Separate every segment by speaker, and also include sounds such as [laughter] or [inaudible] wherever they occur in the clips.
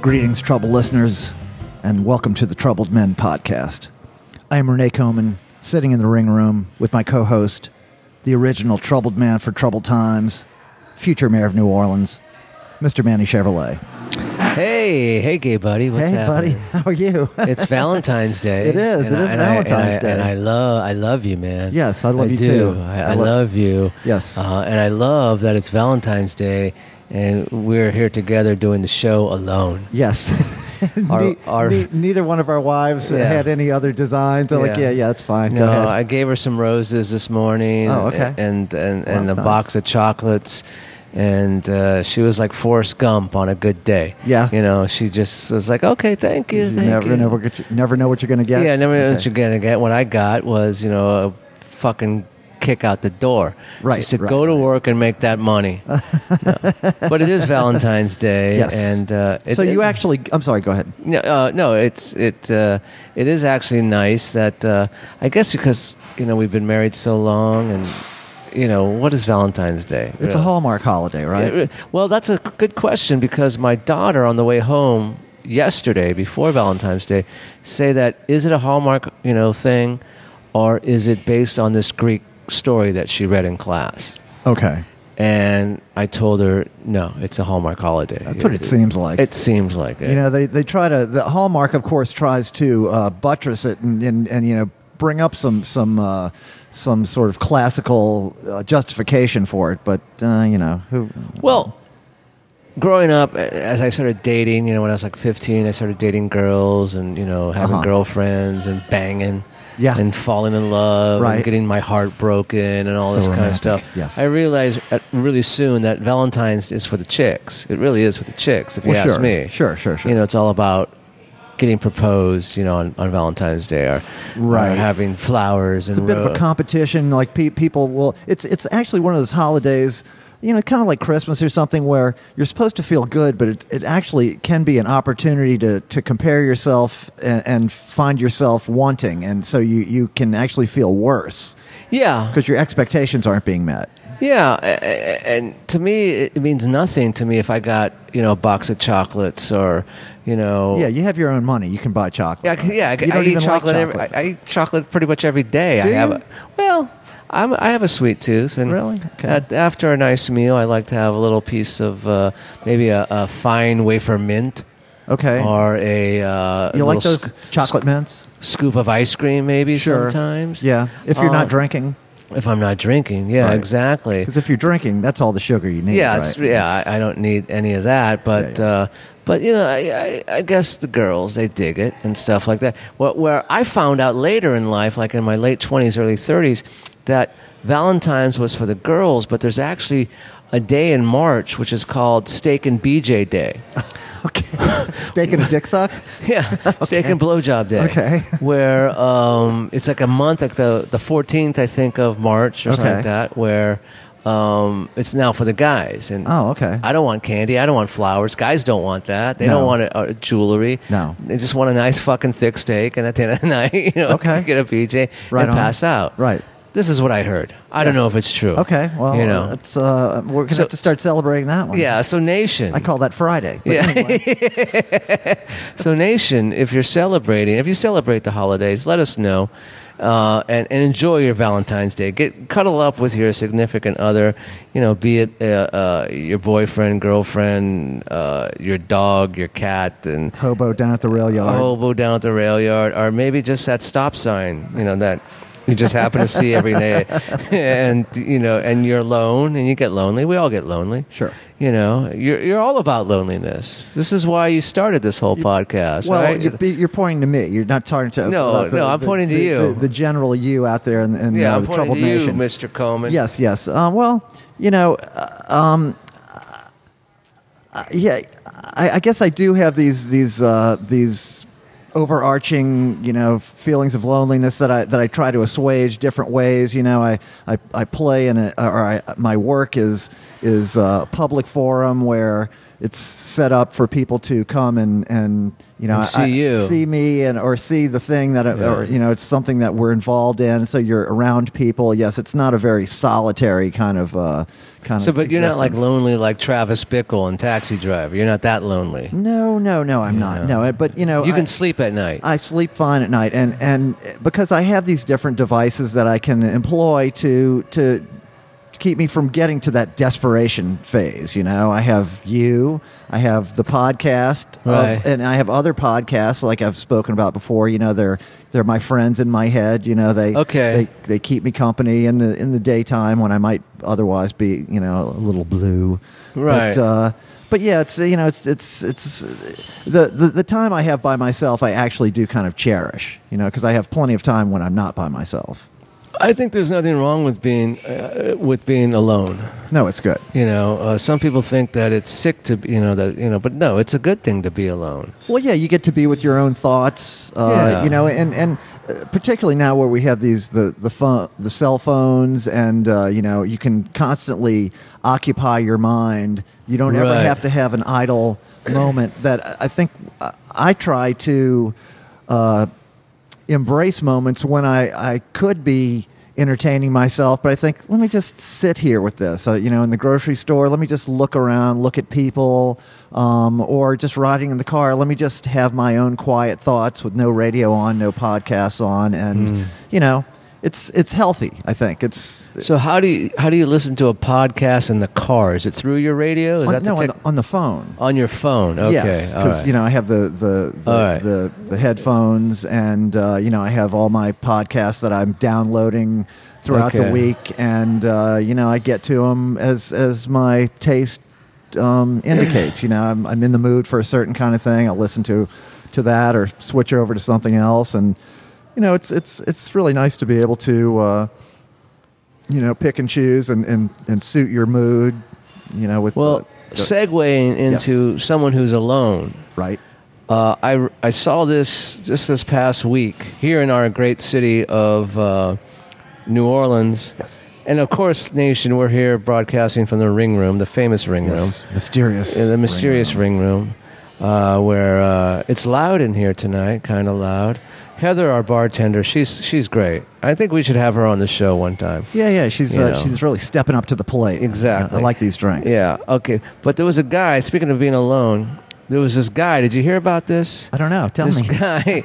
Speaker 1: Greetings, trouble listeners, and welcome to the Troubled Men podcast. I am Renee Coman, sitting in the ring room with my co host, the original troubled man for troubled times, future mayor of New Orleans, Mr. Manny Chevrolet.
Speaker 2: Hey, hey, gay buddy. What's
Speaker 1: hey, buddy, [laughs]
Speaker 2: happening?
Speaker 1: how are you?
Speaker 2: It's Valentine's
Speaker 1: [laughs]
Speaker 2: Day.
Speaker 1: It is.
Speaker 2: and
Speaker 1: It
Speaker 2: I-
Speaker 1: is
Speaker 2: and I-
Speaker 1: Valentine's
Speaker 2: and I, And
Speaker 1: Day.
Speaker 2: I love, I love you, man.
Speaker 1: Yes, I love you
Speaker 2: do.
Speaker 1: too.
Speaker 2: I, I,
Speaker 1: I lo-
Speaker 2: love you.
Speaker 1: Yes.
Speaker 2: uh, and I love that it's Valentine's Day, and we're here together doing the show alone.
Speaker 1: yes. [laughs]
Speaker 2: Our-
Speaker 1: Ne-
Speaker 2: our-
Speaker 1: ne- neither one of our wives
Speaker 2: Yeah.
Speaker 1: had any other designs. They're like,
Speaker 2: Yeah.
Speaker 1: yeah, yeah, it's fine. Go
Speaker 2: No,
Speaker 1: ahead.
Speaker 2: I gave her some roses this morning.
Speaker 1: Oh, okay.
Speaker 2: And and
Speaker 1: Well,
Speaker 2: and
Speaker 1: that's
Speaker 2: a
Speaker 1: nice.
Speaker 2: box of chocolates, and uh, she was like Forrest Gump on a good day.
Speaker 1: Yeah.
Speaker 2: You know, she just was like, okay, thank you,
Speaker 1: you
Speaker 2: thank
Speaker 1: never,
Speaker 2: you.
Speaker 1: never, get- you never know what you're going to get.
Speaker 2: Yeah, I never knew
Speaker 1: Okay.
Speaker 2: what you're gonna get. What I got was, you know, a fucking kick out the door.
Speaker 1: Right,
Speaker 2: She said,
Speaker 1: right,
Speaker 2: "Go to
Speaker 1: right.
Speaker 2: work and make
Speaker 1: [laughs]
Speaker 2: that money." No. But it is Valentine's Day,
Speaker 1: Yes.
Speaker 2: and uh, it
Speaker 1: so you
Speaker 2: is-
Speaker 1: actually, I'm sorry, go ahead.
Speaker 2: no, uh, no, it's it uh, it is actually nice that uh, I guess because you know we've been married so long, and you know what is Valentine's Day?
Speaker 1: It's a
Speaker 2: really?
Speaker 1: Hallmark holiday, right?
Speaker 2: Yeah, Uh, Well, that's a good question because my daughter on the way home yesterday before Valentine's Day say that is it a Hallmark, you know, thing or is it based on this Greek story that she read in class?
Speaker 1: Okay.
Speaker 2: And I told her, no, it's a Hallmark holiday.
Speaker 1: That's what it seems like.
Speaker 2: It seems like it.
Speaker 1: you know, they, they try to, the Hallmark, of course, tries to uh, buttress it and, and, and, you know, bring up some, some, uh, some sort of classical uh, justification for it. But, uh, you know, who.
Speaker 2: Well, growing up, as I started dating, you know, when I was like 15, I started dating girls and, you know, having
Speaker 1: Uh-huh.
Speaker 2: girlfriends and banging.
Speaker 1: Yeah.
Speaker 2: And falling in love
Speaker 1: Right.
Speaker 2: and getting my heart broken and all
Speaker 1: So
Speaker 2: this kind of
Speaker 1: romantic,
Speaker 2: stuff.
Speaker 1: yes.
Speaker 2: I realized at- really soon that Valentine's is for the chicks. It really is for the chicks, if you
Speaker 1: Well,
Speaker 2: ask
Speaker 1: sure.
Speaker 2: me.
Speaker 1: Sure, sure, sure.
Speaker 2: You know, it's all about getting proposed, you know, on, on Valentine's Day or, or
Speaker 1: Right.
Speaker 2: having flowers and
Speaker 1: it's a bit of a
Speaker 2: ro-
Speaker 1: competition. Like pe- people will, it's it's actually one of those holidays, you know, kind of like Christmas or something, where you're supposed to feel good, but it, it actually can be an opportunity to to compare yourself and, and find yourself wanting, and so you you can actually feel worse
Speaker 2: Yeah.
Speaker 1: because your expectations aren't being met.
Speaker 2: Yeah, a- a- and to me, it means nothing to me if I got you know a box of chocolates or you know
Speaker 1: Yeah, you have your own money; you can buy chocolate.
Speaker 2: yeah I c- yeah I, c-
Speaker 1: You
Speaker 2: I
Speaker 1: don't
Speaker 2: eat
Speaker 1: even like
Speaker 2: chocolate, every-
Speaker 1: chocolate.
Speaker 2: I, I eat chocolate pretty much every day.
Speaker 1: Do
Speaker 2: I have
Speaker 1: you?
Speaker 2: a, well, I'm, I have a sweet tooth, and
Speaker 1: Really? Okay.
Speaker 2: at- after a nice meal, I like to have a little piece of uh, maybe a, a fine wafer mint
Speaker 1: okay,
Speaker 2: or a uh,
Speaker 1: you like
Speaker 2: little
Speaker 1: those
Speaker 2: sc-
Speaker 1: chocolate mints?
Speaker 2: sc- scoop of ice cream maybe
Speaker 1: Sure.
Speaker 2: sometimes
Speaker 1: Yeah, if you're not
Speaker 2: Uh,
Speaker 1: drinking,
Speaker 2: if I'm not drinking yeah
Speaker 1: Right.
Speaker 2: exactly
Speaker 1: because if you're drinking, that's all the sugar you need.
Speaker 2: yeah,
Speaker 1: right?
Speaker 2: it's, yeah. I, I don't need any of that, but
Speaker 1: Yeah, yeah.
Speaker 2: Uh, but you know, I, I, I guess the girls they dig it and stuff like that. What where I found out later in life, like in my late twenties, early thirties, that Valentine's was for the girls, but there's actually a day in March which is called Steak and BJ
Speaker 1: [laughs]
Speaker 2: Day.
Speaker 1: [laughs] okay, steak and a dick suck.
Speaker 2: Yeah, steak and blowjob day.
Speaker 1: Okay. [laughs]
Speaker 2: where um, it's like a month, like the the fourteenth, I think, of March or something
Speaker 1: Okay.
Speaker 2: like that, where um, it's now for the guys. And
Speaker 1: Oh, okay.
Speaker 2: I don't want candy. I don't want flowers. Guys don't want that. They
Speaker 1: No.
Speaker 2: don't want uh, jewelry.
Speaker 1: No.
Speaker 2: they just want a nice fucking thick steak, and at the end of [laughs] the night, you know,
Speaker 1: Okay.
Speaker 2: get a PJ
Speaker 1: Right
Speaker 2: and
Speaker 1: on.
Speaker 2: pass out.
Speaker 1: Right.
Speaker 2: This is what I heard. I
Speaker 1: Yes.
Speaker 2: don't know if it's true.
Speaker 1: Okay, well,
Speaker 2: you know,
Speaker 1: it's, uh, we're going to
Speaker 2: So-
Speaker 1: have to start celebrating that one.
Speaker 2: yeah. So nation,
Speaker 1: I call that Friday. But
Speaker 2: Yeah. [laughs]
Speaker 1: anyway,
Speaker 2: So, nation, if you're celebrating, if you celebrate the holidays, let us know uh, and, and enjoy your Valentine's Day. Get cuddle up with your significant other, you know, be it uh, uh, your boyfriend, girlfriend, uh, your dog, your cat, and
Speaker 1: hobo down at the rail
Speaker 2: a
Speaker 1: yard.
Speaker 2: hobo down at the rail yard, or maybe just that stop sign, you know, that you just happen to see every
Speaker 1: [laughs]
Speaker 2: day, and you know, and you're alone, and you get lonely. We all get lonely.
Speaker 1: Sure.
Speaker 2: You know, you're you're all about loneliness. This is why you started this whole podcast,
Speaker 1: well,
Speaker 2: right?
Speaker 1: you're, be- you're pointing to me. You're not talking to
Speaker 2: No,
Speaker 1: about
Speaker 2: no, I'm pointing to
Speaker 1: the-
Speaker 2: you.
Speaker 1: the, the general you out there in, in
Speaker 2: yeah,
Speaker 1: uh,
Speaker 2: I'm
Speaker 1: the
Speaker 2: pointing
Speaker 1: troubled
Speaker 2: to you,
Speaker 1: nation.
Speaker 2: Mr. Coleman.
Speaker 1: Yes, yes. Uh, well, you know, uh, um, uh, yeah, I, I guess I do have these these uh, these overarching you know feelings of loneliness that I that I try to assuage different ways. You know, I I, I play in a or I, my work is uh, is a public forum where it's set up for people to come and and you know,
Speaker 2: And see
Speaker 1: I-
Speaker 2: you.
Speaker 1: see me, and or see the thing that,
Speaker 2: Yeah.
Speaker 1: or you know, it's something that we're involved in. So you're around people. Yes, it's not a very solitary kind of uh, kind
Speaker 2: So,
Speaker 1: of.
Speaker 2: but you're not like
Speaker 1: existence.
Speaker 2: lonely like Travis Bickle and Taxi Driver. You're not that lonely.
Speaker 1: No, no, no, I'm not. No, I- but you know,
Speaker 2: You
Speaker 1: I-
Speaker 2: can sleep at night.
Speaker 1: I sleep fine at night, and and because I have these different devices that I can employ to to keep me from getting to that desperation phase. You know, I have you, I have the podcast, of-
Speaker 2: Right.
Speaker 1: and I have other podcasts like I've spoken about before. You know, they're they're my friends in my head. You know, they
Speaker 2: Okay.
Speaker 1: they, they keep me company in the in the daytime when I might otherwise be you know a little blue.
Speaker 2: Right.
Speaker 1: But, uh, but yeah, it's you know, it's it's it's the, the the time I have by myself, I actually do kind of cherish, you know, because I have plenty of time when I'm not by myself.
Speaker 2: I think there's nothing wrong with being uh, with being alone.
Speaker 1: No, it's good.
Speaker 2: You know, uh, some people think that it's sick to be, you know that you know, but no, it's a good thing to be alone.
Speaker 1: Well, yeah, you get to be with your own thoughts, uh,
Speaker 2: Yeah.
Speaker 1: you know, and and uh, particularly now where we have these the the phone, the cell phones, and uh, you know, you can constantly occupy your mind. You don't ever
Speaker 2: Right.
Speaker 1: have to have an idle moment. That I- I think I, I try to. Uh, embrace moments when I, I could be entertaining myself, but I think, let me just sit here with this. Uh, you know, in the grocery store, let me just look around, look at people, um, or just riding in the car, let me just have my own quiet thoughts with no radio on, no podcasts on. And,
Speaker 2: Hmm.
Speaker 1: you know, it's, it's healthy, I think. It's.
Speaker 2: So how do you how do you listen to a podcast in the car? Is it through your radio? Is
Speaker 1: on,
Speaker 2: that
Speaker 1: no,
Speaker 2: the
Speaker 1: on,
Speaker 2: tech-
Speaker 1: the, on the phone.
Speaker 2: on your phone? Okay,
Speaker 1: yes,
Speaker 2: all
Speaker 1: because
Speaker 2: right.
Speaker 1: you know I have the the the,
Speaker 2: All right.
Speaker 1: the, the headphones, and uh, you know I have all my podcasts that I'm downloading throughout
Speaker 2: Okay.
Speaker 1: the week, and uh, you know I get to them as as my taste um, indicates. You know I'm I'm in the mood for a certain kind of thing. I'll listen to to that or switch over to something else, and you know it's it's it's really nice to be able to. Uh, you know, pick and choose and, and, and suit your mood, you know, with
Speaker 2: well,
Speaker 1: the- the-
Speaker 2: segueing into someone who's alone.
Speaker 1: right.
Speaker 2: Uh, I, I saw this just this past week here in our great city of uh, New Orleans.
Speaker 1: Yes.
Speaker 2: And of course, Nation, we're here broadcasting from the Ring Room, the famous Ring
Speaker 1: Yes. Mysterious.
Speaker 2: Room, uh, the mysterious Ring Room, uh, where uh, it's loud in here tonight, kind of loud. Heather, our bartender, she's she's great. I think we should have her on the show one time.
Speaker 1: Yeah, yeah. She's
Speaker 2: You
Speaker 1: uh,
Speaker 2: know.
Speaker 1: she's really stepping up to the plate.
Speaker 2: Exactly.
Speaker 1: I like these drinks.
Speaker 2: Yeah. Okay. But there was a guy. Speaking of being alone, there was this guy. Did you hear about this?
Speaker 1: I don't know. Uh, Tell
Speaker 2: this
Speaker 1: me.
Speaker 2: guy.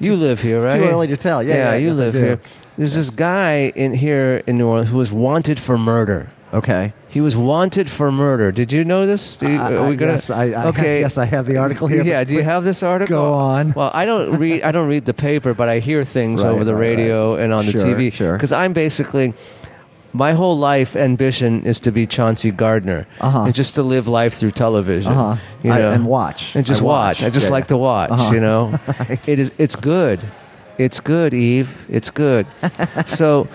Speaker 2: [laughs] you live here, right?
Speaker 1: too early to tell. Yeah, yeah,
Speaker 2: you
Speaker 1: yes, I
Speaker 2: live
Speaker 1: do.
Speaker 2: here. There's this guy in here in New Orleans who was wanted for murder.
Speaker 1: [laughs] okay.
Speaker 2: He was wanted for murder. Did you know this? Do you,
Speaker 1: I-
Speaker 2: are
Speaker 1: I-
Speaker 2: we gonna-
Speaker 1: Uh, yes, I, I [laughs]
Speaker 2: okay.
Speaker 1: yes, I have the article here.
Speaker 2: yeah.
Speaker 1: but-
Speaker 2: Do you have this article?
Speaker 1: Go on.
Speaker 2: Well, I don't read. I don't read the paper, but I hear things
Speaker 1: Right,
Speaker 2: over the
Speaker 1: right, right.
Speaker 2: radio and on the
Speaker 1: Sure,
Speaker 2: TV.
Speaker 1: sure.
Speaker 2: Because I'm basically. My whole life ambition is to be Chauncey Gardner,
Speaker 1: Uh-huh.
Speaker 2: and just to live life through television,
Speaker 1: Uh-huh.
Speaker 2: you
Speaker 1: I-
Speaker 2: know?
Speaker 1: and watch.
Speaker 2: and just
Speaker 1: I watch.
Speaker 2: watch. I just
Speaker 1: Yeah,
Speaker 2: like
Speaker 1: yeah. Uh-huh.
Speaker 2: to watch,
Speaker 1: [laughs]
Speaker 2: you know. It is. It's good. It's good, Eve.
Speaker 1: [laughs]
Speaker 2: It's good. so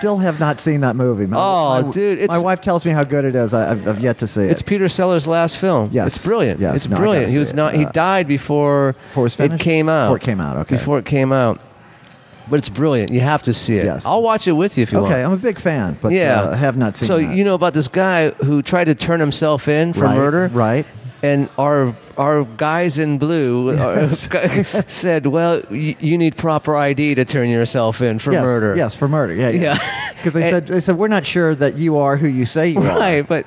Speaker 1: Still have not seen that movie. My,
Speaker 2: Oh,
Speaker 1: my-
Speaker 2: dude, it's-
Speaker 1: my wife tells me how good it is. I, I've, I've yet to see
Speaker 2: It's
Speaker 1: it.
Speaker 2: Peter Sellers' last film.
Speaker 1: Yes.
Speaker 2: it's brilliant.
Speaker 1: Yes.
Speaker 2: it's
Speaker 1: No, I gotta
Speaker 2: brilliant. He
Speaker 1: see
Speaker 2: was
Speaker 1: it.
Speaker 2: not. He
Speaker 1: Uh,
Speaker 2: died before,
Speaker 1: Before it was finished?
Speaker 2: came out.
Speaker 1: Before it came out, okay.
Speaker 2: Before it came out. But it's brilliant. You have to see it.
Speaker 1: Yes.
Speaker 2: I'll watch it with you if you want.
Speaker 1: okay, I'm a big fan, but
Speaker 2: yeah,
Speaker 1: uh, I have not seen.
Speaker 2: So
Speaker 1: that.
Speaker 2: you know about this guy who tried to turn himself in for
Speaker 1: Right,
Speaker 2: murder,
Speaker 1: right?
Speaker 2: and our our guys in blue uh, [laughs] said, "Well, y- you need proper ID to turn yourself in for
Speaker 1: yes,
Speaker 2: murder."
Speaker 1: Yes, for murder. Yeah, yeah. [laughs]
Speaker 2: Yeah.
Speaker 1: Because they
Speaker 2: [laughs] And-
Speaker 1: said they said we're not sure that you are who you say you are.
Speaker 2: [laughs] Right, but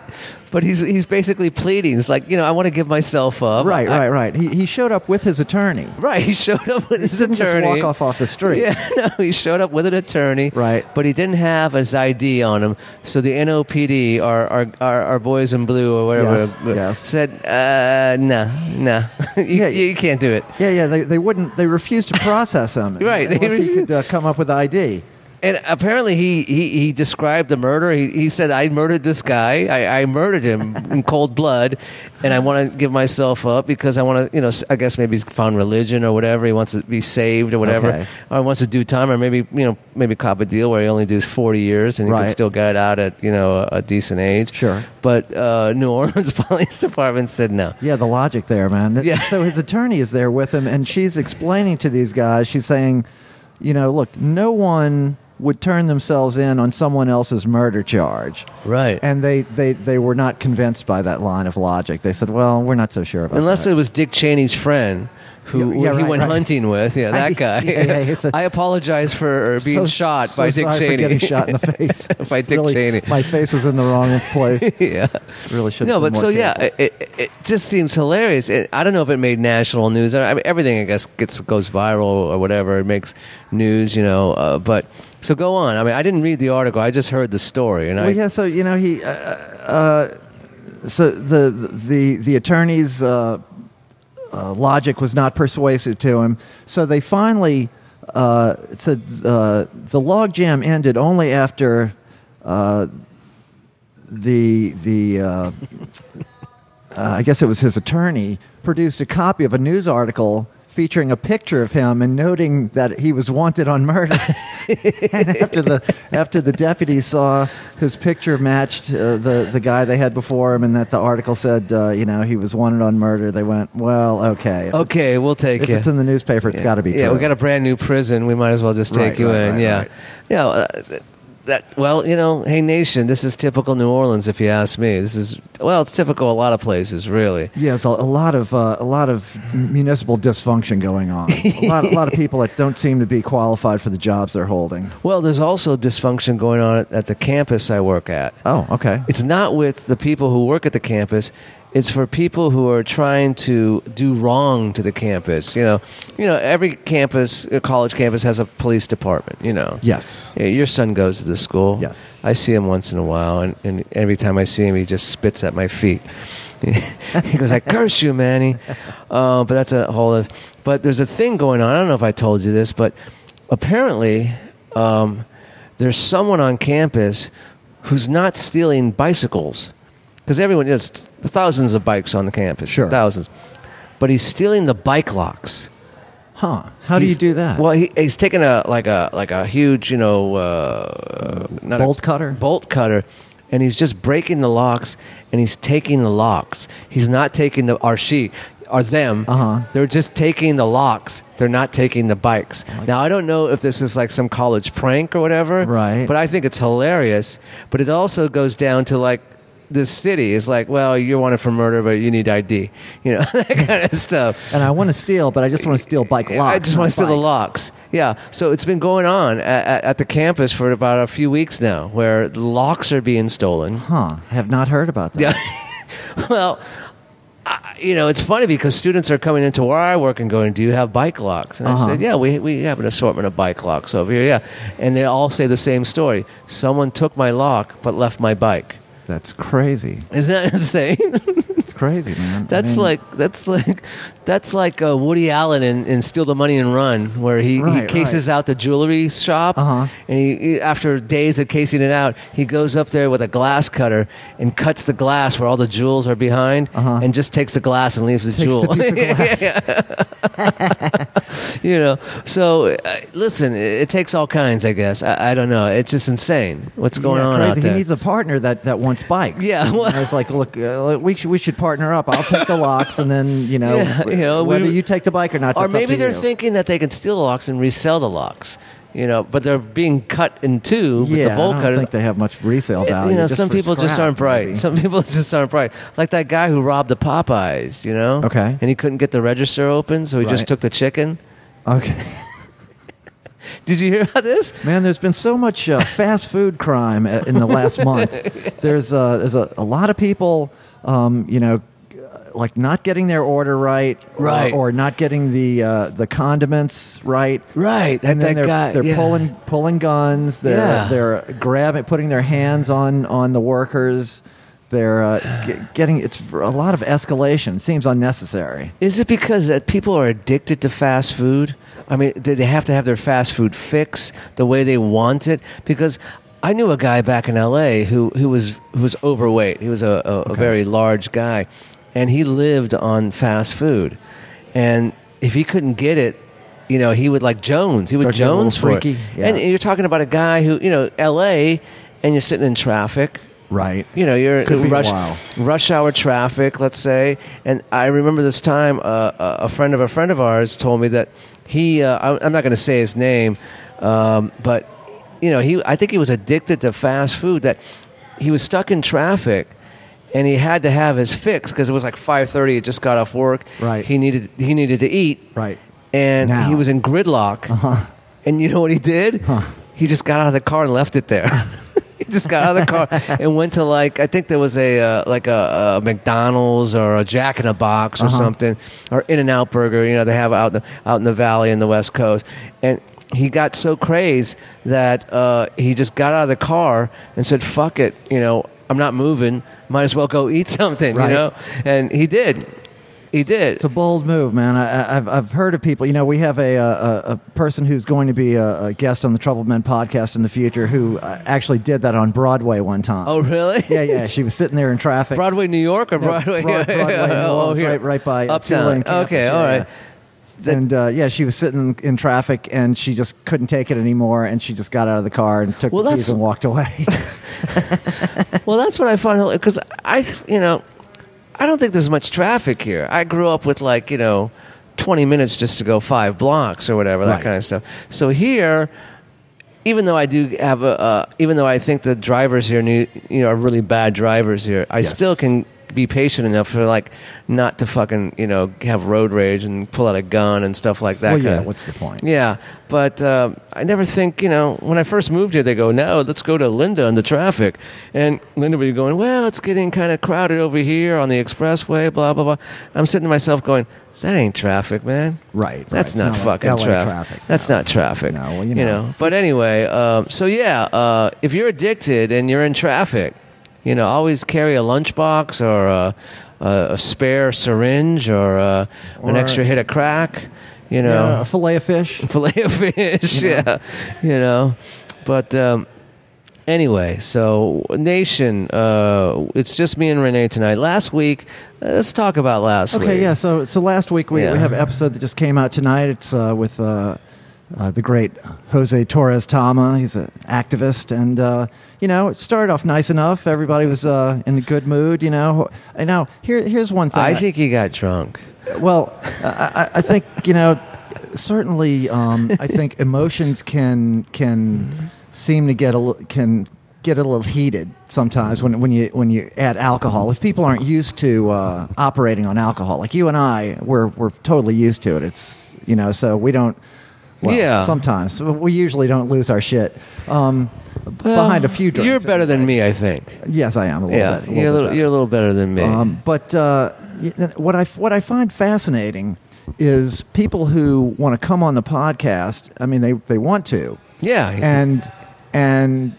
Speaker 2: but he's he's basically pleading. He's like, you know, I want to give myself up.
Speaker 1: Right,
Speaker 2: I-
Speaker 1: right, right. He, he showed up with his attorney.
Speaker 2: [laughs] Right, he showed up with his
Speaker 1: He didn't
Speaker 2: attorney.
Speaker 1: just walk off off the street.
Speaker 2: Yeah, [laughs] no, he showed up with an attorney.
Speaker 1: Right.
Speaker 2: but he didn't have his ID on him. So the NOPD, our our, our, our boys in blue or whatever,
Speaker 1: Yes, yes.
Speaker 2: said, uh, "No, no, [laughs] you,
Speaker 1: Yeah,
Speaker 2: you, can't do it."
Speaker 1: Yeah, yeah. They, they wouldn't. They refused to process him.
Speaker 2: [laughs] Right, they
Speaker 1: Unless he
Speaker 2: refused.
Speaker 1: could uh, come up with ID.
Speaker 2: And apparently, he, he, he described the murder. He, he said, "I murdered this guy. I, I murdered him in cold blood, and I want to give myself up because I want to, you know, s- I guess maybe he's found religion or whatever. He wants to be saved or whatever,
Speaker 1: Okay.
Speaker 2: or wants to do time, or maybe you know, maybe cop a deal where he only does forty years and he
Speaker 1: Right.
Speaker 2: can still get out at you know a, a decent age.
Speaker 1: Sure.
Speaker 2: But uh, New Orleans [laughs] Police Department said no.
Speaker 1: Yeah, the logic there, man.
Speaker 2: Yeah.
Speaker 1: So his attorney is there with him, and she's explaining to these guys. She's saying, you know, look, no one would turn themselves in on someone else's murder charge.
Speaker 2: Right.
Speaker 1: And they, they, they were not convinced by that line of logic. They said, well, we're not so sure about
Speaker 2: Unless
Speaker 1: that.
Speaker 2: it was Dick Cheney's friend who
Speaker 1: Uh, Yeah, yeah,
Speaker 2: he
Speaker 1: right,
Speaker 2: went
Speaker 1: right.
Speaker 2: hunting with. Yeah, that guy.
Speaker 1: [laughs] yeah, yeah, it's a-
Speaker 2: [laughs] I apologize for being
Speaker 1: So-
Speaker 2: shot
Speaker 1: so
Speaker 2: by Dick
Speaker 1: sorry for
Speaker 2: Cheney.
Speaker 1: getting shot in the face
Speaker 2: By Dick
Speaker 1: Really,
Speaker 2: Cheney.
Speaker 1: My face was in the wrong place.
Speaker 2: [laughs] yeah.
Speaker 1: Really should.
Speaker 2: [laughs] No, but so yeah, it, it, it just seems hilarious. It, I don't know if it made national news. I mean, everything I guess gets goes viral or whatever. It makes news, you know. Uh, but so go on. I mean, I didn't read the article. I just heard the story, and I
Speaker 1: Well, yeah. So you know he, uh, uh, so the the the attorney's uh, uh, logic was not persuasive to him. So they finally uh, it said uh, the log jam ended only after uh, the the. Uh, uh, I guess it was his attorney, produced a copy of a news article featuring a picture of him and noting that he was wanted on murder.
Speaker 2: [laughs]
Speaker 1: and after the after the deputy saw his picture matched uh, the the guy they had before him, and that the article said, uh, you know, he was wanted on murder, they went, well, okay, if, it's-
Speaker 2: okay, we'll take
Speaker 1: if
Speaker 2: you.
Speaker 1: it's in the newspaper, it's got to be
Speaker 2: yeah,
Speaker 1: true.
Speaker 2: we got a brand new prison. We might as well just take
Speaker 1: Right,
Speaker 2: you
Speaker 1: right,
Speaker 2: in.
Speaker 1: right,
Speaker 2: yeah,
Speaker 1: right.
Speaker 2: yeah. uh, th- that well, you know, hey nation, this is typical New Orleans, if you ask me. This is well, it's typical a lot of places, really.
Speaker 1: Yes, a, a lot of uh, a lot of municipal dysfunction going on. A lot, a
Speaker 2: [laughs]
Speaker 1: lot of people that don't seem to be qualified for the jobs they're holding.
Speaker 2: Well, there's also dysfunction going on at, at the campus I work at.
Speaker 1: Oh, okay.
Speaker 2: It's not with the people who work at the campus. It's for people who are trying to do wrong to the campus. You know, you know, every campus, uh, college campus, has a police department. You know,
Speaker 1: Yes.
Speaker 2: Yeah, your son goes to the school.
Speaker 1: Yes.
Speaker 2: I see him once in a while, and, and every time I see him, he just spits at my feet. [laughs] he goes, "I curse you, Manny." Uh, but that's a whole. other- But there's a thing going on. I don't know if I told you this, but apparently, um, there's someone on campus who's not stealing bicycles because everyone there's thousands of bikes on the campus.
Speaker 1: Sure.
Speaker 2: thousands. But he's stealing the bike locks.
Speaker 1: Huh? How do you
Speaker 2: He's-
Speaker 1: do that?
Speaker 2: Well, he, he's taking a like a like a huge, you know, uh, not a-
Speaker 1: Bolt cutter?
Speaker 2: bolt cutter, and he's just breaking the locks, and he's taking the locks. He's not taking the or she or them.
Speaker 1: Uh-huh.
Speaker 2: They're just taking the locks. They're not taking the bikes.
Speaker 1: Oh
Speaker 2: Now I don't know if this is like some college prank or whatever,
Speaker 1: Right.
Speaker 2: But I think it's hilarious. But it also goes down to like. The city is like, well, you're wanted for murder, but you need ID, you know, [laughs] that kind of stuff.
Speaker 1: and I want to steal, but I just want to steal bike locks.
Speaker 2: [laughs] I just
Speaker 1: not
Speaker 2: want to steal the
Speaker 1: bikes.
Speaker 2: locks. Yeah. So it's been going on at, at, at the campus for about a few weeks now, where the locks are being stolen. [laughs]
Speaker 1: Huh? Have not heard about that.
Speaker 2: Yeah. well, I, you know, it's funny because students are coming into where I work and going, "Do you have bike locks?" And
Speaker 1: Uh-huh.
Speaker 2: I said, "Yeah, we we have an assortment of bike locks over here." Yeah, and they all say the same story: someone took my lock but left my bike.
Speaker 1: That's crazy.
Speaker 2: Isn't that [laughs] insane?
Speaker 1: It's crazy, man. I
Speaker 2: That's
Speaker 1: mean,
Speaker 2: like that's like that's like uh, Woody Allen in, in Steal the Money and Run, where he, he
Speaker 1: Right,
Speaker 2: cases out the jewelry shop,
Speaker 1: Uh-huh.
Speaker 2: and he, he- after days of casing it out, he goes up there with a glass cutter and cuts the glass where all the jewels are behind,
Speaker 1: Uh-huh.
Speaker 2: and just takes the glass and leaves the
Speaker 1: Takes
Speaker 2: jewel.
Speaker 1: the piece of
Speaker 2: Yeah, [laughs] yeah. you know, so uh, listen, it, it takes all kinds, I guess. I, I don't know. It's just insane what's going
Speaker 1: yeah,
Speaker 2: on
Speaker 1: crazy.
Speaker 2: out there.
Speaker 1: He needs a partner that, that wants bikes.
Speaker 2: Yeah,
Speaker 1: You know,
Speaker 2: well-
Speaker 1: it's like, look, uh, we should we should partner up. I'll take the locks, and then you know,
Speaker 2: [laughs] Yeah, you know, we-
Speaker 1: whether you take the bike or not.
Speaker 2: or
Speaker 1: that's up
Speaker 2: maybe
Speaker 1: to
Speaker 2: they're
Speaker 1: you.
Speaker 2: thinking that they can steal the locks and resell the locks you know but they're being cut in two with
Speaker 1: Yeah,
Speaker 2: the
Speaker 1: I
Speaker 2: bolt
Speaker 1: don't
Speaker 2: cutters
Speaker 1: think they have much resale value.
Speaker 2: you know
Speaker 1: just
Speaker 2: some
Speaker 1: for
Speaker 2: people just
Speaker 1: scrap,
Speaker 2: aren't bright
Speaker 1: maybe.
Speaker 2: some [laughs] people just aren't bright like that guy who robbed the popeyes you know
Speaker 1: Okay.
Speaker 2: and he couldn't get the register open so he just
Speaker 1: Right.
Speaker 2: took the chicken
Speaker 1: okay, [laughs]
Speaker 2: did you hear about this
Speaker 1: man. There's been so much uh, fast food crime uh, in the
Speaker 2: [laughs]
Speaker 1: last month. There's uh, there's a, a lot of people, um, you know. Like not getting their order right, or-
Speaker 2: Right.
Speaker 1: or, not getting the uh, the condiments right,
Speaker 2: right
Speaker 1: and then
Speaker 2: that
Speaker 1: they're,
Speaker 2: guy
Speaker 1: they're
Speaker 2: yeah.
Speaker 1: pulling pulling guns. They're
Speaker 2: Yeah.
Speaker 1: they're grabbing, putting their hands on on the workers. They're uh, it's ge- getting it's a lot of escalation. It seems unnecessary.
Speaker 2: Is it because that people are addicted to fast food? I mean, do they have to have their fast food fix the way they want it? Because I knew a guy back in L.A. who who was who was overweight. He was a, a, a very large guy, and he lived on fast food. And if he couldn't get it, you know, he would like Jones. He would
Speaker 1: Start getting a little
Speaker 2: Jones for
Speaker 1: freaky,
Speaker 2: it.
Speaker 1: yeah.
Speaker 2: And you're talking about a guy who you know L.A. and you're sitting in traffic
Speaker 1: Right.
Speaker 2: you know, you're
Speaker 1: Could be a
Speaker 2: rush
Speaker 1: while.
Speaker 2: rush hour traffic, let's say. And I remember this time, uh, a a friend of a friend of ours told me that he, uh, I'm- I'm not going to say his name, um, but you know, he I think he was addicted to fast food that he was stuck in traffic and he had to have his fix because it was like 5:30 he just got off work.
Speaker 1: Right.
Speaker 2: He needed he needed to eat.
Speaker 1: Right.
Speaker 2: And
Speaker 1: Now. Uh-huh.
Speaker 2: he was in gridlock. And you know what he did?
Speaker 1: Huh.
Speaker 2: He just got out of the car and left it
Speaker 1: [laughs]
Speaker 2: there. he just got out of the car and went to like I think there was a uh, like a, a McDonald's or a Jack in a Box or
Speaker 1: Uh-huh.
Speaker 2: something or In and Out Burger. You know they have out in the, out in the valley in the West Coast. And he got so crazed that uh, he just got out of the car and said, "Fuck it," you know. I'm not moving. Might as well go eat something,
Speaker 1: Right.
Speaker 2: you know. And he did. He did.
Speaker 1: It's a bold move, man. I, I- I've, I've heard of people. You know, we have a, uh, a, a person who's going to be a, a guest on the Troubled Men podcast in the future who uh, actually did that on Broadway one time.
Speaker 2: oh, really?
Speaker 1: [laughs] yeah, yeah. She was sitting there in traffic.
Speaker 2: Broadway, New York, or
Speaker 1: No,
Speaker 2: Broadway? Oh,
Speaker 1: Broad- Broadway,
Speaker 2: [laughs]
Speaker 1: New Orleans, right- right by, uh,
Speaker 2: Uptown.
Speaker 1: Tulane campus,
Speaker 2: okay,
Speaker 1: yeah,
Speaker 2: all
Speaker 1: yeah.
Speaker 2: right.
Speaker 1: and uh, yeah, she was sitting in traffic and she just couldn't take it anymore, and she just got out of the car and took
Speaker 2: Well,
Speaker 1: the
Speaker 2: that's-
Speaker 1: keys and walked away. [laughs]
Speaker 2: [laughs] Well, that's what I find because I, you know, I don't think there's much traffic here. I grew up with like you know, 20 minutes just to go five blocks or whatever that
Speaker 1: Right.
Speaker 2: kind of stuff. So here, even though I do have a, uh, even though I think the drivers here, knew, you know, are really bad drivers here, I
Speaker 1: Yes.
Speaker 2: still can be patient enough for like not to fucking you know have road rage and pull out a gun and stuff like that.
Speaker 1: well,
Speaker 2: kinda.
Speaker 1: yeah. What's the point?
Speaker 2: Yeah, but uh, I never think, you know, when I first moved here, they go, no, let's go to Linda and the traffic. And Linda would be going, well, it's getting kind of crowded over here on the expressway, blah, blah, blah. I'm sitting to myself going, that ain't traffic, man.
Speaker 1: Right, right.
Speaker 2: That's
Speaker 1: It's
Speaker 2: not,
Speaker 1: not like
Speaker 2: fucking
Speaker 1: LA
Speaker 2: traffic.
Speaker 1: traffic,
Speaker 2: That's not traffic.
Speaker 1: No, well, you know.
Speaker 2: But anyway, um, so yeah, uh, if you're addicted and you're in traffic, you know, always carry a lunchbox or a, a, a spare syringe or, uh an
Speaker 1: Or-
Speaker 2: extra hit of crack. You know,
Speaker 1: Yeah, a fillet of fish.
Speaker 2: fillet of [laughs] fish. Yeah, you know. But um, anyway, so nation, uh, it's just me and Renee tonight. Last week, uh, let's talk about last week.
Speaker 1: Okay, yeah. So so last week we,
Speaker 2: Yeah.
Speaker 1: we have an episode that just came out tonight. It's uh, with uh, uh, the great Jose Torres Tama. He's an activist, and uh, you know it started off nice enough. Everybody was uh, in a good mood. You know, and now here here's one thing.
Speaker 2: I think he got drunk.
Speaker 1: Well, I, I- I think you know. Certainly, um, I
Speaker 2: [laughs]
Speaker 1: think emotions can can seem to get a li- can get a little heated sometimes when when you when you add alcohol. If people aren't used to uh, operating on alcohol, like you and I, we're we're totally used to it. It's you know, so we don't. Well,
Speaker 2: Yeah.
Speaker 1: Sometimes we usually don't lose our shit um, behind a few drinks.
Speaker 2: You're better than me, I think.
Speaker 1: Yes, I am a little
Speaker 2: Yeah,
Speaker 1: bit.
Speaker 2: you're a
Speaker 1: bit
Speaker 2: little,
Speaker 1: better.
Speaker 2: you're a little better than me.
Speaker 1: Um, but uh, y- what I what I find fascinating is people who want to come on the podcast. I mean, they they want to,
Speaker 2: yeah,
Speaker 1: and and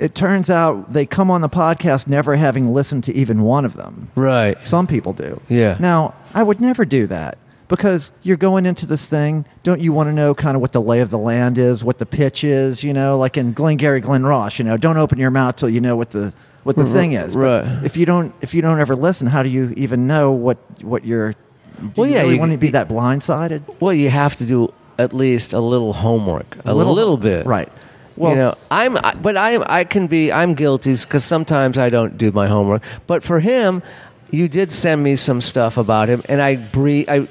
Speaker 1: it turns out they come on the podcast never having listened to even one of them.
Speaker 2: right.
Speaker 1: Some people do.
Speaker 2: Yeah.
Speaker 1: Now, I would never do that because you're going into this thing. Don't you want to know kind of what the lay of the land is, what the pitch is? You know, like in Glengarry Glen Ross, you know, don't open your mouth till you know what the what the thing is.
Speaker 2: right.
Speaker 1: If you don't, if you don't ever listen, how do you even know what what you're? Do
Speaker 2: Well,
Speaker 1: you
Speaker 2: yeah,
Speaker 1: really
Speaker 2: you-
Speaker 1: want to be that blindsided?
Speaker 2: Well, you have to do at least a little homework, a little, bit,
Speaker 1: right?
Speaker 2: Well, you know, I'm, I- but I'm, I can be, I'm guilty because sometimes I don't do my homework. But for him, you did send me some stuff about him, and I brief, I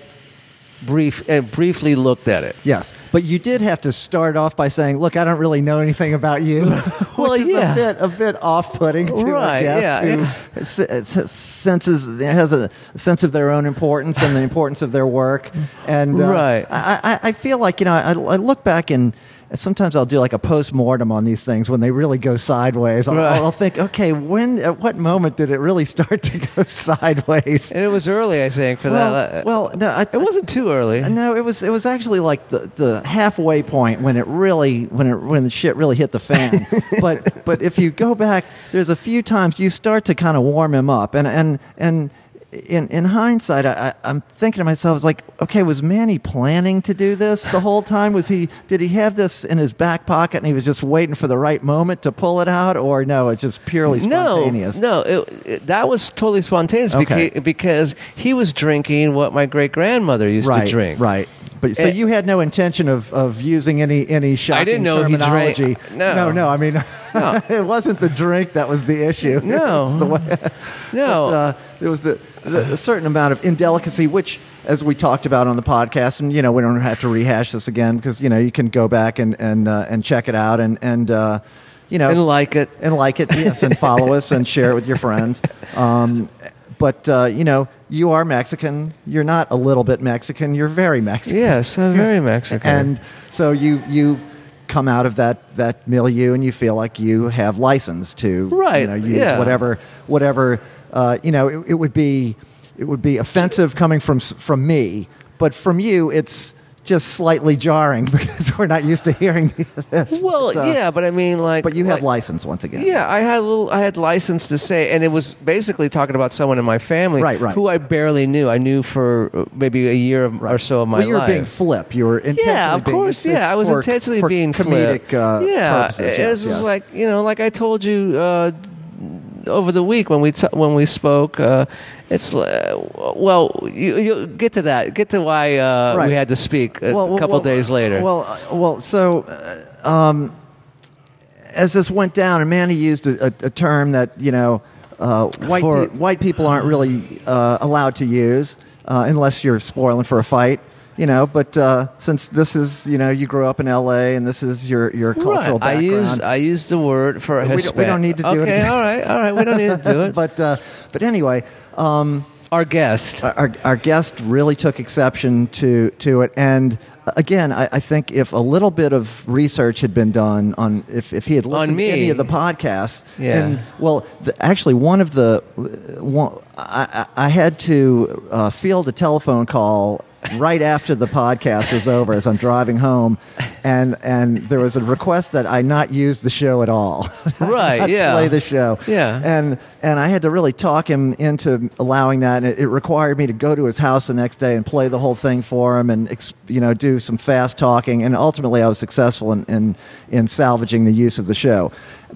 Speaker 2: brief, uh, briefly looked at it.
Speaker 1: Yes, but you did have to start off by saying, "Look, I don't really know anything about you," [laughs]
Speaker 2: Well,
Speaker 1: which is
Speaker 2: yeah.
Speaker 1: a bit a bit off-putting to
Speaker 2: Right,
Speaker 1: a guest
Speaker 2: yeah,
Speaker 1: who
Speaker 2: yeah.
Speaker 1: s- s- senses has a sense of their own importance and the importance of their work. And uh,
Speaker 2: Right.
Speaker 1: I, I, I feel like you know, I, I look back and. Sometimes I'll do like a post mortem on these things when they really go sideways. I'll,
Speaker 2: Right.
Speaker 1: I'll think, okay, when at what moment did it really start to go [laughs] sideways?
Speaker 2: And it was early, I think, for
Speaker 1: Well,
Speaker 2: that. Uh,
Speaker 1: well, no, I,
Speaker 2: it wasn't too early.
Speaker 1: no, it was it was actually like the, the halfway point when it really when it when the shit really hit the fan. but but if you go back, there's a few times you start to kind of warm him up, and and and in in hindsight, I, I, I'm thinking to myself, I was like, okay, was Manny planning to do this the whole time? Was he did he have this in his back pocket and he was just waiting for the right moment to pull it out, or no, it's just purely spontaneous?
Speaker 2: No, no, it, it- that was totally spontaneous
Speaker 1: Okay.
Speaker 2: beca- because he was drinking what my great grandmother used
Speaker 1: Right,
Speaker 2: to drink.
Speaker 1: right. But so
Speaker 2: Eh.
Speaker 1: you had no intention of, of using any any shocking
Speaker 2: know he drank-
Speaker 1: terminology.
Speaker 2: no.
Speaker 1: no, no. I mean, [laughs] it wasn't the drink that was the issue.
Speaker 2: No.
Speaker 1: [laughs] It's the way- [laughs]
Speaker 2: No,
Speaker 1: but, uh, it was the a certain amount of indelicacy, which, as we talked about on the podcast, and you know, we don't have to rehash this again because you know you can go back and and uh, and check it out and and uh, you know
Speaker 2: and like it.
Speaker 1: and like it, yes, and follow us and share it with your friends. Um, but uh, you know, you are Mexican. You're not a little bit Mexican. You're very Mexican.
Speaker 2: Yes, I'm very Mexican.
Speaker 1: And so you you come out of that that milieu and you feel like you have license to you
Speaker 2: Right,
Speaker 1: know, use
Speaker 2: yeah.
Speaker 1: whatever whatever uh, you know it, it would be it would be offensive coming from s- from me, but from you it's just slightly jarring [laughs] because we're not used to hearing [laughs] this.
Speaker 2: well,
Speaker 1: So-
Speaker 2: yeah, but I mean, like,
Speaker 1: uh, But you have
Speaker 2: like-
Speaker 1: license once again.
Speaker 2: Yeah, I had a little, I had license to say, and it was basically talking about someone in my family,
Speaker 1: Right, right.
Speaker 2: who I barely knew. I knew for uh, maybe a year of- or so of my
Speaker 1: well, you were
Speaker 2: life.
Speaker 1: being flip. You were intentionally
Speaker 2: yeah, of
Speaker 1: being-
Speaker 2: course.
Speaker 1: it's-
Speaker 2: yeah,
Speaker 1: it's
Speaker 2: I was
Speaker 1: for-
Speaker 2: intentionally
Speaker 1: for
Speaker 2: being
Speaker 1: comedic.
Speaker 2: flip.
Speaker 1: Uh,
Speaker 2: yeah,
Speaker 1: purposes,
Speaker 2: it
Speaker 1: yes,
Speaker 2: was just
Speaker 1: yes.
Speaker 2: like you know, like I told you uh, over the week when we t- when we spoke. Uh, it's uh, well, you, you get to that, get to why uh,
Speaker 1: Right.
Speaker 2: we had to speak a couple days later.
Speaker 1: Well, uh, well, so uh, um, as this went down, and Manny used a, a, a term that you know uh, white
Speaker 2: For-
Speaker 1: pe- white people aren't really uh, allowed to use uh, unless you're spoiling for a fight. You know, but uh, since this is you know you grew up in L.A. and this is your your cultural
Speaker 2: right. I
Speaker 1: background,
Speaker 2: used I used the word for
Speaker 1: don't- we
Speaker 2: Hispanic.
Speaker 1: don't need to do it
Speaker 2: okay,
Speaker 1: again.
Speaker 2: all right, all right. We don't need to do
Speaker 1: [laughs]
Speaker 2: it.
Speaker 1: but uh, but anyway. Um,
Speaker 2: Our guest.
Speaker 1: our, our guest really took exception to, to it. And uh, again, I, I think if a little bit of research had been done on if, if he had listened
Speaker 2: me.
Speaker 1: to any of the podcasts,
Speaker 2: Yeah.
Speaker 1: and well, the, actually, one of the uh, one, I, I I had to uh, field a telephone call right after the podcast was over as I'm driving home, and and there was a request that I not use the show at all, [laughs]
Speaker 2: Right,
Speaker 1: Not
Speaker 2: yeah.
Speaker 1: play the show,
Speaker 2: Yeah.
Speaker 1: and and I had to really talk him into allowing that. And it, it required me to go to his house the next day and play the whole thing for him, and ex, you know do some fast talking. And ultimately, I was successful in, in in salvaging the use of the show.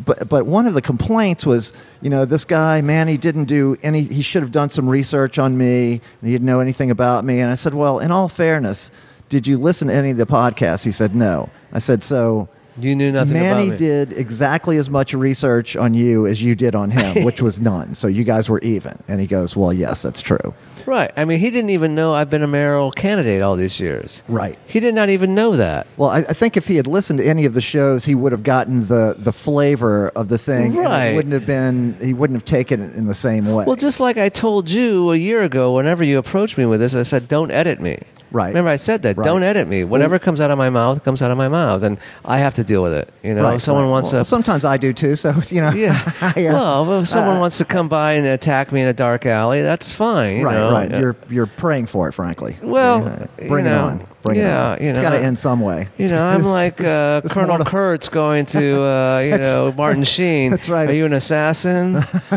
Speaker 1: But but one of the complaints was, you know, this guy Manny didn't do any. He should have done some research on me, and he didn't know anything about me. And I said, well, in all fairness, did you listen to any of the podcasts? He said, no. I said, so.
Speaker 2: You knew nothing
Speaker 1: Manny
Speaker 2: about me.
Speaker 1: did exactly as much research on you as you did on him, which was none. So you guys were even. And he goes, Well, yes, that's true.
Speaker 2: Right. I mean, he didn't even know I've been a mayoral candidate all these years.
Speaker 1: Right.
Speaker 2: He did not even know that.
Speaker 1: Well, I, I think if he had listened to any of the shows, he would have gotten the, the flavor of the thing. And
Speaker 2: Right.
Speaker 1: it wouldn't have been he wouldn't have taken it in the same way.
Speaker 2: Well, just like I told you a year ago, whenever you approached me with this, I said, "Don't edit me."
Speaker 1: Right.
Speaker 2: Remember, I said that.
Speaker 1: Right.
Speaker 2: Don't edit me. Whatever comes out of my mouth comes out of my mouth, and I have to deal with it. You know,
Speaker 1: Right,
Speaker 2: if someone
Speaker 1: right.
Speaker 2: wants
Speaker 1: Well,
Speaker 2: to.
Speaker 1: sometimes I do too, so you know
Speaker 2: yeah.
Speaker 1: [laughs] I, uh,
Speaker 2: Well, if someone wants to come by and attack me in a dark alley, that's fine. you
Speaker 1: Right,
Speaker 2: know.
Speaker 1: right.
Speaker 2: Yeah.
Speaker 1: You're you're praying for it, frankly.
Speaker 2: Well,
Speaker 1: You know,
Speaker 2: you
Speaker 1: bring it
Speaker 2: know,
Speaker 1: on. Bring
Speaker 2: yeah,
Speaker 1: it on.
Speaker 2: you
Speaker 1: it's
Speaker 2: know,
Speaker 1: got to end some way.
Speaker 2: You know,
Speaker 1: [laughs]
Speaker 2: I'm like uh, Colonel Kurtz going to, uh, you know, Martin Sheen.
Speaker 1: [laughs] that's right.
Speaker 2: Are you an assassin?
Speaker 1: [laughs]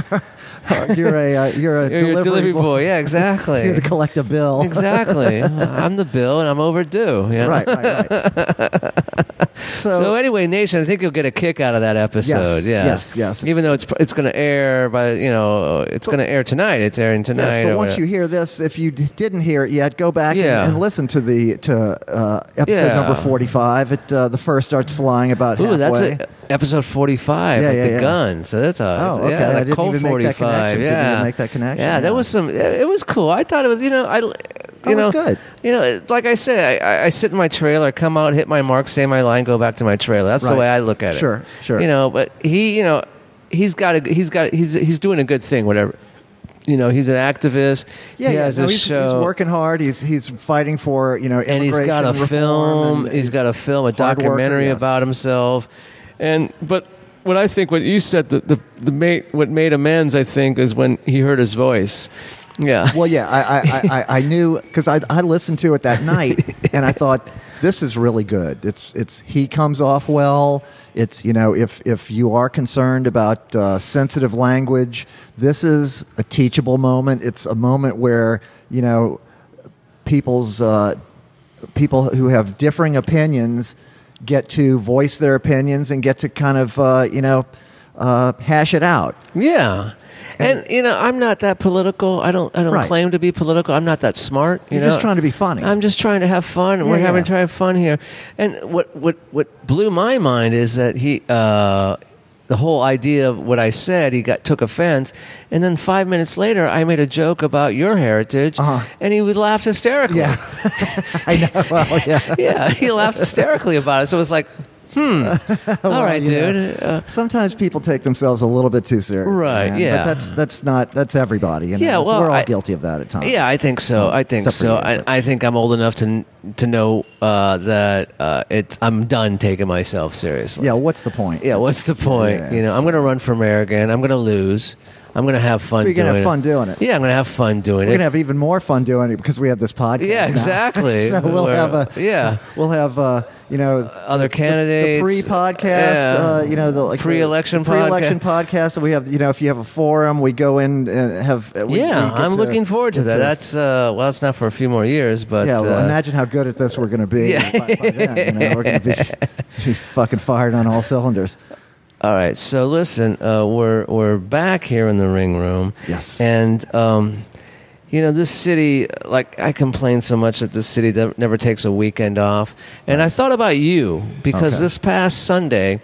Speaker 1: you're a uh, you're a
Speaker 2: [laughs] You're
Speaker 1: delivery,
Speaker 2: your delivery boy.
Speaker 1: boy. [laughs]
Speaker 2: Yeah,
Speaker 1: Here to
Speaker 2: exactly.
Speaker 1: collect a bill. [laughs]
Speaker 2: exactly. I'm the bill and I'm overdue. you know?
Speaker 1: right, right, right. so,
Speaker 2: [laughs] So anyway, Nation, I think you'll get a kick out of that episode.
Speaker 1: Yes, yes,
Speaker 2: yes,
Speaker 1: yes.
Speaker 2: Even though it's pr- it's going to air, but you know, it's going to air tonight. It's airing tonight.
Speaker 1: yes,
Speaker 2: or
Speaker 1: but once
Speaker 2: whatever.
Speaker 1: you hear this, if you d- didn't hear it yet, go back
Speaker 2: Yeah.
Speaker 1: and, and listen to the to uh, episode
Speaker 2: Yeah.
Speaker 1: number forty-five. It uh, the first starts flying about
Speaker 2: Ooh,
Speaker 1: halfway.
Speaker 2: that's a, episode 45
Speaker 1: Yeah,
Speaker 2: with
Speaker 1: yeah,
Speaker 2: the
Speaker 1: yeah.
Speaker 2: gun. So that's a
Speaker 1: Oh,
Speaker 2: it's-
Speaker 1: okay.
Speaker 2: yeah,
Speaker 1: I
Speaker 2: the
Speaker 1: didn't
Speaker 2: Colt
Speaker 1: even make that
Speaker 2: 45.
Speaker 1: connection. Didn't
Speaker 2: Yeah,
Speaker 1: even make that connection,
Speaker 2: Yeah,
Speaker 1: yeah.
Speaker 2: that was some. It was cool. I thought it was. You know, I. You
Speaker 1: was
Speaker 2: know,
Speaker 1: Oh, good.
Speaker 2: You know, like I said, I- I, I sit in my trailer, come out, hit my mark, say my line, go back to my trailer. That's
Speaker 1: Right.
Speaker 2: the way I look at it.
Speaker 1: Sure, sure.
Speaker 2: You know, but he, you know, he's got a, he's got, he's he's doing a good thing. Whatever. You know, he's an activist.
Speaker 1: yeah,
Speaker 2: he
Speaker 1: yeah.
Speaker 2: has
Speaker 1: no,
Speaker 2: a
Speaker 1: he's,
Speaker 2: show.
Speaker 1: he's working hard. He's he's fighting for you know,
Speaker 2: and he's got a
Speaker 1: immigration reform
Speaker 2: film.
Speaker 1: and
Speaker 2: he's got a film, a
Speaker 1: hard worker,
Speaker 2: documentary
Speaker 1: yes.
Speaker 2: about himself. And but what I think, what you said, the the, the mate, what made amends, I think, is when he heard his voice. Yeah.
Speaker 1: Well, yeah, I I, I, I- I knew because I, I listened to it that night, and I thought this is really good. It's it's he comes off well. It's you know if if you are concerned about uh, sensitive language, this is a teachable moment. It's a moment where you know people's uh, people who have differing opinions get to voice their opinions and get to kind of uh, you know uh, hash it out.
Speaker 2: Yeah. And, you know, I'm not that political. I don't. I don't
Speaker 1: Right.
Speaker 2: claim to be political. I'm not that smart. You
Speaker 1: You're
Speaker 2: know?
Speaker 1: just trying to be funny.
Speaker 2: I'm just trying to have fun. and
Speaker 1: Yeah,
Speaker 2: We're
Speaker 1: yeah.
Speaker 2: having trying to have fun here. And what what what blew my mind is that he uh, the whole idea of what I said, he got took offense. And then five minutes later, I made a joke about your heritage,
Speaker 1: Uh-huh.
Speaker 2: and he would laugh hysterically.
Speaker 1: Yeah. I know. [laughs] Well, yeah.
Speaker 2: [laughs] yeah, he laughed hysterically about it. So it was like, hmm, [laughs] all right,
Speaker 1: you know.
Speaker 2: dude. Uh,
Speaker 1: Sometimes people take themselves a little bit too serious.
Speaker 2: Right,
Speaker 1: man.
Speaker 2: yeah.
Speaker 1: But that's that's not that's everybody. You know?
Speaker 2: Yeah,
Speaker 1: It's-
Speaker 2: well,
Speaker 1: we're all
Speaker 2: I-
Speaker 1: guilty of that at times.
Speaker 2: yeah, I think so. I think
Speaker 1: except for
Speaker 2: so.
Speaker 1: you, but-
Speaker 2: I, I think I'm old enough to to know uh, that uh, it's I'm done taking myself seriously.
Speaker 1: Yeah. What's the point?
Speaker 2: Yeah, what's the point?
Speaker 1: Yeah,
Speaker 2: you know,
Speaker 1: it's-
Speaker 2: I'm going to run for mayor again. I'm going to lose. I'm going to have fun
Speaker 1: You're
Speaker 2: doing
Speaker 1: gonna have
Speaker 2: it.
Speaker 1: fun doing it.
Speaker 2: Yeah, I'm going to have fun doing
Speaker 1: We're
Speaker 2: it.
Speaker 1: gonna have even more fun doing it because we have this podcast.
Speaker 2: yeah,
Speaker 1: [laughs] now.
Speaker 2: exactly.
Speaker 1: so we'll
Speaker 2: We're-
Speaker 1: have a
Speaker 2: yeah.
Speaker 1: We'll have uh, you know
Speaker 2: Other
Speaker 1: the
Speaker 2: candidates.
Speaker 1: pre-podcast,
Speaker 2: Yeah.
Speaker 1: uh, you know, the like the-
Speaker 2: Pre-election
Speaker 1: the pre-election podcast. that we have, you know, if you have a forum, we go in and have. We, we
Speaker 2: yeah,
Speaker 1: get
Speaker 2: I'm looking forward to
Speaker 1: get
Speaker 2: that. That's uh, well, it's not for a few more years, but
Speaker 1: yeah. Well,
Speaker 2: uh,
Speaker 1: imagine how good at this we're going to be.
Speaker 2: [laughs] Yeah.
Speaker 1: by, by then, you know, we're going
Speaker 2: [laughs]
Speaker 1: to be, be fucking fired on all cylinders.
Speaker 2: All right, so listen, uh, we're we're back here in the ring room.
Speaker 1: Yes.
Speaker 2: and um, you know this city. Like I complain so much that this city dev- never takes a weekend off, and I thought about you because
Speaker 1: Okay.
Speaker 2: this past Sunday,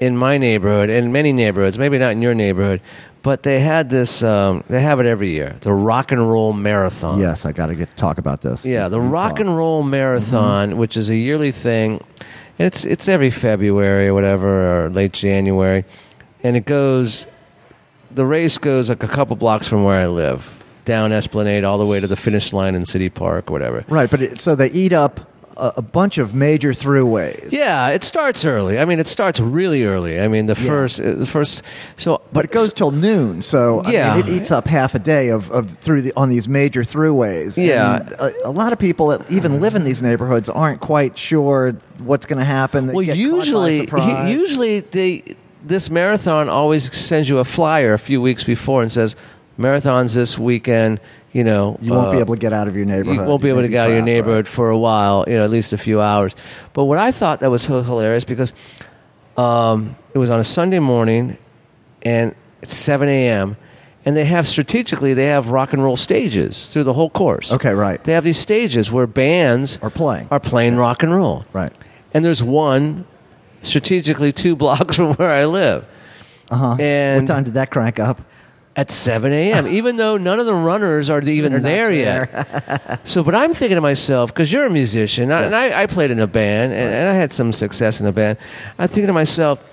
Speaker 2: in my neighborhood, in many neighborhoods, maybe not in your neighborhood, but they had this. Um, they have it every year, the Rock and Roll Marathon.
Speaker 1: Yes, I got to get talk about this.
Speaker 2: Oh. Yeah, the
Speaker 1: Good
Speaker 2: Rock
Speaker 1: talk.
Speaker 2: and Roll Marathon, which is a yearly thing. and It's it's every February or whatever, or late January, and it goes. The race goes like a couple blocks from where I live, down Esplanade, all the way to the finish line in City Park or whatever.
Speaker 1: Right, but it, so they eat up a, a bunch of major throughways.
Speaker 2: Yeah, it starts early. I mean, it starts really early. I mean, the first, uh, the first. So, but,
Speaker 1: But it goes till noon, so I
Speaker 2: Yeah.
Speaker 1: mean, it eats up half a day of, of through the, on these major throughways.
Speaker 2: Yeah.
Speaker 1: And a, a lot of people that even live in these neighborhoods aren't quite sure what's going to happen. They
Speaker 2: well,
Speaker 1: get caught by
Speaker 2: usually, [laughs]
Speaker 1: surprise.
Speaker 2: usually they this marathon always sends you a flyer a few weeks before and says, "Marathons this weekend." You know,
Speaker 1: you won't
Speaker 2: uh,
Speaker 1: be able to get out of your neighborhood.
Speaker 2: You won't be able to
Speaker 1: You're
Speaker 2: get out of your
Speaker 1: trapped, right.
Speaker 2: neighborhood for a while, you know, at least a few hours. But what I thought that was so hilarious because um, it was on a Sunday morning and it's 7 a.m. And they have strategically, they have rock and roll stages through the whole course.
Speaker 1: Okay, right.
Speaker 2: They have these stages where bands
Speaker 1: Are playing.
Speaker 2: are playing rock and roll.
Speaker 1: Right.
Speaker 2: And there's one strategically two [laughs] blocks from where I live.
Speaker 1: Uh-huh.
Speaker 2: And
Speaker 1: what time did that crank up?
Speaker 2: at 7 a.m., even though none of the runners
Speaker 1: [laughs]
Speaker 2: are even there yet. so, but I'm thinking to myself, because you're a musician, I- and I, I played in a band, and, and I had some success in a band. I'm thinking to myself,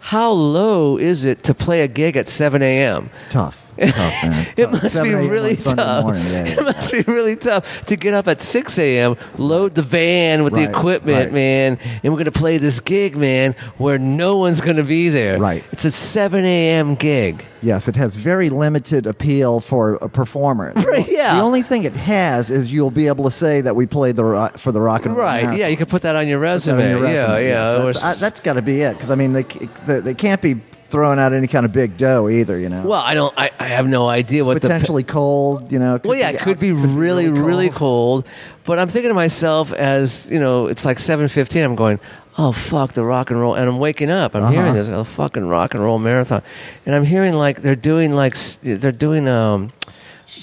Speaker 2: how low is it to play a gig at 7 a.m.?
Speaker 1: It's tough. It's tough man.
Speaker 2: [laughs] It must be
Speaker 1: 7 a.m. on
Speaker 2: really
Speaker 1: Sunday
Speaker 2: tough.
Speaker 1: morning, yeah, yeah.
Speaker 2: [laughs] It must be really tough to get up at 6 a.m., load the van with
Speaker 1: Right,
Speaker 2: the equipment,
Speaker 1: right.
Speaker 2: man, and we're going to play this gig, man, where no one's going to be there.
Speaker 1: Right.
Speaker 2: It's a 7 a.m. gig.
Speaker 1: Yes, it has very limited appeal for a performer.
Speaker 2: [laughs] Right, yeah.
Speaker 1: The only thing it has is you'll be able to say that we played the ro- for the rock and roll.
Speaker 2: Right.
Speaker 1: Marathon.
Speaker 2: Yeah, you can put that on your resume.
Speaker 1: On your
Speaker 2: Yeah,
Speaker 1: resume, yes.
Speaker 2: yeah. or
Speaker 1: That's, I-
Speaker 2: s-
Speaker 1: that's got to be it because I mean they, c- they they can't be throwing out any kind of big dough either. You know,
Speaker 2: well, I don't. I, I have no idea what the.
Speaker 1: potentially cold. You know, could
Speaker 2: Well, yeah, it could
Speaker 1: out-
Speaker 2: be really, really cold. But I'm thinking to myself, as you know, it's like 7:15. I'm going, oh fuck, the rock and roll, and I'm waking up. I'm hearing
Speaker 1: Uh-huh.
Speaker 2: this, oh fucking rock and roll marathon, and I'm hearing like they're doing like s- they're doing um.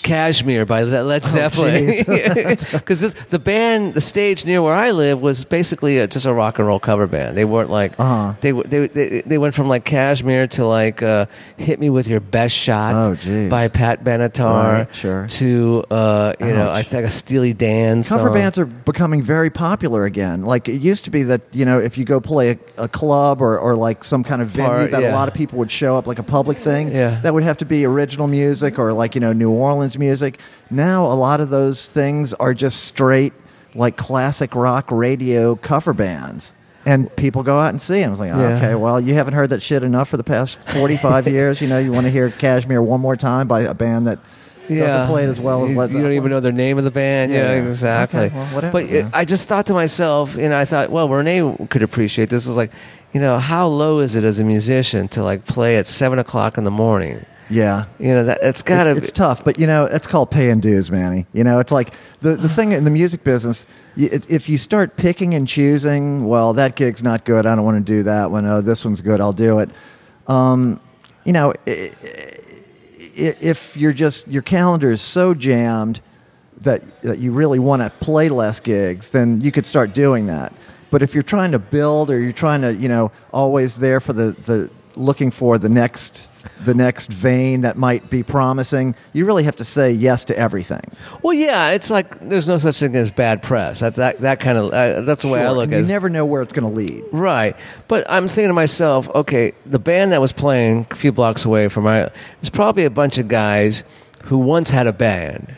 Speaker 2: Cashmere by Le-
Speaker 1: Oh,
Speaker 2: Led Zeppelin,
Speaker 1: [laughs]
Speaker 2: [laughs] because the band, the stage near where I live was basically a, just a rock and roll cover band. They weren't like
Speaker 1: Uh-huh.
Speaker 2: they, w- they they they went from like Cashmere to like uh, Hit Me with Your Best Shot
Speaker 1: Oh, geez.
Speaker 2: by Pat Benatar
Speaker 1: Right, sure.
Speaker 2: to uh, you know,
Speaker 1: Ouch.
Speaker 2: I think a Steely Dan
Speaker 1: Cover
Speaker 2: song.
Speaker 1: bands are becoming very popular again. Like it used to be that you know if you go play a, a club or, or like some kind of venue
Speaker 2: Bar,
Speaker 1: that a
Speaker 2: yeah.
Speaker 1: lot of people would show up, like a public thing.
Speaker 2: Yeah.
Speaker 1: That would have to be original music or like you know New Orleans music. Now a lot of those things are just straight like classic rock radio cover bands. And people go out and see them. It's like,
Speaker 2: Yeah.
Speaker 1: okay, well, you haven't heard that shit enough for the past
Speaker 2: [laughs]
Speaker 1: 45 years. You know, you want to hear Cashmere one more time by a band that doesn't play it as well as
Speaker 2: you,
Speaker 1: Led
Speaker 2: you don't
Speaker 1: Zeppelin.
Speaker 2: even know their name of the band.
Speaker 1: Yeah,
Speaker 2: Yeah,
Speaker 1: yeah.
Speaker 2: exactly.
Speaker 1: Okay, well, whatever,
Speaker 2: but
Speaker 1: yeah.
Speaker 2: uh, I just thought to myself, and I thought, well, Renee could appreciate this. Is like, you know, how low is it as a musician to like play at seven o'clock in the morning?
Speaker 1: Yeah.
Speaker 2: You know, that it's got to.
Speaker 1: it's, it's tough, but you know it's called paying dues, Manny. You know it's like the the thing in the music business. You, it, if you start picking and choosing, well, that gig's not good. I don't want to do that one. Oh, this one's good. I'll do it. Um, you know, i- i- i- if you're just your calendar is so jammed that that you really want to play less gigs, then you could start doing that. But if you're trying to build or you're trying to, you know, always there for the the looking for the next the next vein that might be promising, you really have to say yes to everything.
Speaker 2: Well, yeah, it's like there's no such thing as bad press. That that, that kind of uh, that's the way I
Speaker 1: Sure,
Speaker 2: look
Speaker 1: and
Speaker 2: at
Speaker 1: you
Speaker 2: it.
Speaker 1: never know where it's going to lead.
Speaker 2: Right. But I'm thinking to myself, okay, the band that was playing a few blocks away from my it's probably a bunch of guys who once had a band.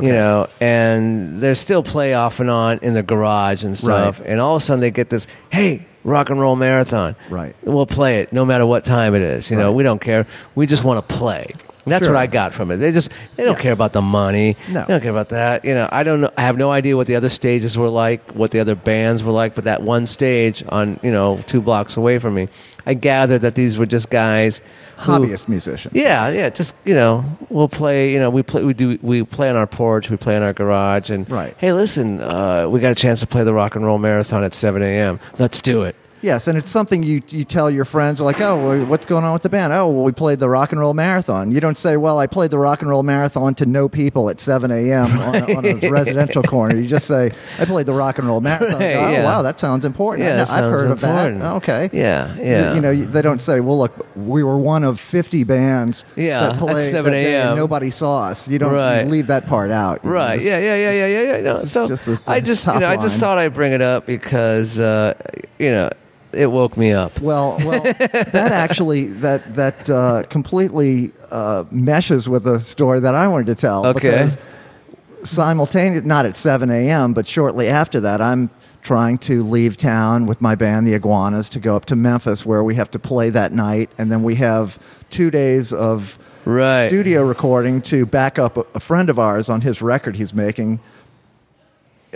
Speaker 2: You know, and they're still play off and on in the garage and stuff. And all of a sudden they get this, hey, rock and roll marathon.
Speaker 1: Right.
Speaker 2: We'll play it no matter what time it is. You know,
Speaker 1: Right.
Speaker 2: we don't care. We just want to play. And That's
Speaker 1: Sure.
Speaker 2: what I got from it. They just they don't
Speaker 1: Yes.
Speaker 2: care about the money.
Speaker 1: No.
Speaker 2: They don't care about that. You know, I don't know. I have no idea what the other stages were like, what the other bands were like, but that one stage on, you know, two blocks away from me, I gathered that these were just guys. who-
Speaker 1: Hobbyist musicians.
Speaker 2: Yeah, yeah. Just, you know, we'll play, you know, we play, we do, we play on our porch, we play in our garage, and,
Speaker 1: Right.
Speaker 2: hey, listen, uh, we got a chance to play the rock and roll marathon at 7 a.m. Let's do it.
Speaker 1: Yes, and it's something you you tell your friends like, "Oh, well, what's going on with the band?" "Oh, well, we played the rock and roll marathon." You don't say, "Well, I played the rock and roll marathon to no people at 7 a.m. on, a- on
Speaker 2: [laughs]
Speaker 1: a residential corner." You just say, "I played the rock and roll marathon."
Speaker 2: Right,
Speaker 1: oh,
Speaker 2: yeah.
Speaker 1: wow, that sounds important.
Speaker 2: Yeah,
Speaker 1: I-
Speaker 2: that
Speaker 1: I've
Speaker 2: sounds
Speaker 1: heard of
Speaker 2: important.
Speaker 1: that. Okay.
Speaker 2: Yeah,
Speaker 1: You-
Speaker 2: yeah.
Speaker 1: You, know, you- they don't say, "Well, look, we were one of 50 bands
Speaker 2: Yeah,
Speaker 1: that
Speaker 2: at
Speaker 1: played
Speaker 2: 7
Speaker 1: that day and
Speaker 2: a.m..
Speaker 1: Nobody saw us." You don't
Speaker 2: Right.
Speaker 1: you leave that part out. You know,
Speaker 2: Right.
Speaker 1: just-
Speaker 2: yeah. Yeah. Yeah. Yeah. Yeah. Yeah. No.
Speaker 1: just-
Speaker 2: so
Speaker 1: just the-
Speaker 2: I
Speaker 1: the
Speaker 2: just, you
Speaker 1: top
Speaker 2: know, I just
Speaker 1: line.
Speaker 2: thought I'd bring it up because, uh, you know, it woke me up.
Speaker 1: Well, well, that actually that that uh, completely uh, meshes with the story that I wanted to tell.
Speaker 2: Okay.
Speaker 1: Because simultaneous, not at seven a.m., but shortly after that, I'm trying to leave town with my band, the Iguanas, to go up to Memphis, where we have to play that night, and then we have two days of
Speaker 2: Right.
Speaker 1: studio recording to back up a- a friend of ours on his record he's making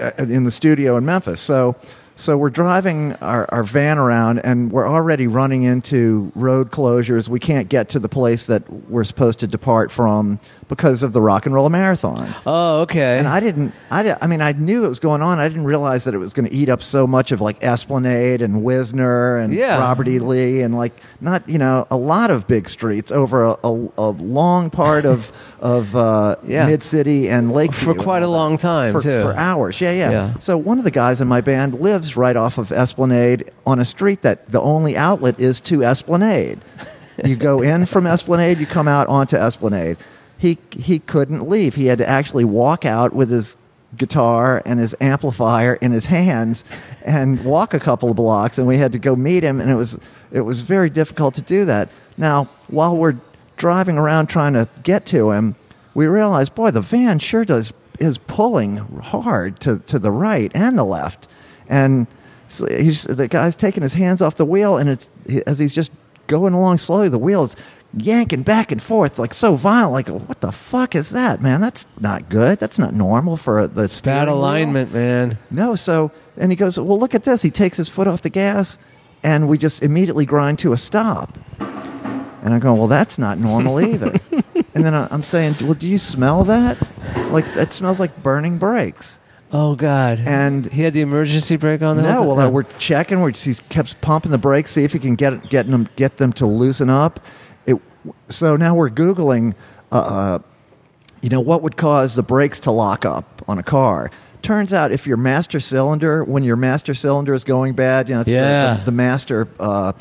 Speaker 1: uh, in the studio in Memphis. So, so we're driving our, our van around, and we're already running into road closures. We can't get to the place that we're supposed to depart from because of the rock and roll marathon.
Speaker 2: Oh, okay.
Speaker 1: And I didn't. I, di- I mean, I knew it was going on. I didn't realize that it was going to eat up so much of like Esplanade and Wisner and
Speaker 2: Yeah. Mm-hmm.
Speaker 1: Robert E. Lee and like not you know a lot of big streets over a, a, a long part of of uh,
Speaker 2: Yeah.
Speaker 1: Mid City and Lakeview
Speaker 2: for quite a
Speaker 1: and all that
Speaker 2: long time
Speaker 1: for,
Speaker 2: too.
Speaker 1: for hours. Yeah, yeah,
Speaker 2: Yeah.
Speaker 1: So one of the guys in my band lives right off of Esplanade on a street that the only outlet is to Esplanade. you
Speaker 2: [laughs]
Speaker 1: go in from Esplanade, you come out onto Esplanade. He he couldn't leave. He had to actually walk out with his guitar and his amplifier in his hands and walk a couple of blocks and we had to go meet him and it was it was very difficult to do that. Now, while we're driving around trying to get to him, we realized, boy, the van sure does is pulling hard to, to the right and the left, and so he's, the guy's taking his hands off the wheel, and it's he- as he's just going along slowly, the wheel is yanking back and forth like so violent. Like, what the fuck is that, man? That's not good. That's not normal for a- the steering
Speaker 2: Bad
Speaker 1: wheel."
Speaker 2: alignment, man.
Speaker 1: No, so and he goes, well, look at this. He takes his foot off the gas, and we just immediately grind to a stop. And I'm going, well, that's not normal either. and then I- I'm saying, well, do you smell that? Like, that smells like burning brakes.
Speaker 2: Oh God.
Speaker 1: And-
Speaker 2: he had the emergency brake on. The
Speaker 1: No,
Speaker 2: whole
Speaker 1: well, uh,
Speaker 2: thing?
Speaker 1: we're checking. We're, he keeps pumping the brakes, see if he can get get them get them to loosen up. It, so now we're googling, uh, uh, you know, what would cause the brakes to lock up on a car. Turns out, if your master cylinder, when your master cylinder is going bad, you know, it's the-
Speaker 2: Yeah.
Speaker 1: the, the master. Uh,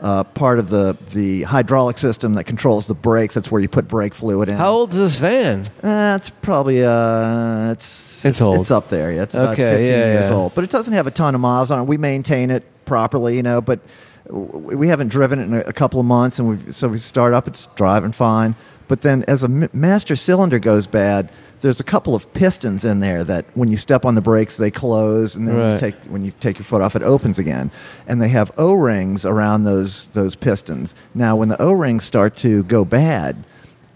Speaker 1: uh, part of the, the hydraulic system that controls the brakes. That's where you put brake fluid in.
Speaker 2: How old's this van?
Speaker 1: Uh, it's probably uh, it's
Speaker 2: It's old.
Speaker 1: It's up there. Yeah, it's about
Speaker 2: Okay,
Speaker 1: fifteen
Speaker 2: yeah,
Speaker 1: years
Speaker 2: yeah.
Speaker 1: old, but it doesn't have a ton of miles on it. We maintain it properly, you know, but w- we haven't driven it in a, a couple of months, and we so we start up. It's driving fine, but then as a m- master cylinder goes bad, there's a couple of pistons in there that when you step on the brakes they close, and then when you
Speaker 2: Right.
Speaker 1: take when you take your foot off, it opens again, and they have O rings around those those pistons. Now, when the O rings start to go bad,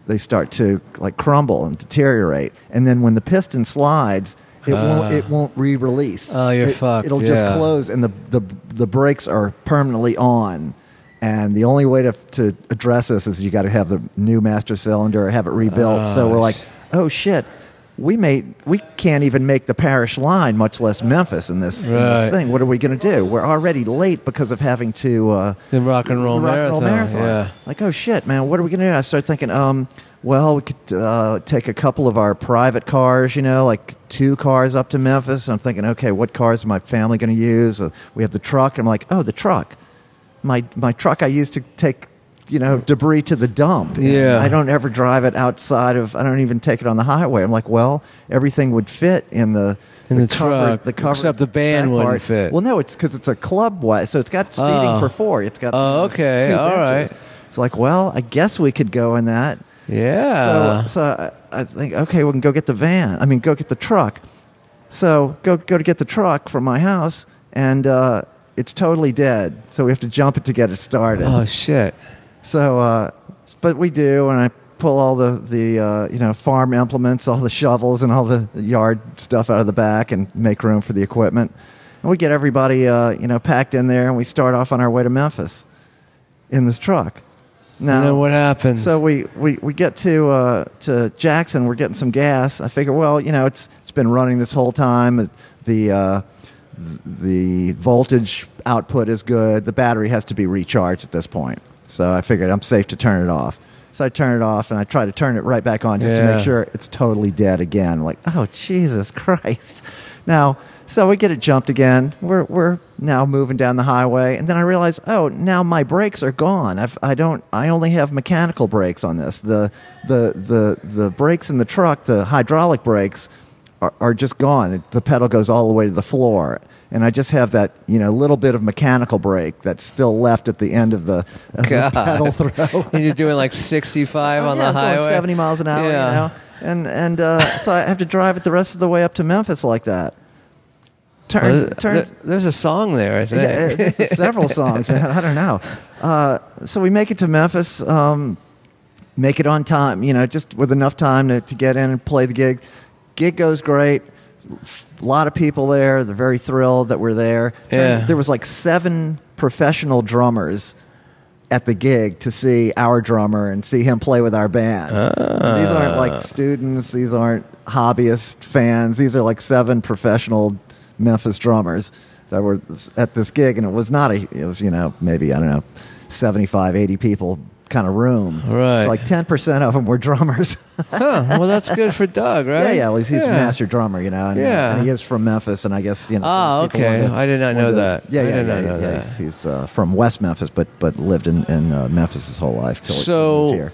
Speaker 1: they start to like crumble and deteriorate, and then when the piston slides, it won't
Speaker 2: Ah.
Speaker 1: it won't re-release.
Speaker 2: Oh, you're
Speaker 1: It-
Speaker 2: fucked,
Speaker 1: It'll just
Speaker 2: yeah.
Speaker 1: close, and the the the brakes are permanently on. And the only way to, to address this is you got to have the new master cylinder or have it rebuilt. so we're like,
Speaker 2: Gosh.
Speaker 1: oh shit we made we can't even make the parish line much less memphis in this, in this
Speaker 2: Right.
Speaker 1: thing what are we going to do we're already late because of having to uh,
Speaker 2: The rock and roll,
Speaker 1: rock and roll
Speaker 2: marathon. Yeah.
Speaker 1: like oh shit man what are we going to do i start thinking um well we could uh, take a couple of our private cars you know like two cars up to memphis and i'm thinking okay what cars is my family going to use uh, we have the truck and i'm like oh the truck my my truck I used to take you know debris to the dump. And
Speaker 2: Yeah.
Speaker 1: I don't ever drive it outside of. I don't even take it on the highway. I'm like, well, everything would fit in the.
Speaker 2: In the
Speaker 1: covered-
Speaker 2: truck,
Speaker 1: the covered
Speaker 2: except the band
Speaker 1: back
Speaker 2: wouldn't
Speaker 1: part.
Speaker 2: fit.
Speaker 1: Well, no, it's because it's a club way, so it's got seating
Speaker 2: Oh.
Speaker 1: for four. It's got
Speaker 2: Oh,
Speaker 1: those
Speaker 2: okay.
Speaker 1: two
Speaker 2: All
Speaker 1: benches.
Speaker 2: right.
Speaker 1: It's like, well, I guess we could go in that.
Speaker 2: Yeah.
Speaker 1: So, so I, I think, okay, we can go get the van. I mean, go get the truck. So go go to get the truck from my house, and uh, it's totally dead. So we have to jump it to get it started.
Speaker 2: oh shit.
Speaker 1: So, uh, but we do, and I pull all the the uh, you know farm implements, all the shovels, and all the yard stuff out of the back, and make room for the equipment. And we get everybody uh, you know packed in there, and we start off on our way to Memphis in this truck. Now,
Speaker 2: And then what happens? [laughs]
Speaker 1: so we, we, we get to uh, to Jackson. We're getting some gas. I figure, well, you know, it's it's been running this whole time. The uh, the voltage output is good. The battery has to be recharged at this point. So I figured I'm safe to turn it off. So I turn it off and I try to turn it right back on just to
Speaker 2: Yeah.
Speaker 1: make sure it's totally dead again. Like, oh Jesus Christ! Now, so we get it jumped again. We're we're now moving down the highway, and then I realize, oh, now my brakes are gone. I've I don't I only have mechanical brakes on this. The the the the brakes in the truck, the hydraulic brakes, are, are just gone. The pedal goes all the way to the floor. And I just have that, you know, little bit of mechanical brake that's still left at the end of the, of the
Speaker 2: God.
Speaker 1: pedal
Speaker 2: [laughs]
Speaker 1: throw.
Speaker 2: and you're doing like [laughs] 65
Speaker 1: Oh,
Speaker 2: on
Speaker 1: yeah,
Speaker 2: the
Speaker 1: going
Speaker 2: highway.
Speaker 1: 70 miles an hour,
Speaker 2: Yeah.
Speaker 1: you know? And, and uh, so I have to drive it the rest of the way up to Memphis like that. Turns,
Speaker 2: Well,
Speaker 1: turns,
Speaker 2: there- there's a song there, I
Speaker 1: yeah,
Speaker 2: think.
Speaker 1: it's- it's several songs, man. I don't know. Uh, so we make it to Memphis, um, make it on time, you know, just with enough time to, to get in and play the gig. Gig goes great. A lot of people there. They're very thrilled that we're there.
Speaker 2: Yeah.
Speaker 1: There was like seven professional drummers at the gig to see our drummer and see him play with our band. These aren't
Speaker 2: Ah.
Speaker 1: like students, these aren't hobbyist fans. These are like seven professional Memphis drummers that were s- at this gig and it was not a it was you know maybe I don't know 75 80 people kind of room.
Speaker 2: Right.
Speaker 1: So like 10% of them were drummers. [laughs]
Speaker 2: huh. Well, that's good for Doug, right?
Speaker 1: yeah, yeah, well, he's, he's a
Speaker 2: Yeah.
Speaker 1: master drummer, you know. And, uh,
Speaker 2: Yeah.
Speaker 1: and he is from Memphis and I guess you know
Speaker 2: Ah,
Speaker 1: some people
Speaker 2: okay.
Speaker 1: wanted to-
Speaker 2: I did not know
Speaker 1: wanted to-
Speaker 2: that.
Speaker 1: Yeah,
Speaker 2: I
Speaker 1: yeah,
Speaker 2: did
Speaker 1: yeah,
Speaker 2: not
Speaker 1: yeah,
Speaker 2: know
Speaker 1: yeah.
Speaker 2: that.
Speaker 1: He's, he's uh, from West Memphis but but lived in in uh, Memphis his whole life till he moved
Speaker 2: So,
Speaker 1: here.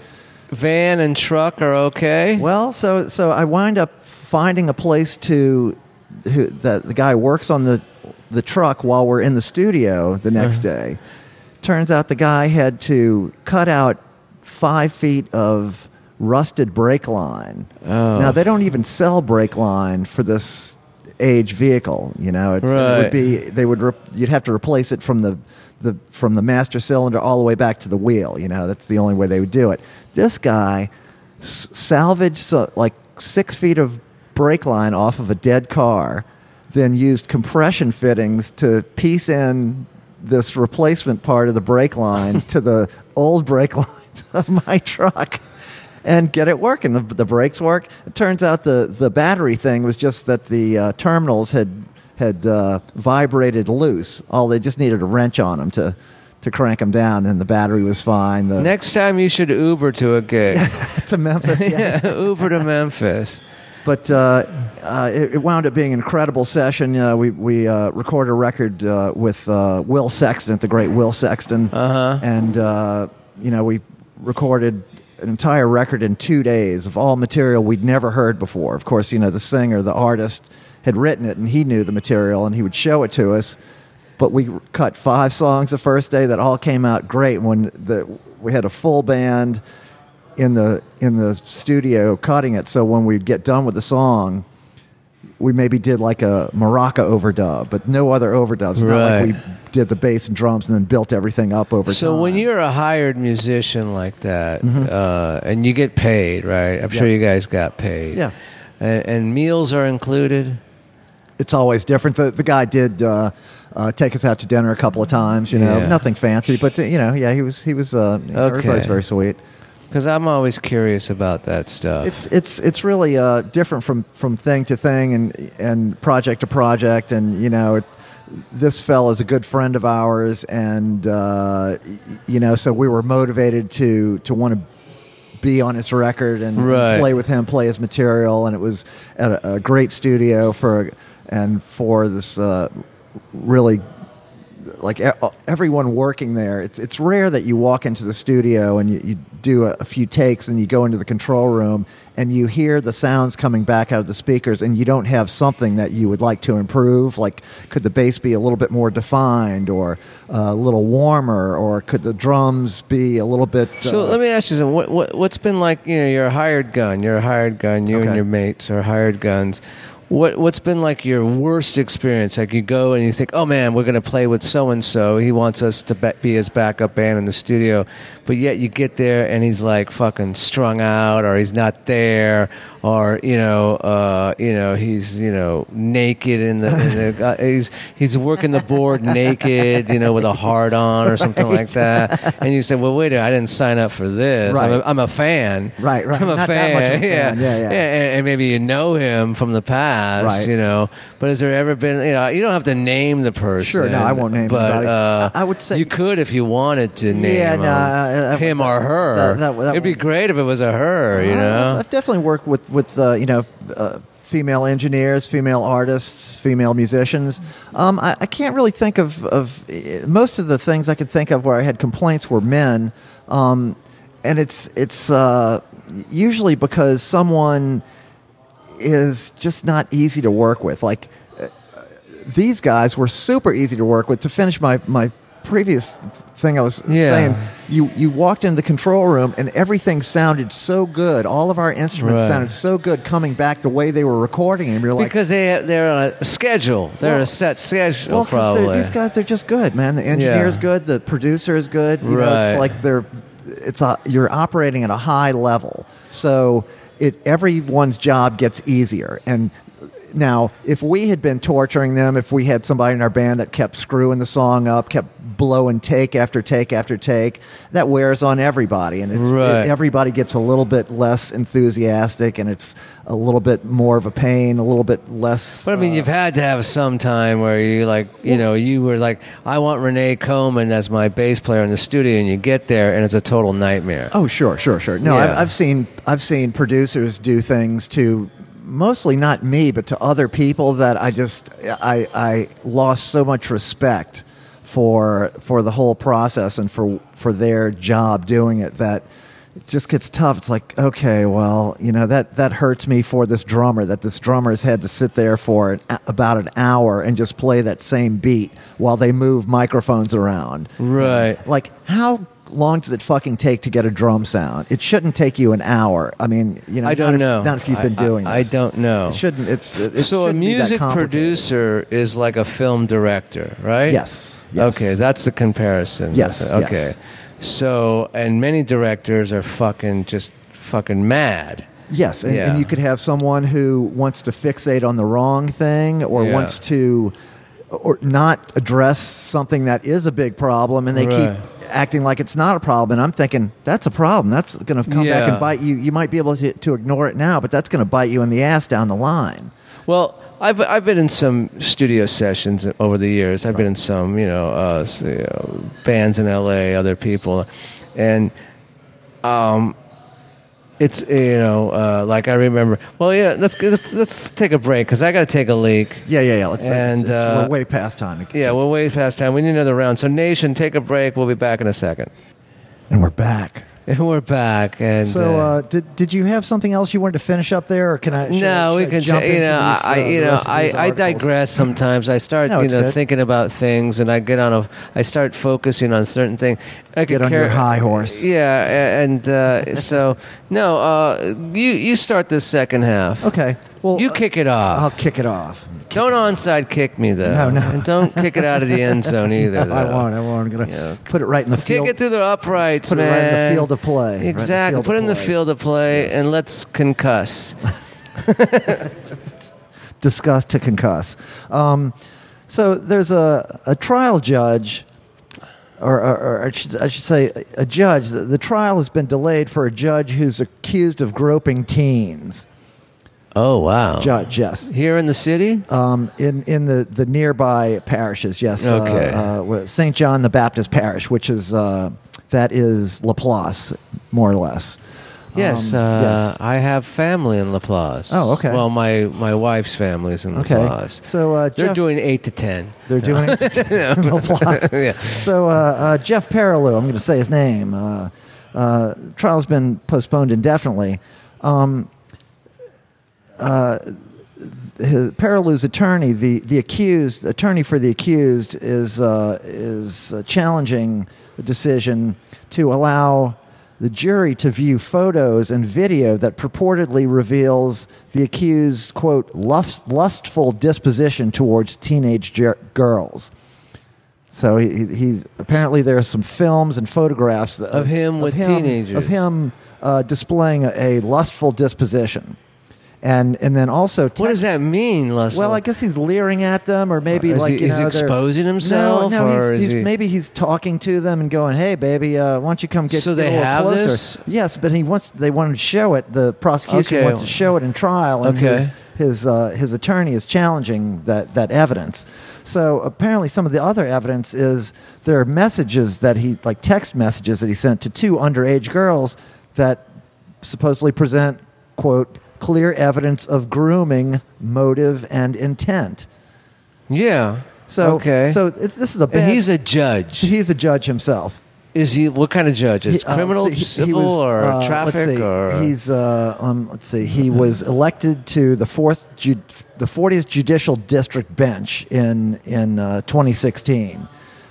Speaker 2: van and truck are okay.
Speaker 1: Well, so so I wind up finding a place to who, that the guy works on the the truck while we're in the studio the next
Speaker 2: Uh-huh.
Speaker 1: day. Turns out the guy had to cut out five feet of rusted brake line.
Speaker 2: Oh.
Speaker 1: Now they don't even sell brake line for this age vehicle. You know, it's, it
Speaker 2: Right.
Speaker 1: would be they would re- you'd have to replace it from the the from the master cylinder all the way back to the wheel. You know, that's the only way they would do it. This guy s- salvaged so, like six feet of brake line off of a dead car, then used compression fittings to piece in this replacement part of the brake line to the old brake [laughs] lines of my truck. And get it working. The, the brakes work. It turns out the, the battery thing was just that the uh, terminals had had uh, vibrated loose. All they just needed a wrench on them to to crank them down, and the battery was fine. The,
Speaker 2: Next time you should Uber to a gig.
Speaker 1: [laughs] to Memphis, yeah.
Speaker 2: yeah, [laughs] Uber to Memphis.
Speaker 1: But uh, uh, it, it wound up being an incredible session. Uh, we we uh, recorded a record uh, with uh, Will Sexton, the great Will Sexton,
Speaker 2: Uh-huh.
Speaker 1: and uh, you know we recorded an entire record in two days of all material we'd never heard before. Of course, you know the singer, the artist, had written it, and he knew the material, and he would show it to us. But we cut five songs the first day that all came out great. When the we had a full band in the in the studio cutting it, so when we'd get done with the song, we maybe did like a maraca overdub, but no other overdubs. Not
Speaker 2: Right.
Speaker 1: like we did the bass and drums and then built everything up over
Speaker 2: So
Speaker 1: time.
Speaker 2: when you're a hired musician like that, uh, and you get paid, right? I'm sure
Speaker 1: Mm-hmm. Yeah.
Speaker 2: you guys got paid.
Speaker 1: Yeah.
Speaker 2: A- And, meals are included.
Speaker 1: it's always different. The, the guy did uh, uh, take us out to dinner a couple of times. You know,
Speaker 2: Yeah.
Speaker 1: nothing fancy, but you know, yeah, he was he was uh, everybody's very sweet.
Speaker 2: Because I'm always curious about that stuff.
Speaker 1: It's it's it's really uh, different from from thing to thing and and project to project and you know it, this fella's a good friend of ours and uh, y- you know so we were motivated to to want to be on his record and, and
Speaker 2: Right.
Speaker 1: play with him, play his material, and it was at a, a great studio for and for this uh, really like e- everyone working there. It's it's rare that you walk into the studio and you, you do a, a few takes and you go into the control room and you hear the sounds coming back out of the speakers and you don't have something that you would like to improve. Like, could the bass be a little bit more defined or uh, a little warmer, or could the drums be a little bit?
Speaker 2: So
Speaker 1: uh,
Speaker 2: let me ask you something. What, what, what's been like, you know, you're a hired gun, you're a hired gun, you and
Speaker 1: Okay.
Speaker 2: your mates are hired guns. What, what's been like your worst experience? Like you go and you think, oh man, we're going to play with so and so. He wants us to be, be his backup band in the studio. But yet you get there and he's like fucking strung out or he's not there or, you know, uh, you know, he's, you know, naked in the, in the uh, he's, he's working the board naked, you know, with a heart on or something like that. And you say, well, wait a minute, I didn't sign up for this. I'm,
Speaker 1: Right.
Speaker 2: a, I'm a fan.
Speaker 1: Right, right.
Speaker 2: I'm a
Speaker 1: Not that
Speaker 2: fan. [laughs]
Speaker 1: much of a fan.
Speaker 2: Yeah.
Speaker 1: Yeah, yeah.
Speaker 2: And, and maybe you know him from the past,
Speaker 1: Right.
Speaker 2: you know. But has there ever been, you know, you don't have to name the person.
Speaker 1: Sure, no, I won't name
Speaker 2: But
Speaker 1: anybody.
Speaker 2: uh,
Speaker 1: I- I would say-
Speaker 2: you could if you wanted to name
Speaker 1: Yeah, uh,
Speaker 2: him,
Speaker 1: no, I- I-
Speaker 2: him
Speaker 1: that-
Speaker 2: or her.
Speaker 1: that- that- that Uh,
Speaker 2: It'd be
Speaker 1: won't-
Speaker 2: great if it was a her, you
Speaker 1: I've-
Speaker 2: know.
Speaker 1: I've definitely worked with with uh, you know uh, female engineers, female artists, female musicians. Um, I, I can't really think of of eh, most of the things I could think of where I had complaints were men, um, and it's it's uh, usually because someone is just not easy to work with. Like uh, these guys were super easy to work with. To finish my my previous thing I was
Speaker 2: Yeah.
Speaker 1: saying, you you walked into the control room and everything sounded so good. All of our instruments
Speaker 2: Right.
Speaker 1: sounded so good coming back the way they were recording, and you're like.
Speaker 2: because they they're on a schedule. They're on a
Speaker 1: Well-
Speaker 2: set schedule,
Speaker 1: well, 'cause they're-
Speaker 2: probably.
Speaker 1: these guys are just good, man. The engineer's
Speaker 2: Yeah.
Speaker 1: good, the producer is good. You know,
Speaker 2: Right.
Speaker 1: it's like they're, it's a, you're operating at a high level. So it everyone's job gets easier. And now, if we had been torturing them, if we had somebody in our band that kept screwing the song up, kept blowing take after take after take, that wears on everybody, and it's, it,
Speaker 2: Right.
Speaker 1: everybody gets a little bit less enthusiastic, and it's a little bit more of a pain, a little bit less.
Speaker 2: But I mean,
Speaker 1: uh,
Speaker 2: you've had to have some time where you like, you know, you were like, I want Renee Coleman as my bass player in the studio, and you get there and it's a total nightmare.
Speaker 1: Oh, sure, sure, sure. No,
Speaker 2: Yeah.
Speaker 1: I've, I've seen I've seen producers do things to mostly not me, but to other people that I just I I lost so much respect for for the whole process and for for their job doing it that it just gets tough. It's like, okay, well, you know that that hurts me for this drummer that this drummer has had to sit there for an, a- about an hour and just play that same beat while they move microphones around.
Speaker 2: Right.
Speaker 1: Like, how long does it fucking take to get a drum sound? It shouldn't take you an hour. I mean, you know,
Speaker 2: I don't
Speaker 1: not if,
Speaker 2: know.
Speaker 1: Not if you've
Speaker 2: I-
Speaker 1: been
Speaker 2: I-
Speaker 1: doing.
Speaker 2: I
Speaker 1: this.
Speaker 2: don't know.
Speaker 1: It shouldn't. It's it
Speaker 2: so a
Speaker 1: shouldn't be that
Speaker 2: music
Speaker 1: complicated.
Speaker 2: producer is like a film director, right?
Speaker 1: Yes, yes.
Speaker 2: Okay, that's the comparison.
Speaker 1: Yes,
Speaker 2: That's-
Speaker 1: yes.
Speaker 2: Okay. So, and many directors are fucking just fucking mad.
Speaker 1: Yes, and,
Speaker 2: Yeah.
Speaker 1: and you could have someone who wants to fixate on the wrong thing or
Speaker 2: Yeah.
Speaker 1: wants to or not address something that is a big problem and they
Speaker 2: Right.
Speaker 1: keep acting like it's not a problem and I'm thinking that's a problem that's going to come back
Speaker 2: Yeah.
Speaker 1: and bite you you might be able to, to ignore it now but that's going to bite you in the ass down the line
Speaker 2: Well, I've I've been in some studio sessions over the years. I've been in some, you know, uh, s- you know, bands in L.A., other people, and um, it's you know, uh, like I remember. Well, yeah, let's let's, let's take a break because I got to take a leak.
Speaker 1: yeah yeah yeah let's,
Speaker 2: And,
Speaker 1: it's- it's-
Speaker 2: uh,
Speaker 1: we're way past time
Speaker 2: Yeah, we're way past time. We need another round. So, Nation, take a break. We'll be back in a second.
Speaker 1: and we're back
Speaker 2: [laughs] And we're back. And
Speaker 1: so uh, did, did you have something else you wanted to finish up there or can I should I-
Speaker 2: no, we
Speaker 1: should I
Speaker 2: can.
Speaker 1: jump
Speaker 2: ju- you
Speaker 1: into
Speaker 2: know,
Speaker 1: these,
Speaker 2: I
Speaker 1: uh,
Speaker 2: you
Speaker 1: the
Speaker 2: know,
Speaker 1: rest of
Speaker 2: I,
Speaker 1: these
Speaker 2: I
Speaker 1: articles?
Speaker 2: digress sometimes. I
Speaker 1: [laughs]
Speaker 2: start
Speaker 1: No,
Speaker 2: you
Speaker 1: it's
Speaker 2: know
Speaker 1: good.
Speaker 2: thinking about things, and I get on a. I start focusing on certain things. I
Speaker 1: Get
Speaker 2: could
Speaker 1: on your
Speaker 2: care-
Speaker 1: high horse.
Speaker 2: Yeah, a- and uh, so no, uh, you you start this second half.
Speaker 1: okay well
Speaker 2: you
Speaker 1: uh,
Speaker 2: kick it off.
Speaker 1: I'll kick it off.
Speaker 2: don't onside kick me though.
Speaker 1: No, no.
Speaker 2: and don't kick it out of the end zone
Speaker 1: [laughs]
Speaker 2: either.
Speaker 1: I
Speaker 2: though.
Speaker 1: won't. I won't. I'm gonna
Speaker 2: Yeah.
Speaker 1: put it right in the
Speaker 2: Kick
Speaker 1: field.
Speaker 2: it through the uprights,
Speaker 1: Put it
Speaker 2: man.
Speaker 1: right in the field of play. Right in the
Speaker 2: Exactly.
Speaker 1: field of
Speaker 2: Put it in the
Speaker 1: play.
Speaker 2: field of play, and let's
Speaker 1: [laughs]
Speaker 2: concuss.
Speaker 1: Discuss to concuss. Um, so there's a, a trial judge, or, or, or I, should, I should say a- a judge. The, the trial has been delayed for a judge who's accused of groping teens.
Speaker 2: Oh wow.
Speaker 1: Judge, yes.
Speaker 2: Here in the city.
Speaker 1: Um, in in the, the nearby parishes, yes. uh,
Speaker 2: Okay.
Speaker 1: Uh, what- St. John the Baptist Parish, which is uh, that is Laplace, more or less.
Speaker 2: Yes,
Speaker 1: Um,
Speaker 2: uh,
Speaker 1: yes.
Speaker 2: I have family in La Paz.
Speaker 1: Oh, okay.
Speaker 2: Well, my, my wife's family is in La
Speaker 1: Okay.
Speaker 2: Paz.
Speaker 1: So uh,
Speaker 2: They're
Speaker 1: Jeff,
Speaker 2: doing eight to
Speaker 1: [laughs]
Speaker 2: ten.
Speaker 1: they're doing
Speaker 2: [laughs]
Speaker 1: it. [laughs]
Speaker 2: yeah.
Speaker 1: applause. So uh, uh, Jeff Perilou, I'm going to say his name. Uh, uh, trial's been postponed indefinitely. Um, uh, his, Perilou's attorney, the, the accused attorney for the accused, is uh, is uh, challenging the decision to allow the jury to view photos and video that purportedly reveals the accused quote lust, lustful disposition towards teenage ger- girls. So he, he- he's apparently there are some films and photographs of,
Speaker 2: Of him with teenagers.
Speaker 1: of him uh, displaying a, a lustful disposition, and and then also
Speaker 2: What does that mean, Lustful?
Speaker 1: well, I guess he's leering at them, or maybe
Speaker 2: Is
Speaker 1: like
Speaker 2: he-
Speaker 1: you
Speaker 2: he's
Speaker 1: know, they're-
Speaker 2: exposing himself,
Speaker 1: No, no, he's,
Speaker 2: or is
Speaker 1: he's-
Speaker 2: he-
Speaker 1: maybe he's talking to them and going, "Hey, baby, uh, why don't you come get
Speaker 2: So
Speaker 1: get a
Speaker 2: they
Speaker 1: little
Speaker 2: have
Speaker 1: closer?"
Speaker 2: this?
Speaker 1: Yes, but he wants they want to show it. The prosecution
Speaker 2: Okay.
Speaker 1: wants to show it in trial, and
Speaker 2: Okay.
Speaker 1: his his, uh, his attorney is challenging that that evidence. So apparently, some of the other evidence is there are messages that he like text messages that he sent to two underage girls that supposedly present quote clear evidence of grooming motive and intent.
Speaker 2: yeah.
Speaker 1: So
Speaker 2: okay.
Speaker 1: so it's, this is a bad,
Speaker 2: and he's a judge.
Speaker 1: he's a judge himself.
Speaker 2: Is he? What kind of judge? Is
Speaker 1: He- uh,
Speaker 2: criminal,
Speaker 1: let's see, he- he
Speaker 2: civil,
Speaker 1: was,
Speaker 2: or
Speaker 1: uh, let's
Speaker 2: traffic,
Speaker 1: see,
Speaker 2: or
Speaker 1: he's uh, um, let's see. He was elected to the fourth, ju- the fortieth judicial district bench in in uh, 2016.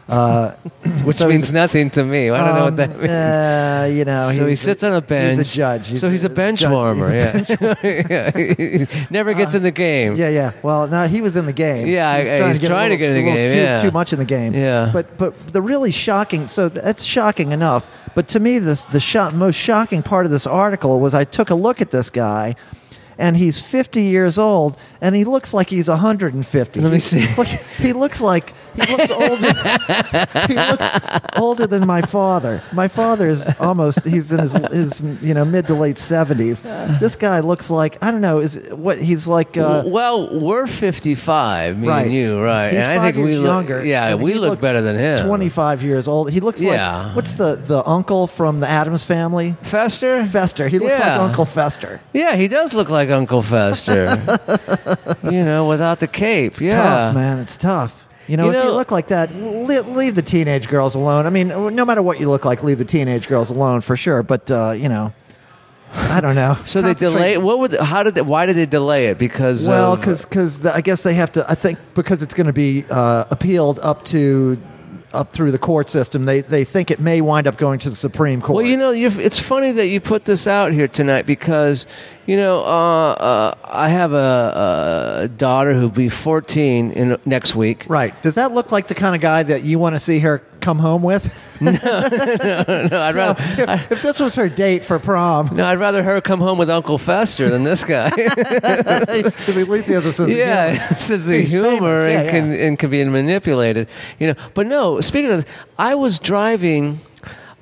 Speaker 1: Uh,
Speaker 2: [laughs] which
Speaker 1: so
Speaker 2: means nothing to me. I don't know what
Speaker 1: um,
Speaker 2: that means.
Speaker 1: Uh, you know,
Speaker 2: so
Speaker 1: he's
Speaker 2: he sits
Speaker 1: a,
Speaker 2: on a bench.
Speaker 1: He's a judge.
Speaker 2: so he's a bench
Speaker 1: judge-
Speaker 2: warmer.
Speaker 1: he's a bench-
Speaker 2: yeah. [laughs] yeah. He never gets in the game.
Speaker 1: Yeah, yeah. Well, no, he was in the game.
Speaker 2: Yeah,
Speaker 1: He was
Speaker 2: I- I- he's trying
Speaker 1: little-
Speaker 2: to get in the
Speaker 1: a little
Speaker 2: game,
Speaker 1: Too,
Speaker 2: yeah.
Speaker 1: too much in the game.
Speaker 2: Yeah.
Speaker 1: But but the really shocking. So that's shocking enough. But to me, this the sho- most shocking part of this article was I took a look at this guy. And he's 50 years old, and he looks like he's 150.
Speaker 2: Let me
Speaker 1: He-
Speaker 2: see.
Speaker 1: Look, he looks like he looks older. [laughs] he looks older than my father. My father is almost he's in his his you know mid to late 70s. This guy looks like I don't know is what he's like. Uh,
Speaker 2: well, we're 55, me
Speaker 1: Right.
Speaker 2: and you, right?
Speaker 1: He's
Speaker 2: and I
Speaker 1: five
Speaker 2: think
Speaker 1: years
Speaker 2: we look
Speaker 1: younger.
Speaker 2: Yeah,
Speaker 1: and
Speaker 2: we
Speaker 1: he
Speaker 2: look
Speaker 1: looks
Speaker 2: better than him.
Speaker 1: Twenty-five years old. He looks
Speaker 2: Yeah.
Speaker 1: like what's the the uncle from the Adams Family?
Speaker 2: Fester?
Speaker 1: Fester. He looks
Speaker 2: Yeah.
Speaker 1: like Uncle Fester.
Speaker 2: Yeah, he does look like
Speaker 1: [laughs]
Speaker 2: Uncle Fester. you know, without the cape. yeah.
Speaker 1: Tough man, it's tough. You know,
Speaker 2: You
Speaker 1: if you
Speaker 2: know-
Speaker 1: look like that, li- leave the teenage girls alone. I mean, no matter what you look like, leave the teenage girls alone for sure. But uh, you know, I don't know.
Speaker 2: [laughs] So they
Speaker 1: Concentrate-
Speaker 2: delay. What would? How did? They, why did they delay it? Because
Speaker 1: Well,
Speaker 2: of-
Speaker 1: because I guess they have to. I think because it's going to be uh, appealed up to up through the court system. They they think it may wind up going to the Supreme Court.
Speaker 2: Well, you know, you're, it's funny that you put this out here tonight because, you know, uh, uh, I have a, a daughter who'll be 14 in next week.
Speaker 1: [laughs] right? Does that look like the kind of guy that you want to see her come home
Speaker 2: [laughs]
Speaker 1: with?
Speaker 2: No, I'd rather
Speaker 1: if, if this was her date for prom, [laughs]
Speaker 2: no, I'd rather her come home with Uncle Fester than this guy.
Speaker 1: because at least he has a sense of
Speaker 2: yeah,
Speaker 1: humor.
Speaker 2: this is a
Speaker 1: He's famous.
Speaker 2: humor
Speaker 1: Yeah,
Speaker 2: and can
Speaker 1: yeah.
Speaker 2: and can be manipulated. You know, but no. Speaking of, this, I was driving.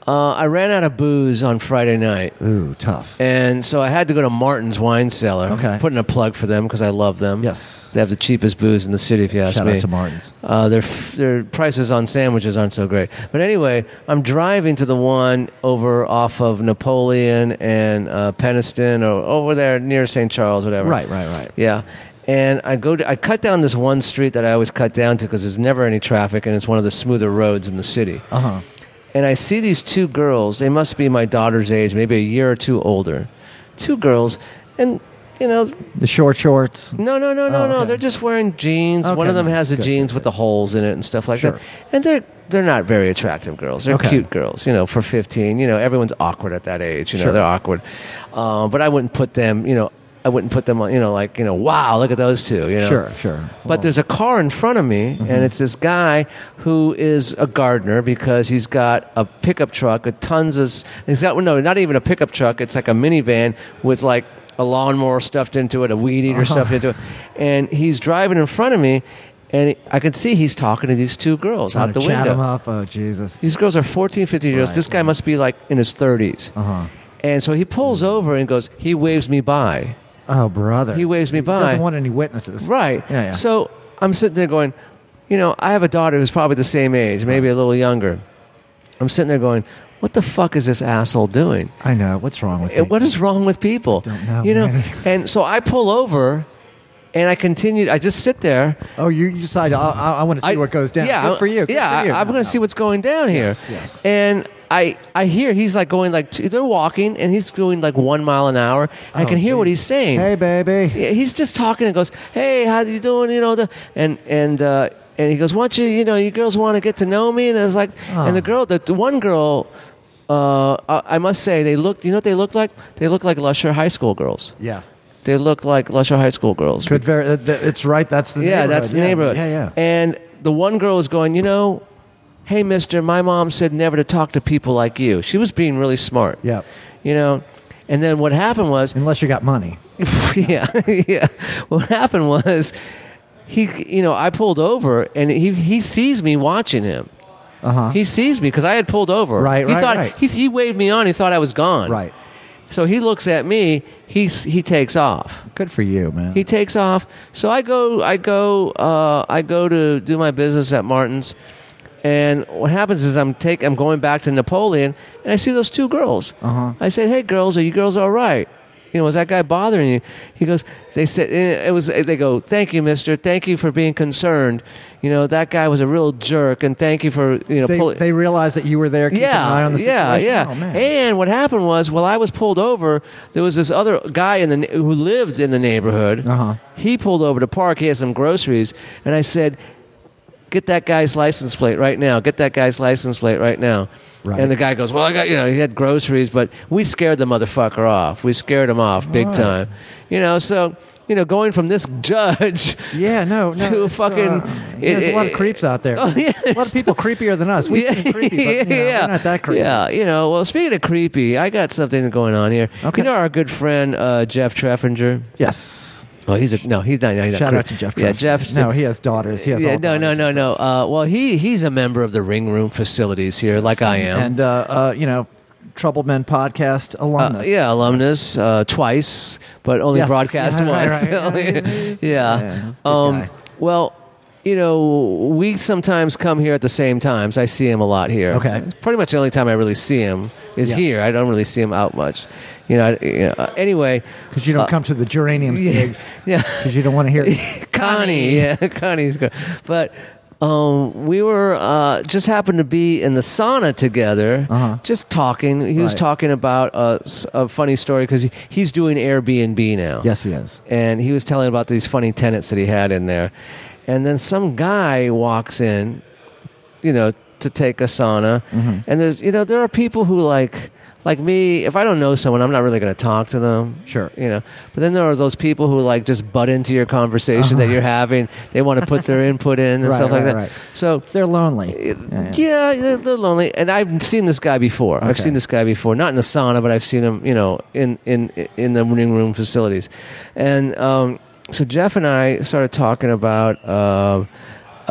Speaker 2: Uh, I ran out of booze on Friday night.
Speaker 1: Ooh, tough.
Speaker 2: And so I had to go to Martin's Wine Cellar.
Speaker 1: Okay.
Speaker 2: Putting a plug for them because I love them.
Speaker 1: Yes.
Speaker 2: They have the cheapest booze in the city, if you ask
Speaker 1: Shout
Speaker 2: me.
Speaker 1: out to Martin's.
Speaker 2: Uh, their, f- their prices on sandwiches aren't so great. But anyway, I'm driving to the one over off of Napoleon and uh, Peniston or over there near St. Charles, whatever.
Speaker 1: Right, right, right.
Speaker 2: Yeah. And I go to, I cut down this one street that I always cut down to because there's never any traffic and it's one of the smoother roads in the city.
Speaker 1: Uh huh.
Speaker 2: And I see these two girls. They must be my daughter's age, maybe a year or two older. Two girls. And, you know,
Speaker 1: The short shorts.
Speaker 2: no, no, no, no,
Speaker 1: Oh,
Speaker 2: no.
Speaker 1: okay.
Speaker 2: They're just wearing jeans. One
Speaker 1: Okay,
Speaker 2: of them
Speaker 1: nice.
Speaker 2: has a
Speaker 1: Good,
Speaker 2: jeans with the holes in it and stuff like
Speaker 1: Sure.
Speaker 2: that. And they're they're not very attractive girls. They're
Speaker 1: Okay.
Speaker 2: cute girls, you know, for 15. You know, everyone's awkward at that age. You know,
Speaker 1: Sure.
Speaker 2: they're awkward. Uh, but I wouldn't put them, you know, I wouldn't put them on, you know, like, you know, wow, look at those two, you know.
Speaker 1: Sure, sure.
Speaker 2: But there's a car in front of me,
Speaker 1: Mm-hmm.
Speaker 2: and it's this guy who is a gardener because he's got a pickup truck with tons of. s- He's got no, not even a pickup truck. It's like a minivan with like a lawnmower stuffed into it, a weed eater
Speaker 1: Uh-huh.
Speaker 2: stuffed into it, and he's driving in front of me, and I can see he's talking to these two girls out
Speaker 1: Trying
Speaker 2: the
Speaker 1: to chat
Speaker 2: window.
Speaker 1: them up. Oh Jesus.
Speaker 2: These girls are 14, 15 years.
Speaker 1: Right,
Speaker 2: This guy must be like in his 30s,
Speaker 1: Uh huh.
Speaker 2: and so he pulls
Speaker 1: Mm.
Speaker 2: over and goes. He waves me by.
Speaker 1: Oh brother.
Speaker 2: He waves me by.
Speaker 1: Doesn't want any witnesses.
Speaker 2: Right.
Speaker 1: Yeah, yeah.
Speaker 2: So I'm sitting there going, you know, I have a daughter who's probably the same age, maybe a little younger. I'm sitting there going, what the fuck is this asshole doing?
Speaker 1: I know. What's wrong with
Speaker 2: And
Speaker 1: it?
Speaker 2: What is wrong with people?
Speaker 1: Don't know,
Speaker 2: you know.
Speaker 1: man.
Speaker 2: And so I pull over, and I continue. I just sit there.
Speaker 1: Oh, you you decide. I, I, I want to see where it goes down.
Speaker 2: Yeah,
Speaker 1: Good for you. Good
Speaker 2: yeah,
Speaker 1: for you.
Speaker 2: I, am
Speaker 1: No,
Speaker 2: going to
Speaker 1: no.
Speaker 2: see what's going down here.
Speaker 1: Yes, yes.
Speaker 2: And I, I hear he's like going like two, they're walking, and he's going like one mile an hour. I
Speaker 1: Oh,
Speaker 2: can hear what
Speaker 1: geez.
Speaker 2: he's saying.
Speaker 1: Hey, baby.
Speaker 2: Yeah, he's just talking and goes, "Hey, how you doing?" You know, the, and and uh, and he goes, "Why don't you, you know, you girls want to get to know me?" And it's like, and
Speaker 1: Oh.
Speaker 2: the girl, the, the one girl, uh, I, I must say, they look. You know what they look like? They look like Lusher High School girls.
Speaker 1: Yeah.
Speaker 2: They look like Lusher High School girls.
Speaker 1: Good. Very. that- that- It's right. That's the.
Speaker 2: yeah,
Speaker 1: neighborhood.
Speaker 2: that's the neighborhood.
Speaker 1: Yeah, yeah.
Speaker 2: And the one girl was going, you know, hey, Mister, my mom said never to talk to people like you. She was being really smart.
Speaker 1: Yeah.
Speaker 2: You know, and then what happened was
Speaker 1: Unless you got money.
Speaker 2: [laughs] yeah, yeah. What happened was he, you know, I pulled over and he he sees me watching him.
Speaker 1: Uh huh.
Speaker 2: He sees me because I had pulled over.
Speaker 1: Right,
Speaker 2: he
Speaker 1: right,
Speaker 2: thought,
Speaker 1: right.
Speaker 2: He, he waved me on. He thought I was gone.
Speaker 1: Right.
Speaker 2: So he looks at me. He s- he takes off.
Speaker 1: Good for you, man.
Speaker 2: He takes off. So I go I go uh, I go to do my business at Martin's. And what happens is I'm take I'm going back to Napoleon and I see those two girls.
Speaker 1: Uh-huh.
Speaker 2: I said, "Hey girls, are you girls all right?" You know, was that guy bothering you? He goes, "They said eh, it was." They go, "Thank you, Mister. Thank you for being concerned. You know, that guy was a real jerk, and thank you for you know."
Speaker 1: they,
Speaker 2: pulling-
Speaker 1: they realized that you were there keeping
Speaker 2: yeah,
Speaker 1: an eye on the
Speaker 2: yeah,
Speaker 1: situation.
Speaker 2: yeah.
Speaker 1: Oh, man.
Speaker 2: And what happened was, while I was pulled over, there was this other guy in the ne- who lived in the neighborhood.
Speaker 1: Uh-huh.
Speaker 2: He pulled over to park. He had some groceries, and I said, "Get that guy's license plate right now. Get that guy's license plate right now."
Speaker 1: Right.
Speaker 2: And the guy goes, "Well, I got you know he had groceries, but we scared the motherfucker off. We scared him off big
Speaker 1: All right.
Speaker 2: time, you know." So. You know, going from this [laughs] judge
Speaker 1: Yeah, no, no.
Speaker 2: to
Speaker 1: it's,
Speaker 2: fucking-
Speaker 1: uh, yeah, there's a lot of
Speaker 2: it-
Speaker 1: creeps out there.
Speaker 2: [laughs] Oh, yeah,
Speaker 1: a lot of people creepier than us. We seem creepy, but
Speaker 2: [laughs]
Speaker 1: you know, we're not that creepy.
Speaker 2: Yeah, you know. Well, speaking of creepy, I got something going on here.
Speaker 1: Okay.
Speaker 2: You know our good friend uh, Jeff Treffinger.
Speaker 1: Yes.
Speaker 2: Oh, he's a no. He's not. no, he's not
Speaker 1: Shout out to
Speaker 2: creep-
Speaker 1: Jeff.
Speaker 2: Yeah,
Speaker 1: Truffield.
Speaker 2: Jeff.
Speaker 1: No, he has daughters. He has.
Speaker 2: yeah,
Speaker 1: all
Speaker 2: no, no,
Speaker 1: daughters
Speaker 2: no, no.
Speaker 1: himself.
Speaker 2: Uh, well, he he's a member of the Ring Room facilities here, like I am.
Speaker 1: And uh, uh, you know, Trouble Men podcast
Speaker 2: uh,
Speaker 1: alumnus.
Speaker 2: yeah, alumnus uh, twice, but only
Speaker 1: Yes. [laughs]
Speaker 2: broadcast
Speaker 1: Yeah, right,
Speaker 2: [laughs] once.
Speaker 1: right. Yeah, he's- yeah,
Speaker 2: yeah.
Speaker 1: he's a good
Speaker 2: um,
Speaker 1: guy.
Speaker 2: well, you know, we sometimes come here at the same times. I see him a lot here.
Speaker 1: Okay.
Speaker 2: Pretty much the only time I really see him is
Speaker 1: Yeah.
Speaker 2: here. I don't really see him out much. You know. I, you know uh, anyway.
Speaker 1: Because you don't come to the geraniums gigs.
Speaker 2: Uh, Yeah. [laughs]
Speaker 1: Because you don't want to hear.
Speaker 2: Connie. Yeah, [laughs] Connie's good. But um, we were uh, just happened to be in the sauna together,
Speaker 1: Uh-huh.
Speaker 2: just talking. He was
Speaker 1: Right.
Speaker 2: talking about a, s- a funny story because he, he's doing Airbnb now.
Speaker 1: Yes, he is.
Speaker 2: And he was telling about these funny tenants that he had in there. And then some guy walks in, you know, to take a sauna.
Speaker 1: Mm-hmm.
Speaker 2: And there's, you know, there are people who like, like me, if I don't know someone, I'm not really going to talk to them.
Speaker 1: Sure.
Speaker 2: You know, but then there are those people who like just butt into your conversation that you're having. They want to put
Speaker 1: [laughs]
Speaker 2: their input in and
Speaker 1: Uh-huh. Right,
Speaker 2: stuff like
Speaker 1: right,
Speaker 2: that.
Speaker 1: right.
Speaker 2: So,
Speaker 1: They're lonely.
Speaker 2: yeah,
Speaker 1: Yeah, yeah.
Speaker 2: yeah. they're- they're lonely. And I've seen this guy before. I've
Speaker 1: Okay.
Speaker 2: seen this guy before, not in the sauna, but I've seen him, you know, in in in the living room facilities. And um, so Jeff and I started talking about. Uh,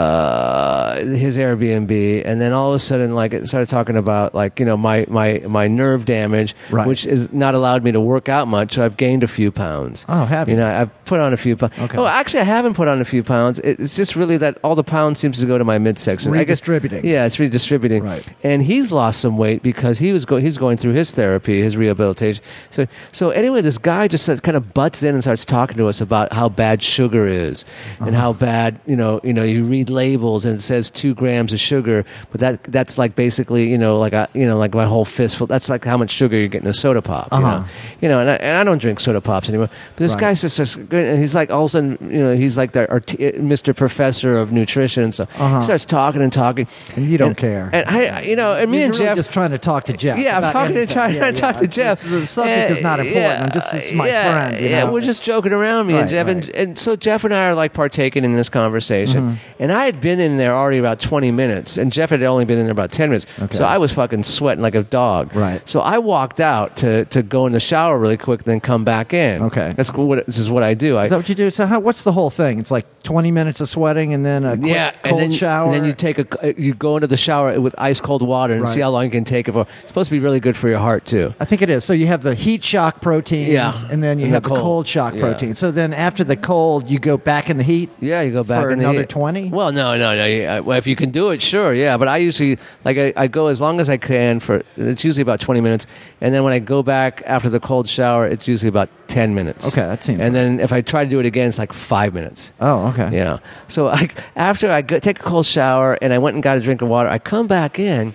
Speaker 2: uh, his Airbnb, and then all of a sudden, like, it started talking about like you know my my my nerve damage,
Speaker 1: Right.
Speaker 2: which has not allowed me to work out much. So I've gained a few pounds.
Speaker 1: Oh, have
Speaker 2: You
Speaker 1: you?
Speaker 2: know, I've put on a few pounds.
Speaker 1: Okay.
Speaker 2: Oh, actually, I haven't put on a few pounds. It- It's just really that all the pounds seems to go to my midsection. I guess-
Speaker 1: Redistributing.
Speaker 2: yeah, it's redistributing.
Speaker 1: Right.
Speaker 2: And he's lost some weight because he was go- he's going through his therapy, his rehabilitation. So so anyway, this guy just sort- kind of butts in and starts talking to us about how bad sugar is and
Speaker 1: Uh-huh.
Speaker 2: how bad you know you know you read labels and it says two grams of sugar, but that that's like basically you know like a you know like my whole fistful. That's like how much sugar you're getting in a soda pop. You
Speaker 1: Uh-huh.
Speaker 2: know, you know, and I, and I don't drink soda pops anymore. But this
Speaker 1: Right.
Speaker 2: guy's just just and he's like all of a sudden you know he's like the art- Mr. Professor of Nutrition and stuff.
Speaker 1: Uh-huh.
Speaker 2: He starts talking and talking.
Speaker 1: And you don't care.
Speaker 2: And I, you know, and me
Speaker 1: You're
Speaker 2: and
Speaker 1: really
Speaker 2: Jeff.
Speaker 1: just trying to talk to Jeff.
Speaker 2: yeah, I'm
Speaker 1: about
Speaker 2: [laughs] talking to
Speaker 1: anything.
Speaker 2: trying
Speaker 1: Yeah,
Speaker 2: to talk
Speaker 1: yeah.
Speaker 2: to Jeff.
Speaker 1: It's- the subject is not
Speaker 2: Uh,
Speaker 1: important. I'm just it's my
Speaker 2: yeah,
Speaker 1: friend. You
Speaker 2: yeah,
Speaker 1: know?
Speaker 2: we're just joking around, me and
Speaker 1: Right,
Speaker 2: Jeff, and,
Speaker 1: right.
Speaker 2: and so Jeff and I are like partaking in this conversation.
Speaker 1: Mm-hmm.
Speaker 2: And I had been in there already about 20 minutes, and Jeff had only been in there about 10 minutes.
Speaker 1: Okay.
Speaker 2: So I was fucking sweating like a dog.
Speaker 1: Right.
Speaker 2: So I walked out to to go in the shower really quick, then come back in.
Speaker 1: Okay.
Speaker 2: That's what this is what I do. I
Speaker 1: Is that what you do? So, how, what's the whole thing? It's like 20 minutes of sweating and then a quick
Speaker 2: yeah,
Speaker 1: cold
Speaker 2: and then,
Speaker 1: shower.
Speaker 2: And then you take a you go into the shower with ice cold water and
Speaker 1: Right.
Speaker 2: see how long you can take it for. It's supposed to be really good for your heart too.
Speaker 1: I think it is. So you have the heat shock proteins,
Speaker 2: Yeah.
Speaker 1: and then you
Speaker 2: And the
Speaker 1: have the
Speaker 2: cold.
Speaker 1: cold shock
Speaker 2: Yeah.
Speaker 1: protein. So then after the cold, you go back in the heat.
Speaker 2: Yeah, you go back
Speaker 1: For
Speaker 2: in the
Speaker 1: another
Speaker 2: heat.
Speaker 1: 20?
Speaker 2: Well, no, no, no. yeah, Well, if you can do it, sure, yeah. But I usually like I, I go as long as I can for it's usually about twenty minutes, and then when I go back after the cold shower, it's usually about ten minutes.
Speaker 1: Okay, that seems
Speaker 2: And
Speaker 1: right.
Speaker 2: then if I try to do it again, it's like five minutes.
Speaker 1: Oh, okay.
Speaker 2: You know, so I, after I go, take a cold shower and I went and got a drink of water, I come back in,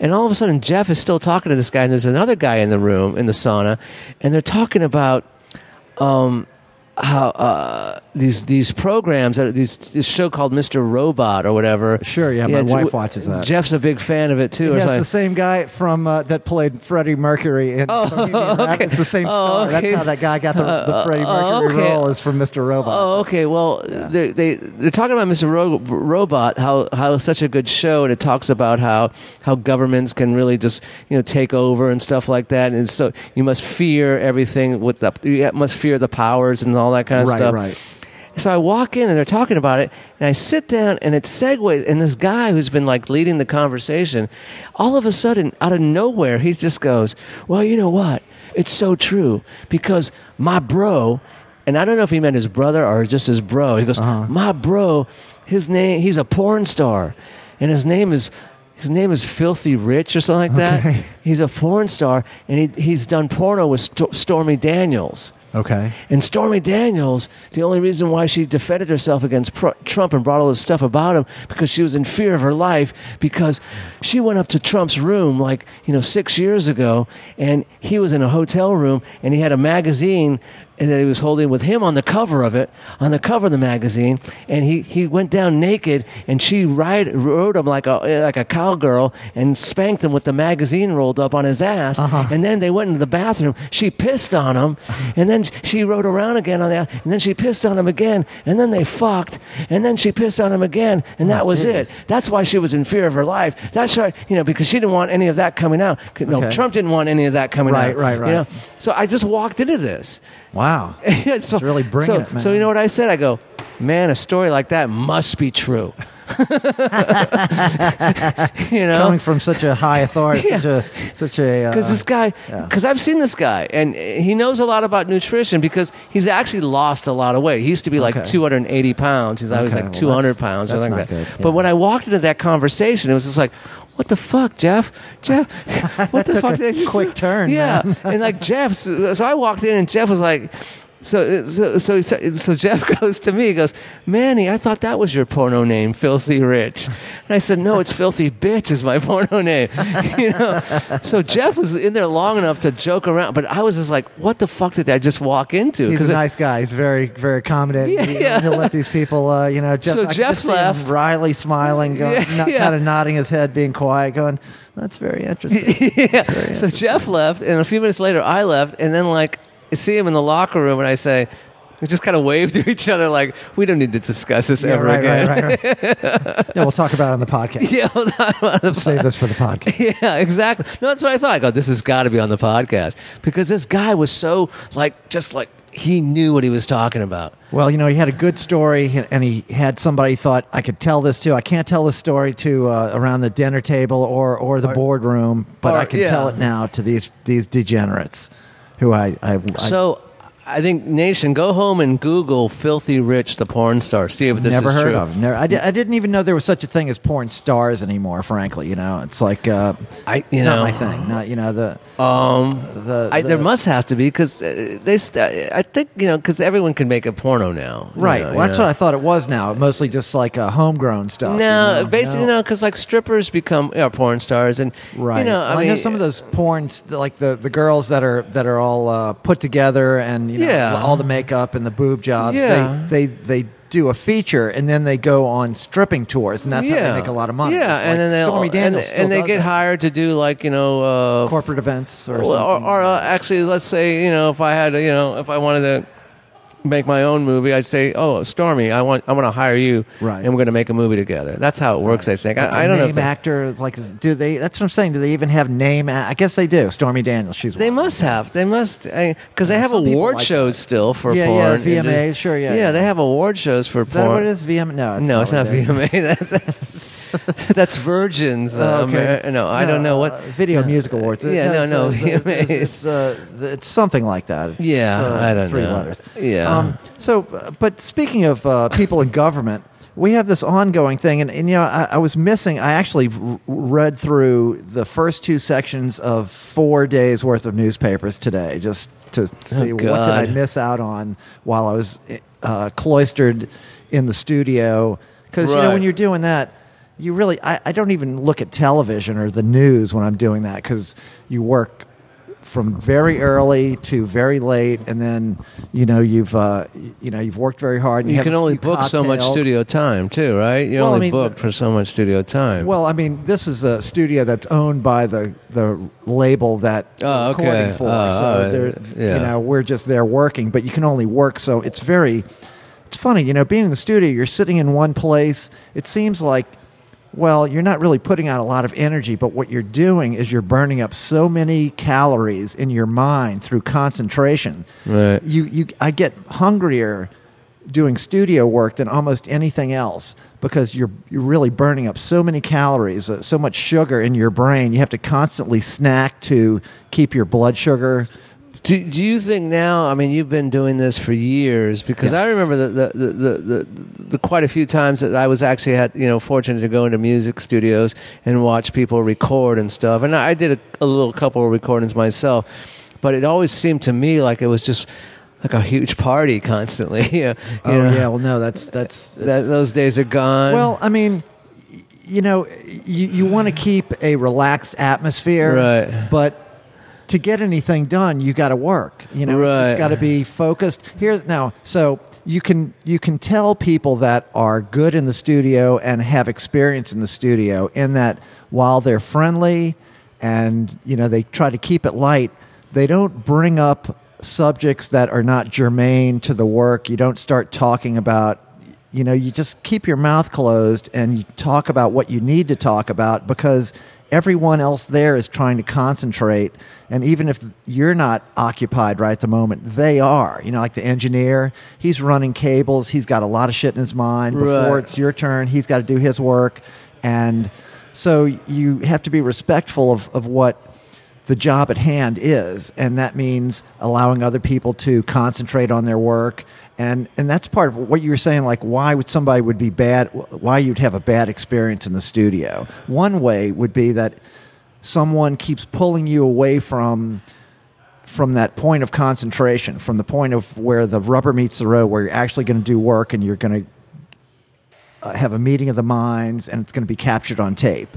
Speaker 2: and all of a sudden Jeff is still talking to this guy, and there's another guy in the room in the sauna, and they're talking about um, how uh, these these programs that these this show called Mr. Robot or whatever.
Speaker 1: Sure, yeah, my wife watches that.
Speaker 2: Jeff's a big fan of it too. It's
Speaker 1: Yes,
Speaker 2: like-
Speaker 1: the same guy from uh, that played Freddie Mercury in oh, [laughs]
Speaker 2: okay.
Speaker 1: It's the same
Speaker 2: Oh,
Speaker 1: star.
Speaker 2: okay.
Speaker 1: That's how that guy got the, the Freddie
Speaker 2: oh,
Speaker 1: Mercury
Speaker 2: okay.
Speaker 1: role is from Mr. Robot.
Speaker 2: Oh, okay. Well, they they they're talking about Mr. Ro- Robot, how how it's such a good show, and it talks about how how governments can really just you know take over and stuff like that, and so you must fear everything with the you must fear the powers and all that kind of
Speaker 1: right,
Speaker 2: stuff.
Speaker 1: right.
Speaker 2: So I walk in and they're talking about it, and I sit down and it segues. And this guy who's been like leading the conversation, all of a sudden, out of nowhere, he just goes, Well, you know what? It's so true because my bro, and I don't know if he meant his brother or just his bro, he goes, My bro, his name, he's a porn star, and his name is. His name is Filthy Rich or something like that.
Speaker 1: Okay.
Speaker 2: He's a porn star, and he, he's done porno with Sto- Stormy Daniels.
Speaker 1: Okay.
Speaker 2: And Stormy Daniels, the only reason why she defended herself against pr- Trump and brought all this stuff about him because she was in fear of her life because she went up to Trump's room like, you know, 6 years ago and he was in a hotel room and he had a magazine and that he was holding with him on the cover of it, on the cover of the magazine, and he, he went down naked and she ride, rode him like a like a cowgirl and spanked him with the magazine rolled up on his ass
Speaker 1: Uh-huh.
Speaker 2: and then they went into the bathroom. She pissed
Speaker 1: [laughs]
Speaker 2: on him, and then she rode around again on that, and then she pissed on him again, and then they fucked, and then she pissed on him again, and that was
Speaker 1: geez.
Speaker 2: it. That's why she was in fear of her life. That's why you know because she didn't want any of that coming out. No,
Speaker 1: Okay.
Speaker 2: Trump didn't want any of that coming
Speaker 1: Right,
Speaker 2: out.
Speaker 1: right, right.
Speaker 2: You know? So I just walked into this. [laughs]
Speaker 1: Wow.
Speaker 2: Yeah, so,
Speaker 1: really bringing
Speaker 2: so,
Speaker 1: it, man.
Speaker 2: So you know what I said? I go, man, a story like that must be true. [laughs] you know,
Speaker 1: Coming from such a high authority,
Speaker 2: [laughs] Yeah.
Speaker 1: such a such a uh,
Speaker 2: because this guy
Speaker 1: Yeah.
Speaker 2: because i've seen this guy and uh, he knows a lot about nutrition because he's actually lost a lot of weight he used to be like
Speaker 1: Okay.
Speaker 2: 280 pounds he's always
Speaker 1: Okay,
Speaker 2: like
Speaker 1: well,
Speaker 2: 200
Speaker 1: that's-
Speaker 2: pounds or
Speaker 1: that's
Speaker 2: something like
Speaker 1: not
Speaker 2: that
Speaker 1: good, yeah.
Speaker 2: but when i walked into that conversation it was just like what the fuck, Jeff? Jeff, [laughs]
Speaker 1: [laughs]
Speaker 2: what the
Speaker 1: Took
Speaker 2: fuck?
Speaker 1: a
Speaker 2: did I just
Speaker 1: quick turn,
Speaker 2: [laughs] Yeah,
Speaker 1: man.
Speaker 2: and like Jeff. So so I walked in, and Jeff was like, so so so so, so Jeff [laughs] goes to me, he goes, Manny, I thought that was your porno name, Filthy Rich. And I said, No, it's Filthy Bitch is my [laughs] porno name. You know, so Jeff was in there long enough to joke around, but I was just like, What the fuck did I just walk into?
Speaker 1: He's
Speaker 2: 'Cause
Speaker 1: a
Speaker 2: it-
Speaker 1: nice guy. He's very, very accommodating.
Speaker 2: Yeah,
Speaker 1: He-
Speaker 2: yeah.
Speaker 1: He'll let these people, uh, you know. Jeff,
Speaker 2: So
Speaker 1: I can
Speaker 2: Jeff
Speaker 1: just see him
Speaker 2: left.
Speaker 1: Riley smiling, going,
Speaker 2: Yeah,
Speaker 1: not,
Speaker 2: yeah.
Speaker 1: kind of nodding his head, being quiet, going, "That's very
Speaker 2: [laughs]
Speaker 1: interesting."
Speaker 2: [laughs] yeah. So Jeff left, and a few minutes later, I left, and then like I see him in the locker room, and I say. We just kind of wave to each other like we don't need to discuss this
Speaker 1: Yeah,
Speaker 2: ever
Speaker 1: right,
Speaker 2: again.
Speaker 1: right, right, right. yeah, we'll talk about it on the podcast.
Speaker 2: [laughs] yeah, hold on, hold on.
Speaker 1: Save this for the podcast.
Speaker 2: [laughs] Yeah, exactly. No, that's what I thought. I go, this has got to be on the podcast because this guy was so like, just like he knew what he was talking about.
Speaker 1: Well, you know, he had a good story, and he had somebody thought I could tell this to. I can't tell this story to uh, around the dinner table or or the boardroom, but
Speaker 2: or-
Speaker 1: I can
Speaker 2: yeah.
Speaker 1: tell it now to these these degenerates, who I, I, I
Speaker 2: so I think Nation, go home and Google "filthy rich" the porn star. See if this
Speaker 1: never
Speaker 2: is
Speaker 1: heard
Speaker 2: true.
Speaker 1: of. Never, I, di- I didn't even know there was such a thing as porn stars anymore. Frankly, you know, it's like uh,
Speaker 2: I- you
Speaker 1: not
Speaker 2: know.
Speaker 1: my thing. Not you know the
Speaker 2: Um,
Speaker 1: the,
Speaker 2: I,
Speaker 1: the-
Speaker 2: there must has to be because they. St- I think you know because everyone can make a porno now. you
Speaker 1: right.
Speaker 2: know,
Speaker 1: well,
Speaker 2: you
Speaker 1: that's
Speaker 2: know.
Speaker 1: what I thought it was. Now mostly just like uh, homegrown stuff.
Speaker 2: No, uh,
Speaker 1: you know?
Speaker 2: basically, no, because like strippers become are porn stars, and
Speaker 1: Right.
Speaker 2: you know,
Speaker 1: Well, I,
Speaker 2: I, mean, uh,
Speaker 1: know some of those porn, st- like the, the girls that are that are all uh, put together and you know,
Speaker 2: Yeah.
Speaker 1: all the makeup and the boob jobs.
Speaker 2: Yeah.
Speaker 1: They, they they do a feature and then they go on stripping tours and that's how they make a lot of money.
Speaker 2: Yeah,
Speaker 1: It's
Speaker 2: and
Speaker 1: like
Speaker 2: then they
Speaker 1: Stormy Daniels
Speaker 2: and,
Speaker 1: still
Speaker 2: and they
Speaker 1: does
Speaker 2: get
Speaker 1: that.
Speaker 2: hired to do like you know uh,
Speaker 1: corporate events or
Speaker 2: Well,
Speaker 1: something.
Speaker 2: or, or uh, actually, let's say you know, if I had you know, if I wanted to make my own movie, I'd say, "Oh, Stormy, I want, I want to hire you,
Speaker 1: Right.
Speaker 2: and we're going to make a movie together." That's how it works, I think.
Speaker 1: Like a
Speaker 2: I, I don't know.
Speaker 1: name
Speaker 2: If they,
Speaker 1: actor. It's like, is- do they? That's what I'm saying. Do they even have name? a- I guess they do. Stormy Daniels. She's
Speaker 2: they
Speaker 1: one.
Speaker 2: must have. They must because they have
Speaker 1: some people
Speaker 2: award
Speaker 1: like
Speaker 2: shows still for
Speaker 1: Yeah, yeah,
Speaker 2: porn. and
Speaker 1: VMAs,
Speaker 2: just-
Speaker 1: sure, yeah,
Speaker 2: yeah.
Speaker 1: yeah.
Speaker 2: they have award shows for
Speaker 1: Is
Speaker 2: porn.
Speaker 1: that what it is? VM? No, it's
Speaker 2: No,
Speaker 1: not
Speaker 2: it's uh,
Speaker 1: what it
Speaker 2: not
Speaker 1: is.
Speaker 2: VMA.
Speaker 1: [laughs]
Speaker 2: That- that's, that's Virgin's. uh,
Speaker 1: Oh, okay.
Speaker 2: Ameri- no, I don't know what
Speaker 1: uh, video music awards.
Speaker 2: yeah, no,
Speaker 1: it's,
Speaker 2: no,
Speaker 1: uh, it's,
Speaker 2: VMAs.
Speaker 1: it's, uh, it's something like that. It's,
Speaker 2: Yeah,
Speaker 1: it's, uh,
Speaker 2: I don't
Speaker 1: three
Speaker 2: know.
Speaker 1: letters.
Speaker 2: Yeah.
Speaker 1: Um, so, uh, but speaking of uh, people in government, we have this ongoing thing, and, and you know, I, I was missing. I actually r- read through the first two sections of four days worth of newspapers today, just to see what did I
Speaker 2: Oh, God.
Speaker 1: miss out on while I was uh, cloistered in the studio. Because you know,
Speaker 2: Right.
Speaker 1: when you're doing that, you really I, I don't even look at television or the news when I'm doing that because you work from very early to very late, and then you know you've uh, y- you know you've worked very hard. And you,
Speaker 2: You
Speaker 1: have
Speaker 2: can
Speaker 1: a
Speaker 2: only
Speaker 1: few
Speaker 2: book so much
Speaker 1: cocktails.
Speaker 2: studio time, too, right? You're
Speaker 1: Well, I
Speaker 2: only
Speaker 1: mean,
Speaker 2: booked for so much studio time.
Speaker 1: Well, I mean, this is a studio that's owned by the the label that
Speaker 2: Oh,
Speaker 1: we're recording
Speaker 2: okay.
Speaker 1: for.
Speaker 2: Oh,
Speaker 1: so
Speaker 2: oh,
Speaker 1: they're
Speaker 2: yeah.
Speaker 1: you know, we're just there working, but you can only work. So it's very, it's funny, you know, being in the studio, you're sitting in one place. It seems like, well, you're not really putting out a lot of energy, but what you're doing is you're burning up so many calories in your mind through concentration.
Speaker 2: Right.
Speaker 1: You, you, I get hungrier doing studio work than almost anything else because you're you're really burning up so many calories, uh, so much sugar in your brain. You have to constantly snack to keep your blood sugar
Speaker 2: Do, do you think now? I mean, you've been doing this for years because I
Speaker 1: Yes.
Speaker 2: remember the the, the, the, the the quite a few times that I was actually had you know fortunate to go into music studios and watch people record and stuff, and I, I did a, a little couple of recordings myself, but it always seemed to me like it was just like a huge party constantly. [laughs] yeah, you
Speaker 1: Oh
Speaker 2: know?
Speaker 1: yeah, well no, that's that's,
Speaker 2: That, those days are gone.
Speaker 1: well, I mean, y- you know, you you want to keep a relaxed atmosphere,
Speaker 2: Right.
Speaker 1: But to get anything done, you got to work. You know, It's- it's
Speaker 2: Right.
Speaker 1: got to be focused. Here's now, so you can you can tell people that are good in the studio and have experience in the studio in that while they're friendly and you know they try to keep it light, they don't bring up subjects that are not germane to the work. You don't start talking about you know, you just keep your mouth closed and you talk about what you need to talk about because everyone else there is trying to concentrate. And even if you're not occupied right at the moment, they are. You know, like the engineer, he's running cables, he's got a lot of shit in his mind. Before
Speaker 2: Right.
Speaker 1: it's your turn, he's got to do his work. And so you have to be respectful of, of what the job at hand is and that means allowing other people to concentrate on their work and and that's part of what you were saying like why would somebody would be bad why you'd have a bad experience in the studio one way would be that someone keeps pulling you away from from that point of concentration from the point of where the rubber meets the road where you're actually going to do work and you're going to uh, have a meeting of the minds and it's going to be captured on tape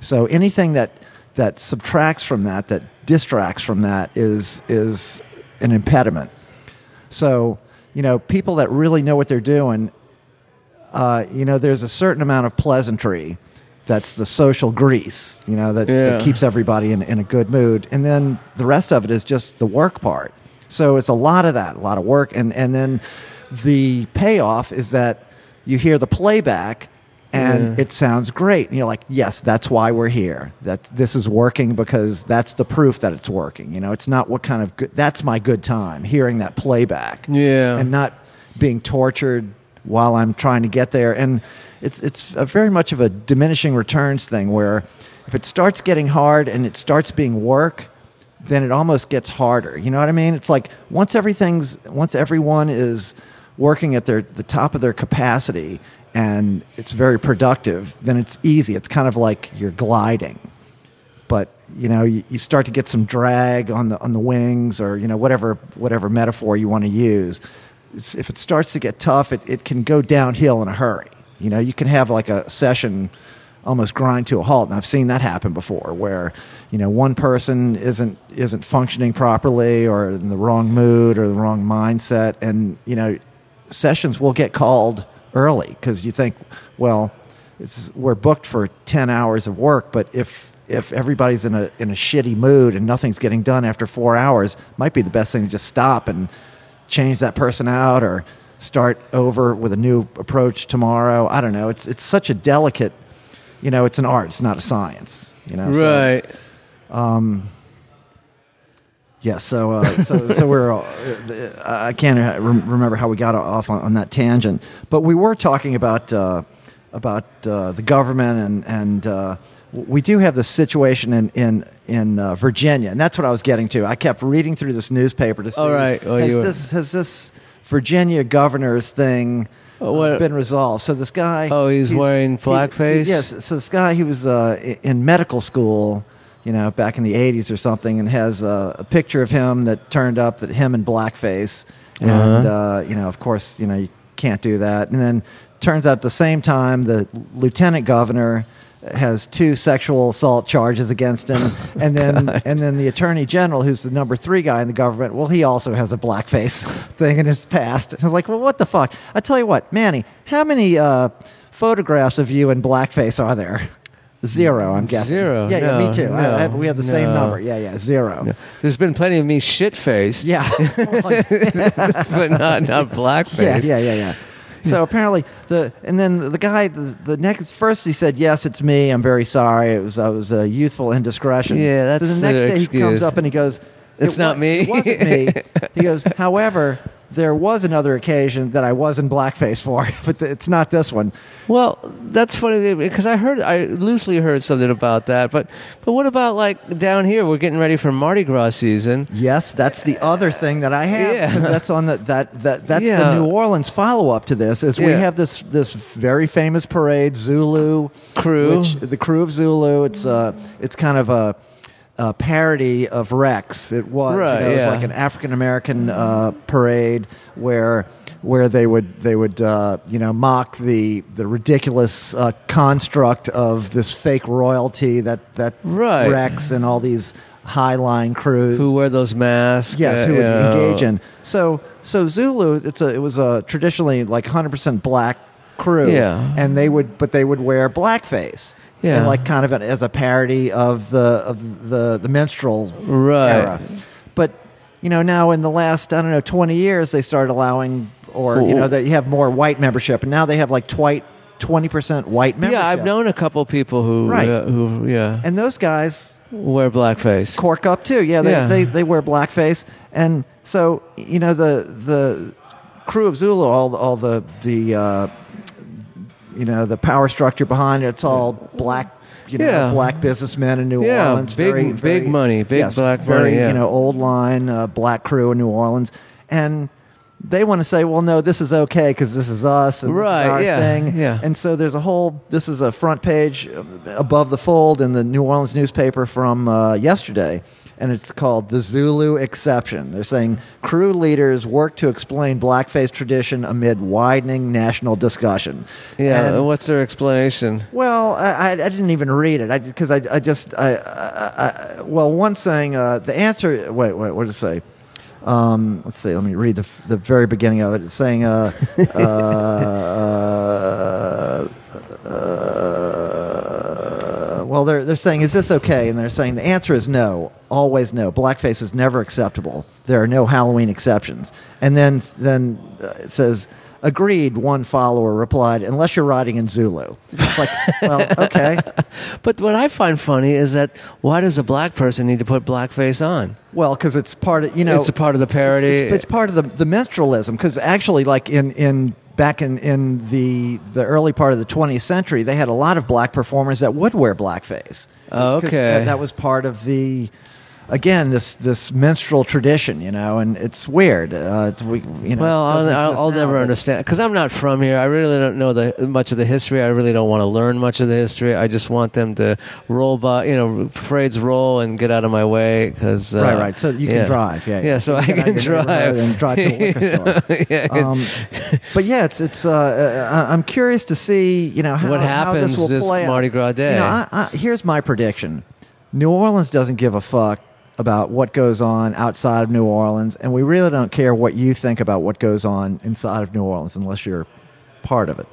Speaker 1: so anything that that subtracts from that that distracts from that is is an impediment so you know people that really know what they're doing uh, you know there's a certain amount of pleasantry that's the social grease you know that,
Speaker 2: Yeah.
Speaker 1: that keeps everybody in, in a good mood and then the rest of it is just the work part so it's a lot of that a lot of work and and then the payoff is that you hear the playback and
Speaker 2: Yeah.
Speaker 1: it sounds great and you're like yes that's why we're here that this is working because that's the proof that it's working you know it's not what kind of good that's my good time hearing that playback
Speaker 2: Yeah.
Speaker 1: and not being tortured while I'm trying to get there. And it's it's a very much of a diminishing returns thing where if it starts getting hard and it starts being work, then it almost gets harder. You know what I mean? It's like once everything's once everyone is working at their the top of their capacity and it's very productive, then it's easy. It's kind of like you're gliding but you know you, you start to get some drag on the on the wings or you know whatever whatever metaphor you want to use it's, if it starts to get tough it, it can go downhill in a hurry you know you can have like a session almost grind to a halt and i've seen that happen before where you know one person isn't isn't functioning properly or in the wrong mood or the wrong mindset and you know sessions will get called early because you think, well, it's, we're booked for ten hours of work, but if if everybody's in a in a shitty mood and nothing's getting done after four hours, might be the best thing to just stop and change that person out or start over with a new approach tomorrow. I don't know. It's it's such a delicate, you know, it's an art. It's not a science. You know, so-
Speaker 2: right.
Speaker 1: yeah, so uh, so so we're all, uh, I can't uh, rem- remember how we got off on, on that tangent, but we were talking about uh, about uh, the government and and uh, w- we do have this situation in in in uh, Virginia, and that's what I was getting to. I kept reading through this newspaper to see
Speaker 2: All right. Oh,
Speaker 1: has
Speaker 2: you were-
Speaker 1: this has this Virginia governor's thing
Speaker 2: Oh,
Speaker 1: uh,
Speaker 2: what-
Speaker 1: been resolved. So this guy.
Speaker 2: Oh, he's wearing
Speaker 1: he-
Speaker 2: blackface?
Speaker 1: yes. So this guy, he was uh, i- in medical school, you know, back in the '80s or something, and has a, a picture of him that turned up that him in blackface, and
Speaker 2: Uh-huh.
Speaker 1: uh, you know, of course, you know, you can't do that. And then turns out at the same time, the lieutenant governor has two sexual assault charges against
Speaker 2: [laughs]
Speaker 1: him
Speaker 2: Oh
Speaker 1: and then and then the attorney general who's the number three guy in the government well he also has a blackface [laughs] thing in his past i was like well what the fuck i tell you what manny how many uh, photographs of you in blackface are there zero i'm guessing
Speaker 2: Zero,
Speaker 1: yeah yeah
Speaker 2: no,
Speaker 1: me too I- I-
Speaker 2: no,
Speaker 1: we have the same
Speaker 2: no.
Speaker 1: number yeah yeah zero
Speaker 2: There's been plenty of me shit faced,
Speaker 1: yeah
Speaker 2: [laughs] but not not
Speaker 1: yeah,
Speaker 2: blackface.
Speaker 1: yeah, yeah, yeah. [laughs] So apparently the and then the guy the, the next first he said yes it's me I'm very sorry it was I was a youthful indiscretion.
Speaker 2: Yeah, that's
Speaker 1: Then the next
Speaker 2: their
Speaker 1: day he comes
Speaker 2: excuse.
Speaker 1: up and he goes,
Speaker 2: It's
Speaker 1: "It wa-
Speaker 2: not me."
Speaker 1: It wasn't me.
Speaker 2: [laughs]
Speaker 1: He goes, however, there was another occasion that I was in blackface for, [laughs] but th- it's not this one.
Speaker 2: Well, that's funny because I heard I loosely heard something about that, but but what about like down here? We're getting ready for Mardi Gras season.
Speaker 1: Yes, that's the other thing that I have
Speaker 2: Yeah.
Speaker 1: because that's on the that that that's
Speaker 2: Yeah.
Speaker 1: the New Orleans follow up to this is we
Speaker 2: Yeah.
Speaker 1: have this this very famous parade Zulu
Speaker 2: Crew.
Speaker 1: which, the crew of Zulu. It's uh it's kind of a. A parody of Rex. It was,
Speaker 2: Right,
Speaker 1: you know, it was
Speaker 2: yeah.
Speaker 1: like an African American uh, parade where where they would they would uh, you know mock the the ridiculous uh, construct of this fake royalty that that
Speaker 2: Right.
Speaker 1: Rex and all these high line crews
Speaker 2: Who wear those masks?
Speaker 1: Yes,
Speaker 2: uh,
Speaker 1: who
Speaker 2: you
Speaker 1: would
Speaker 2: know.
Speaker 1: engage in. So so Zulu, it's a it was a traditionally like hundred percent black crew.
Speaker 2: Yeah.
Speaker 1: And they would but they would wear blackface.
Speaker 2: Yeah.
Speaker 1: And like kind of an, as a parody of the of the the minstrel
Speaker 2: Right.
Speaker 1: era. But you know, now in the last I don't know twenty years, they started allowing, or you know,
Speaker 2: Well-
Speaker 1: that you have more white membership, and now they have like twenty percent white membership.
Speaker 2: Yeah, I've known a couple people who
Speaker 1: Right.
Speaker 2: uh, who yeah
Speaker 1: And those guys,
Speaker 2: wear blackface.
Speaker 1: cork up too. Yeah, they,
Speaker 2: Yeah.
Speaker 1: They, they wear blackface, and so you know the the crew of Zulu, all all the the uh, you know the power structure behind it, it's all black. You know,
Speaker 2: Yeah.
Speaker 1: black businessmen in New
Speaker 2: Yeah,
Speaker 1: Orleans.
Speaker 2: big-
Speaker 1: very,
Speaker 2: big
Speaker 1: very-
Speaker 2: money, big
Speaker 1: yes,
Speaker 2: black
Speaker 1: very,
Speaker 2: money, yeah.
Speaker 1: You know, old line uh, black crew in New Orleans, and they want to say, "Well, no, this is okay because this is us and this is
Speaker 2: Right,
Speaker 1: our
Speaker 2: yeah,
Speaker 1: thing."
Speaker 2: yeah.
Speaker 1: And so there's a whole. This is a front page uh, above the fold in the New Orleans newspaper from uh, yesterday, and it's called the Zulu Exception. They're saying crew leaders work to explain blackface tradition amid widening national discussion.
Speaker 2: Yeah,
Speaker 1: And-
Speaker 2: what's their explanation?
Speaker 1: well, I, I, I didn't even read it because I, I, just I, I, I well one saying uh, the answer wait wait what did it say? Um, let's see. Let me read the, the very beginning of it. It's saying uh, [laughs] uh, uh, uh, well they're they're saying is this okay? And they're saying the answer is no, always no. Blackface is never acceptable. There are no Halloween exceptions. And then then uh, it says. Agreed, one follower replied, unless you're riding in Zulu. It's like, well, okay.
Speaker 2: But what I find funny is that why does a black person need to put blackface on?
Speaker 1: Well, because it's part of you know
Speaker 2: It's a part of the parody.
Speaker 1: It's, it's- it's part of the the minstrelsism because actually, like in in back in in the the early part of the 20th century, they had a lot of black performers that would wear blackface.
Speaker 2: Oh,
Speaker 1: 'Cause
Speaker 2: okay.
Speaker 1: that, that was part of the. Again, this this minstrel tradition, you know, and it's weird. Uh, it's- we, you know,
Speaker 2: Well,
Speaker 1: it doesn't
Speaker 2: I'll, I'll,
Speaker 1: exist
Speaker 2: I'll
Speaker 1: now,
Speaker 2: never
Speaker 1: but-
Speaker 2: understand because I'm not from here. I really don't know the much of the history. I really don't want to learn much of the history. I just want them to roll by, you know, parades roll and get out of my way because uh,
Speaker 1: Right, right. So you can drive. Yeah, yeah.
Speaker 2: yeah.
Speaker 1: You
Speaker 2: So I
Speaker 1: get out
Speaker 2: can
Speaker 1: of your neighborhood
Speaker 2: drive
Speaker 1: and drive to a liquor store.
Speaker 2: [laughs] yeah, I can-
Speaker 1: Um, but yeah, it's it's. Uh, uh, I- I'm curious to see you know how,
Speaker 2: What
Speaker 1: how
Speaker 2: happens
Speaker 1: this will
Speaker 2: this
Speaker 1: play out.
Speaker 2: Mardi Gras day?
Speaker 1: You know, I, I, here's my prediction: New Orleans doesn't give a fuck about what goes on outside of New Orleans, and we really don't care what you think about what goes on inside of New Orleans unless you're part of it.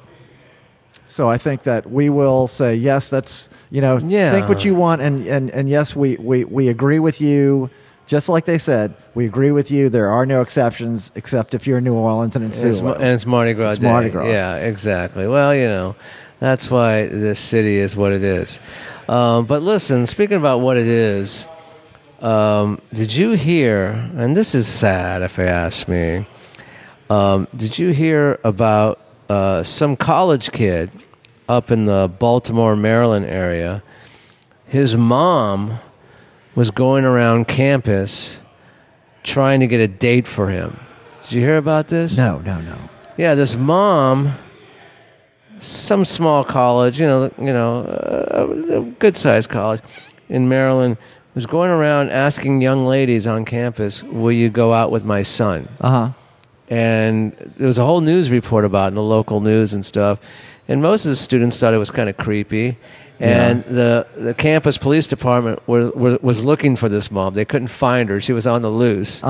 Speaker 1: So I think that we will say yes. That's you know
Speaker 2: Yeah.
Speaker 1: think what you want, and and and yes, we we we agree with you. Just like they said, we agree with you. There are no exceptions, except if you're in New Orleans and in
Speaker 2: It's,
Speaker 1: Zulu.
Speaker 2: Ma- and it's Mardi Gras
Speaker 1: It's
Speaker 2: Day.
Speaker 1: Mardi Gras.
Speaker 2: Yeah, exactly. Well, you know, that's why this city is what it is. Um, but listen, speaking about what it is, um, did you hear, and this is sad if you ask me, um, did you hear about uh, some college kid up in the Baltimore, Maryland area? His mom was going around campus trying to get a date for him. Did you hear about this?
Speaker 1: no, no, no.
Speaker 2: Yeah, this mom some small college, you know, you know, uh, a good sized college in Maryland, was going around asking young ladies on campus, "Will you go out with my son?"
Speaker 1: Uh huh.
Speaker 2: and there was a whole news report about it in the local news and stuff. And most of the students thought it was kind of creepy. And the, the campus police department were, were, was looking for this mom. They couldn't find her. She was on the loose.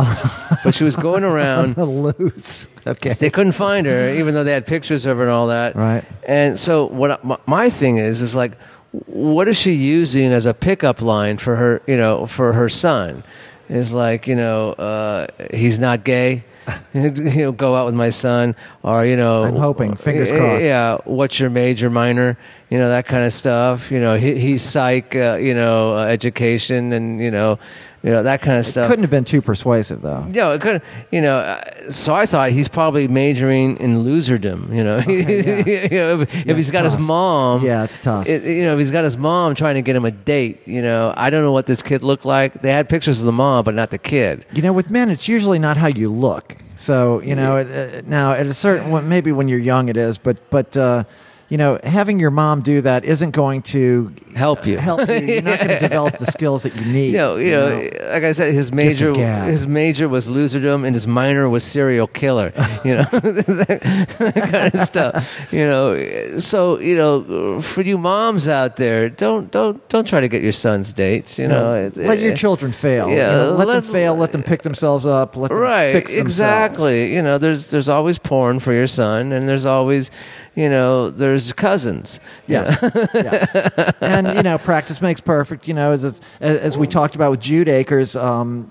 Speaker 2: but she was
Speaker 1: [laughs]
Speaker 2: going around.
Speaker 1: Loose. Okay.
Speaker 2: Hmm. [laughs] They couldn't find her, even though they had pictures of her and all that.
Speaker 1: Right.
Speaker 2: And so, what I- my, my thing is, is like, what is she using as a pickup line for her, you know, for her son? Is like, you know, uh, he's not gay. [laughs] you know, go out with my son, or you know,
Speaker 1: I'm hoping. Fingers
Speaker 2: Yeah,
Speaker 1: crossed.
Speaker 2: Yeah, what's your major, minor? You know, that kind of stuff. You know, he, he's psych. Uh, you know, uh, education, and you know, you know that kind of stuff.
Speaker 1: Couldn't have been too persuasive though.
Speaker 2: Yeah, it could. You know, uh, so I thought he's probably majoring in loserdom. You know, [laughs] You know, if, if he's
Speaker 1: it's
Speaker 2: got his
Speaker 1: tough.
Speaker 2: mom.
Speaker 1: Yeah, it's tough.
Speaker 2: Um, it- you know, if he's got his mom trying to get him a date. You know, I don't know what this kid looked like. They had pictures of the mom, but not the kid.
Speaker 1: You know, with men, it's usually not how you look. So you know, it, it, now at a certain well, maybe when you're young it is, but but uh, you know, having your mom do that isn't going to
Speaker 2: Help you.
Speaker 1: Help you. You're not going
Speaker 2: [laughs]
Speaker 1: to develop the skills that you need.
Speaker 2: You know, you know, like I said, his major
Speaker 1: gab.
Speaker 2: his major was loserdom, and his minor was serial killer. You know, [laughs] that kind of stuff. You know, so you know, for you moms out there, don't don't don't try to get your son's dates. You know, It-
Speaker 1: let your
Speaker 2: it-
Speaker 1: children fail.
Speaker 2: yeah,
Speaker 1: You know, let,
Speaker 2: let-
Speaker 1: them fail. Let them pick themselves up. Let them
Speaker 2: right
Speaker 1: fix themselves.
Speaker 2: exactly you know there's there's always porn for your son and there's always you know there's cousins
Speaker 1: Yes.
Speaker 2: [laughs]
Speaker 1: yes. And, you know, practice makes perfect. You know, as, as, as we talked about with Jude Akers, um,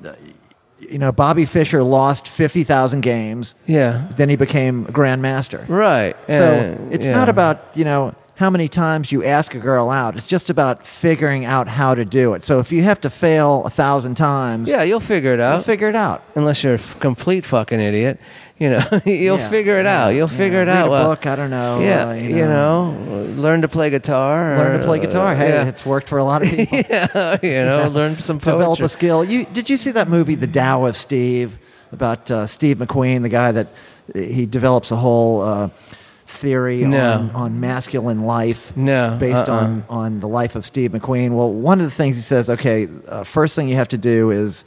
Speaker 1: you know, Bobby Fischer lost 50,000 games.
Speaker 2: yeah
Speaker 1: Then he became a grandmaster.
Speaker 2: right
Speaker 1: So
Speaker 2: And-
Speaker 1: it's
Speaker 2: yeah.
Speaker 1: not about, you know, how many times you ask a girl out. It's just about figuring out how to do it. So if you have to fail a thousand times,
Speaker 2: yeah you'll figure it
Speaker 1: you'll
Speaker 2: out
Speaker 1: figure it out.
Speaker 2: unless you're a f- complete fucking idiot you know [laughs] you'll
Speaker 1: Yeah,
Speaker 2: figure it
Speaker 1: yeah,
Speaker 2: out you'll
Speaker 1: yeah.
Speaker 2: figure it
Speaker 1: Read
Speaker 2: out
Speaker 1: a
Speaker 2: well,
Speaker 1: book, I don't know,
Speaker 2: yeah
Speaker 1: uh, you
Speaker 2: you, know. learn to play guitar
Speaker 1: Learn
Speaker 2: or,
Speaker 1: to play guitar. Hey,
Speaker 2: yeah.
Speaker 1: it's worked for a
Speaker 2: [laughs]
Speaker 1: lot of people.
Speaker 2: yeah, you know, learn some poetry.
Speaker 1: develop a skill. You did you see that movie, The Tao of Steve, about uh, Steve McQueen, the guy that he develops a whole uh, theory
Speaker 2: No.
Speaker 1: on, on masculine life,
Speaker 2: No,
Speaker 1: based
Speaker 2: uh-uh.
Speaker 1: on on the life of Steve McQueen. Well, one of the things he says, okay, uh, first thing you have to do is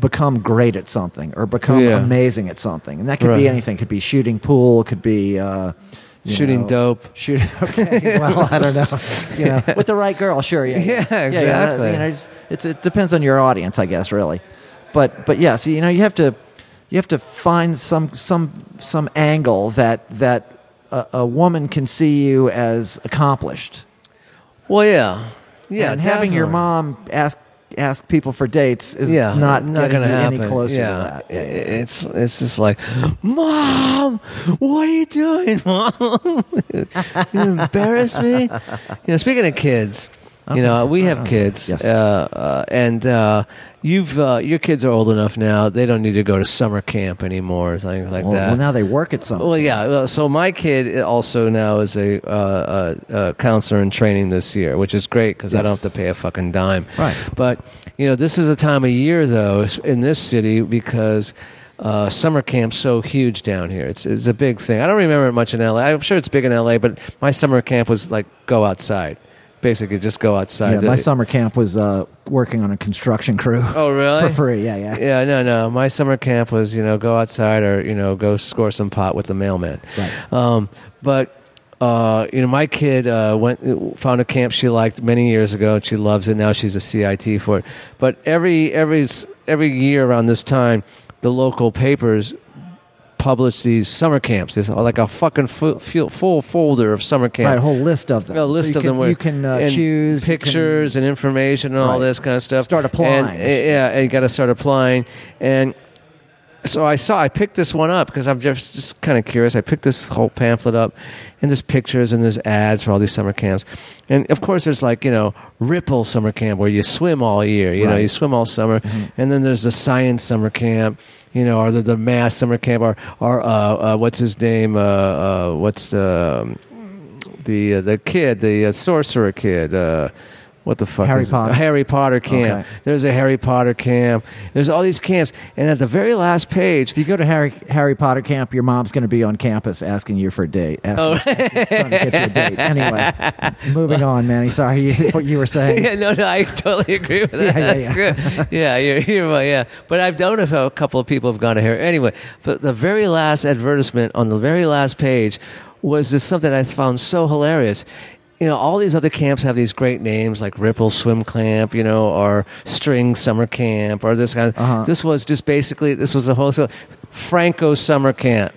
Speaker 1: become great at something or become
Speaker 2: Yeah.
Speaker 1: amazing at something, and that could
Speaker 2: Right.
Speaker 1: be anything. Could be shooting pool. Could be. Uh, you
Speaker 2: Shooting
Speaker 1: know,
Speaker 2: dope.
Speaker 1: Shoot. [laughs] Okay. Well, I don't know. You know, with the right girl, sure. Yeah.
Speaker 2: Yeah,
Speaker 1: that-
Speaker 2: exactly.
Speaker 1: you know, it's, it's, it depends on your audience, I guess, really. But but yeah, so you know, you have to you have to find some some some angle that that a, a woman can see you as accomplished.
Speaker 2: Well, yeah, yeah.
Speaker 1: and having your
Speaker 2: definitely.
Speaker 1: mom ask ask people for dates is
Speaker 2: yeah,
Speaker 1: not
Speaker 2: not
Speaker 1: going to
Speaker 2: happen.
Speaker 1: any closer
Speaker 2: yeah.
Speaker 1: to that.
Speaker 2: I- it's it's just like, mom, what are you doing, [laughs] mom? you embarrass me. You know, speaking of kids, you know we have kids,
Speaker 1: Uh-huh. Yes.
Speaker 2: uh, uh, and uh, you've uh, your kids are old enough now; they don't need to go to summer camp anymore or something like
Speaker 1: Well,
Speaker 2: that.
Speaker 1: well, now they work at something.
Speaker 2: Well, yeah. well, So my kid also now is a, uh, uh uh counselor in training this year, which is great because I don't
Speaker 1: Yes.
Speaker 2: have to pay a fucking dime.
Speaker 1: Right.
Speaker 2: But you know, this is a time of year though s- in this city because. Uh, summer camp's so huge down here. It's it's a big thing. I don't remember it much in LA. I'm sure it's big in LA, but my summer camp was like go outside, basically just go outside.
Speaker 1: yeah, my summer camp was uh, working on a construction crew.
Speaker 2: Oh, really?
Speaker 1: [laughs] For free, yeah, yeah.
Speaker 2: Yeah, no, no. My summer camp was, you know, go outside or you know, go score some pot with the mailman.
Speaker 1: Right.
Speaker 2: Um, but uh, you know, my kid uh, went found a camp she liked many years ago, and she loves it now. She's a CIT for it. But every every every year around this time, the local papers publish these summer camps. There's like a fucking full, full folder of summer camp.
Speaker 1: Right, a whole list of them.
Speaker 2: A
Speaker 1: So
Speaker 2: list
Speaker 1: you
Speaker 2: of
Speaker 1: can,
Speaker 2: them where
Speaker 1: You can uh,
Speaker 2: and
Speaker 1: choose you can-
Speaker 2: pictures and information and all
Speaker 1: Right.
Speaker 2: this kind of stuff.
Speaker 1: Start applying.
Speaker 2: And, uh, yeah, and you got to start applying. And so I saw, I picked this one up because I'm just, just kind of curious. I picked this whole pamphlet up, and there's pictures and there's ads for all these summer camps. And of course, there's like, you know, Ripple summer camp where you swim all year, you know,
Speaker 1: Right. Mm-hmm.
Speaker 2: you swim all summer. And then there's the science summer camp, you know, or the, the math summer camp, or, or uh, uh, what's his name? Uh, uh, what's the. um, the uh, the kid, the uh, sorcerer kid. Uh, what the fuck
Speaker 1: Harry
Speaker 2: is it?
Speaker 1: Potter.
Speaker 2: A Harry Potter camp.
Speaker 1: Okay.
Speaker 2: There's a Harry Potter camp. There's all these camps, and at the very last page,
Speaker 1: If you go to Harry Harry Potter camp, your mom's going to be on campus asking you for a date. Oh. trying to get you a date.
Speaker 2: [laughs]
Speaker 1: Anyway, moving on, Manny. Sorry, [laughs] you, what you were saying.
Speaker 2: yeah, no, no, I totally agree with that.
Speaker 1: Yeah, [laughs] yeah,
Speaker 2: That's good. Yeah, you're, you're right. Yeah, but I've known of how a couple of people have gone to here anyway. But the very last advertisement on the very last page was this something I found so hilarious. You know, all these other camps have these great names like Ripple Swim Camp, you know, or String Summer Camp, or this kind of.
Speaker 1: Uh-huh.
Speaker 2: This was just basically this was the whole Franco Summer Camp.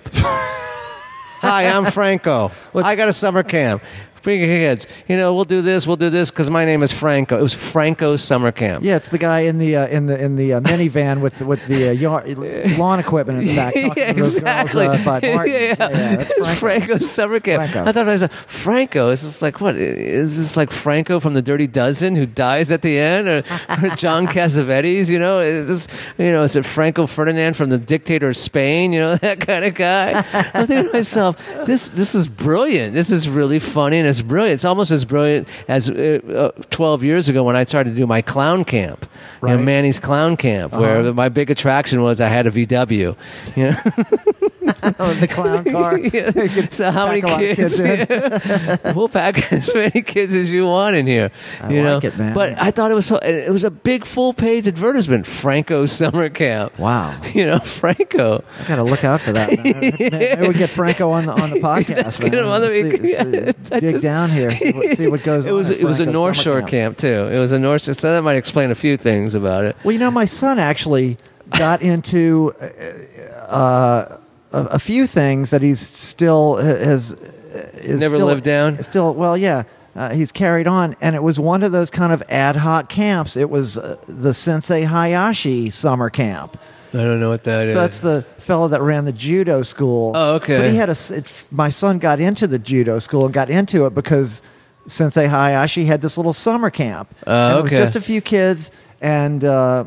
Speaker 2: Hi, I'm Franco. I got a summer camp. Bring your kids. You know, we'll do this, we'll do this, because my name is Franco. It was Franco's summer camp.
Speaker 1: Yeah, it's the guy in the uh, in the in the uh, minivan with with the uh, yard, lawn equipment in the back. Talking
Speaker 2: [laughs] Yeah,
Speaker 1: to those
Speaker 2: exactly.
Speaker 1: Girls, uh, by
Speaker 2: [laughs] yeah,
Speaker 1: Martins.
Speaker 2: yeah.
Speaker 1: that's
Speaker 2: It's
Speaker 1: Franco.
Speaker 2: Franco's summer camp.
Speaker 1: Franco.
Speaker 2: I thought I was Franco. Is this like what? Is this like Franco from the Dirty Dozen who dies at the end, or, or
Speaker 1: [laughs]
Speaker 2: John Cassavetes? You know, is this you know is it Franco Ferdinand from the Dictator of Spain? You know [laughs] that kind of guy. I'm thinking to myself, this this is brilliant. This is really funny and it's brilliant. It's almost as brilliant as uh, uh, 12 years ago when I started to do my clown camp, you know,
Speaker 1: Right. Uh-huh.
Speaker 2: Manny's Clown Camp, where my big attraction was I had a VW. You know.
Speaker 1: Oh, [laughs] the clown car. [laughs]
Speaker 2: [laughs] Yeah. So how many
Speaker 1: pack a lot of
Speaker 2: kids?
Speaker 1: kids in. [laughs]
Speaker 2: Yeah. we'll pack [laughs] as many kids as you want in here.
Speaker 1: I
Speaker 2: you
Speaker 1: like
Speaker 2: know?
Speaker 1: it, man.
Speaker 2: But I thought it was so, it was a big full page advertisement. Franco summer camp. [laughs]
Speaker 1: Wow,
Speaker 2: You know, Franco.
Speaker 1: I gotta look out for that. Man.
Speaker 2: [laughs]
Speaker 1: Maybe we get Franco on the on the podcast.
Speaker 2: That's
Speaker 1: man.
Speaker 2: good. Well,
Speaker 1: See-
Speaker 2: we-
Speaker 1: see-
Speaker 2: yeah, [laughs] I
Speaker 1: dig
Speaker 2: just-
Speaker 1: down here. See what, see what goes
Speaker 2: [laughs] It
Speaker 1: on.
Speaker 2: was
Speaker 1: at
Speaker 2: it was a
Speaker 1: Franco's
Speaker 2: North
Speaker 1: summer
Speaker 2: Shore
Speaker 1: camp.
Speaker 2: camp too. It was a North Shore. So that might explain a few things about it.
Speaker 1: Well, you know, my son actually got into uh, a, a few things that he's still uh, has is
Speaker 2: Never
Speaker 1: still-
Speaker 2: lived down?
Speaker 1: Still, well, yeah. Uh, he's carried on, and it was one of those kind of ad hoc camps. It was uh, the Sensei Hayashi summer camp.
Speaker 2: I don't know what that is.
Speaker 1: So that's the fellow that ran the judo school.
Speaker 2: Oh, okay.
Speaker 1: But he had a. s- It, my son got into the judo school and got into it because Sensei Hayashi had this little summer camp.
Speaker 2: Oh,
Speaker 1: And It was
Speaker 2: okay.
Speaker 1: just a few kids, and uh,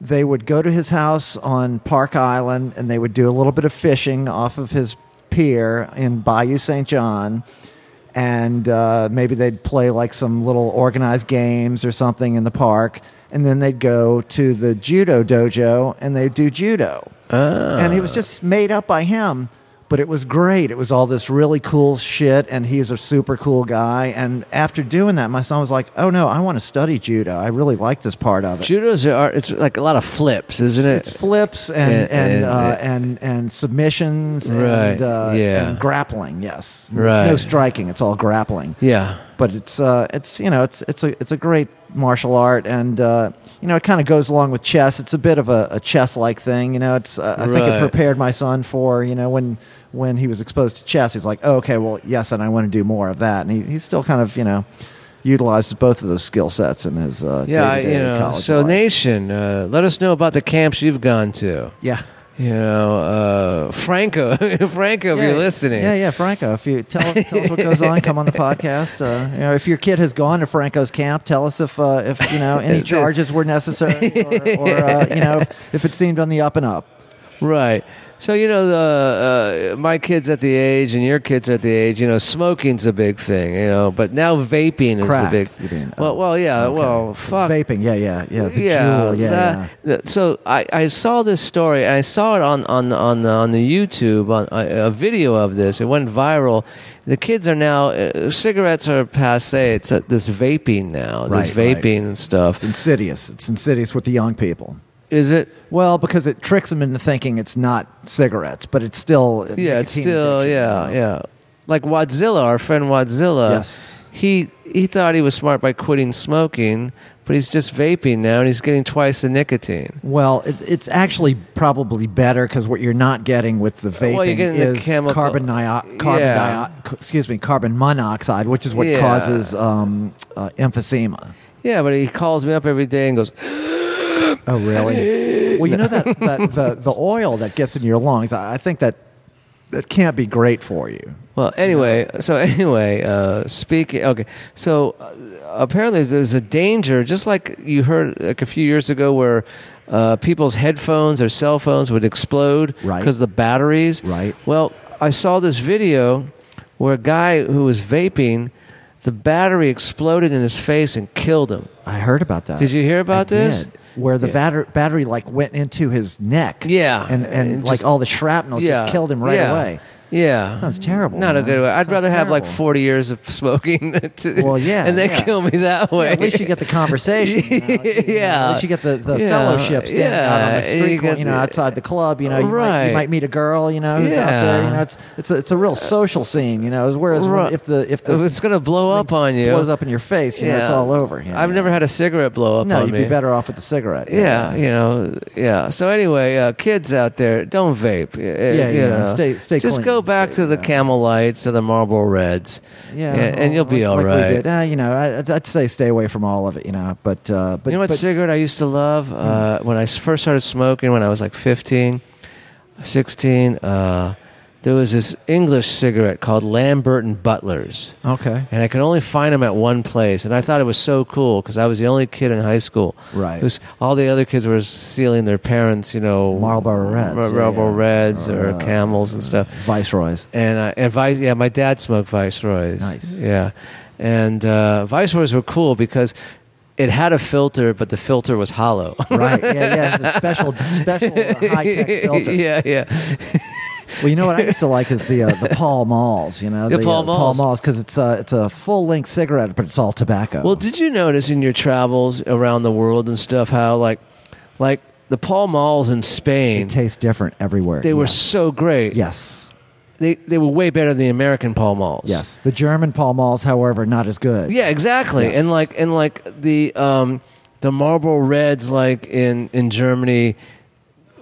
Speaker 1: they would go to his house on Park Island, and they would do a little bit of fishing off of his pier in Bayou Saint John. And uh, maybe they'd play like some little organized games or something in the park. And then they'd go to the judo dojo and they'd do judo and it was
Speaker 2: Uh.
Speaker 1: just made up by him but it was great it was all this really cool shit and he's a super cool guy and after doing that my son was like oh no i want to study judo i really like this part of it
Speaker 2: Judo's are it's like a lot of flips, isn't it?
Speaker 1: it's flips and
Speaker 2: And-
Speaker 1: and and
Speaker 2: and-
Speaker 1: uh, and, and submissions
Speaker 2: Right,
Speaker 1: and, uh,
Speaker 2: yeah.
Speaker 1: and grappling yes
Speaker 2: Right.
Speaker 1: it's no striking it's all grappling
Speaker 2: yeah.
Speaker 1: but it's uh, it's you know it's it's a it's a great martial art, and uh, you know it kind of goes along with chess. It's a bit of a, a chess like thing, you know. It's uh, I think
Speaker 2: Right.
Speaker 1: it prepared my son for you know when when he was exposed to chess, he's like, oh, okay, well, yes, and I want to do more of that, and he, he still kind of you know utilizes both of those skill sets in his uh,
Speaker 2: Yeah, I-
Speaker 1: day-to-day
Speaker 2: you know.
Speaker 1: college
Speaker 2: So
Speaker 1: life.
Speaker 2: nation, uh, let us know about the camps you've gone to.
Speaker 1: yeah.
Speaker 2: You know, uh, Franco, [laughs] Franco, if
Speaker 1: Yeah,
Speaker 2: you're listening.
Speaker 1: yeah, yeah, Franco. If you tell us, tell us what goes on,
Speaker 2: [laughs]
Speaker 1: come on the podcast. Uh, you know, if your kid has gone to Franco's camp, tell us if uh, if you
Speaker 2: [laughs]
Speaker 1: know any charges were necessary, or, or uh, you know if it seemed on the up and up.
Speaker 2: Right. So, you know, the, uh, my kids at the age and your kids at the age, you know, smoking's a big thing, you know, but now vaping is
Speaker 1: Crack,
Speaker 2: the big
Speaker 1: you mean.
Speaker 2: Well, well, yeah, well, fuck.
Speaker 1: Vaping, yeah, yeah, yeah. The jewel, yeah, yeah.
Speaker 2: that- that- so I, I saw this story and I saw it on on on the, on the YouTube on uh, a, a video of this. It went viral. The kids are now uh, cigarettes are passe. It's uh, this vaping now, this
Speaker 1: Right, right.
Speaker 2: vaping and stuff.
Speaker 1: It's insidious. It's insidious with the young people.
Speaker 2: Is it?
Speaker 1: Well, because it tricks them into thinking it's not cigarettes, but it's still
Speaker 2: Yeah, it's
Speaker 1: nicotine
Speaker 2: still
Speaker 1: addiction,
Speaker 2: yeah,
Speaker 1: you know.
Speaker 2: yeah. Like Wadzilla, our friend Wadzilla.
Speaker 1: Yes.
Speaker 2: He he thought he was smart by quitting smoking, but he's just vaping now and he's getting twice the nicotine.
Speaker 1: Well, it, it's actually probably better because what you're not getting with the vaping
Speaker 2: Well, you're getting the
Speaker 1: is
Speaker 2: chemical-
Speaker 1: carbon, nio- carbon
Speaker 2: Yeah.
Speaker 1: dio- c- excuse me, carbon monoxide, which is what
Speaker 2: Yeah.
Speaker 1: causes um, uh, emphysema.
Speaker 2: Yeah, but he calls me up every day and goes,
Speaker 1: Oh, really? well, you know that, that the the oil that gets in your lungs. I, I think that that can't be great for you.
Speaker 2: Well, anyway, so anyway, uh, speaking. Okay, so uh, apparently there's a danger, just like you heard like a few years ago, where uh, people's headphones or cell phones would explode
Speaker 1: Right.
Speaker 2: because the batteries.
Speaker 1: Right.
Speaker 2: Well, I saw this video where a guy who was vaping. the battery exploded in his face and killed him.
Speaker 1: I heard about that.
Speaker 2: Did you hear about
Speaker 1: I
Speaker 2: this?
Speaker 1: did. Where the batter- battery like went into his neck.
Speaker 2: Yeah.
Speaker 1: and and,
Speaker 2: And
Speaker 1: like
Speaker 2: just-
Speaker 1: all the shrapnel just killed him right
Speaker 2: yeah,
Speaker 1: away.
Speaker 2: Yeah,
Speaker 1: Sounds terrible,
Speaker 2: Not a
Speaker 1: man.
Speaker 2: good way. I'd
Speaker 1: Sounds
Speaker 2: rather have like
Speaker 1: terrible.
Speaker 2: forty years of smoking. [laughs] to-
Speaker 1: Well, yeah,
Speaker 2: and then
Speaker 1: yeah.
Speaker 2: kill me that way.
Speaker 1: Yeah, at least you get the conversation. you
Speaker 2: [laughs]
Speaker 1: know, you know,
Speaker 2: Yeah.
Speaker 1: at least you get the, the
Speaker 2: Yeah.
Speaker 1: fellowship standing out on the
Speaker 2: Yeah,
Speaker 1: street,
Speaker 2: you
Speaker 1: you,
Speaker 2: get
Speaker 1: you know,
Speaker 2: the-
Speaker 1: outside the club. You know, you, might,
Speaker 2: Right.
Speaker 1: you might meet a girl. You know, who's
Speaker 2: Yeah.
Speaker 1: out there. You know, it's it's a, it's a real social scene. You know, whereas when-
Speaker 2: Right. Uh,
Speaker 1: if the if
Speaker 2: If
Speaker 1: the
Speaker 2: [laughs] it's gonna blow up on you.
Speaker 1: blows up in your face, you know, it's all over. you know.
Speaker 2: I've never had a cigarette blow up
Speaker 1: No,
Speaker 2: on
Speaker 1: you'd
Speaker 2: me.
Speaker 1: be better off with the cigarette. you know.
Speaker 2: Yeah, you know, yeah. So anyway, uh, kids out there, don't vape. Yeah,
Speaker 1: yeah, stay- stay
Speaker 2: Just
Speaker 1: clean,
Speaker 2: go back
Speaker 1: stay,
Speaker 2: to the
Speaker 1: yeah.
Speaker 2: Camel Lights or the Marlboro Reds.
Speaker 1: Yeah, oh,
Speaker 2: and you'll be all
Speaker 1: like,
Speaker 2: right.
Speaker 1: Like we did. Uh, you know, I, I'd- I'd say stay away from all of it. You know, but uh, but
Speaker 2: you know what
Speaker 1: but, Hmm.
Speaker 2: cigarette I used to love? Uh, when I s- first started smoking, when I was like 15, 16, uh, there was this English cigarette called Lambert and Butler's. [laughs]
Speaker 1: okay,
Speaker 2: And I could only find them at one place. And I thought it was so cool because I was the only kid in high school.
Speaker 1: Right.
Speaker 2: Who's, all the other kids were stealing their parents, you know.
Speaker 1: Marlboro Reds,
Speaker 2: Mar-
Speaker 1: yeah,
Speaker 2: Marlboro
Speaker 1: yeah.
Speaker 2: Reds or,
Speaker 1: Or, uh,
Speaker 2: Camels and stuff.
Speaker 1: Viceroy's.
Speaker 2: And I, and Vice, yeah, my dad smoked Viceroys.
Speaker 1: Nice.
Speaker 2: Yeah, and uh, Viceroys were cool because it had a filter, but the filter was hollow.
Speaker 1: Right, yeah, yeah, the special, special uh, high
Speaker 2: [laughs]
Speaker 1: tech filter.
Speaker 2: yeah, yeah.
Speaker 1: Well, you know what I used to like is the uh, the Pall Malls. You know,
Speaker 2: The Pall
Speaker 1: uh, Pall
Speaker 2: Malls.
Speaker 1: Malls because it's a it's a full length cigarette, but it's all tobacco.
Speaker 2: Well, did you notice in your travels around the world and stuff how like, like the Pall Malls in Spain,
Speaker 1: it tastes different everywhere.
Speaker 2: they were
Speaker 1: yes.
Speaker 2: so great.
Speaker 1: yes,
Speaker 2: they they were way better than the American Pall Malls.
Speaker 1: yes. The German Pall Malls, however, not as good.
Speaker 2: Yeah, exactly.
Speaker 1: Yes.
Speaker 2: And like and like the um the Marlboro Reds like in in Germany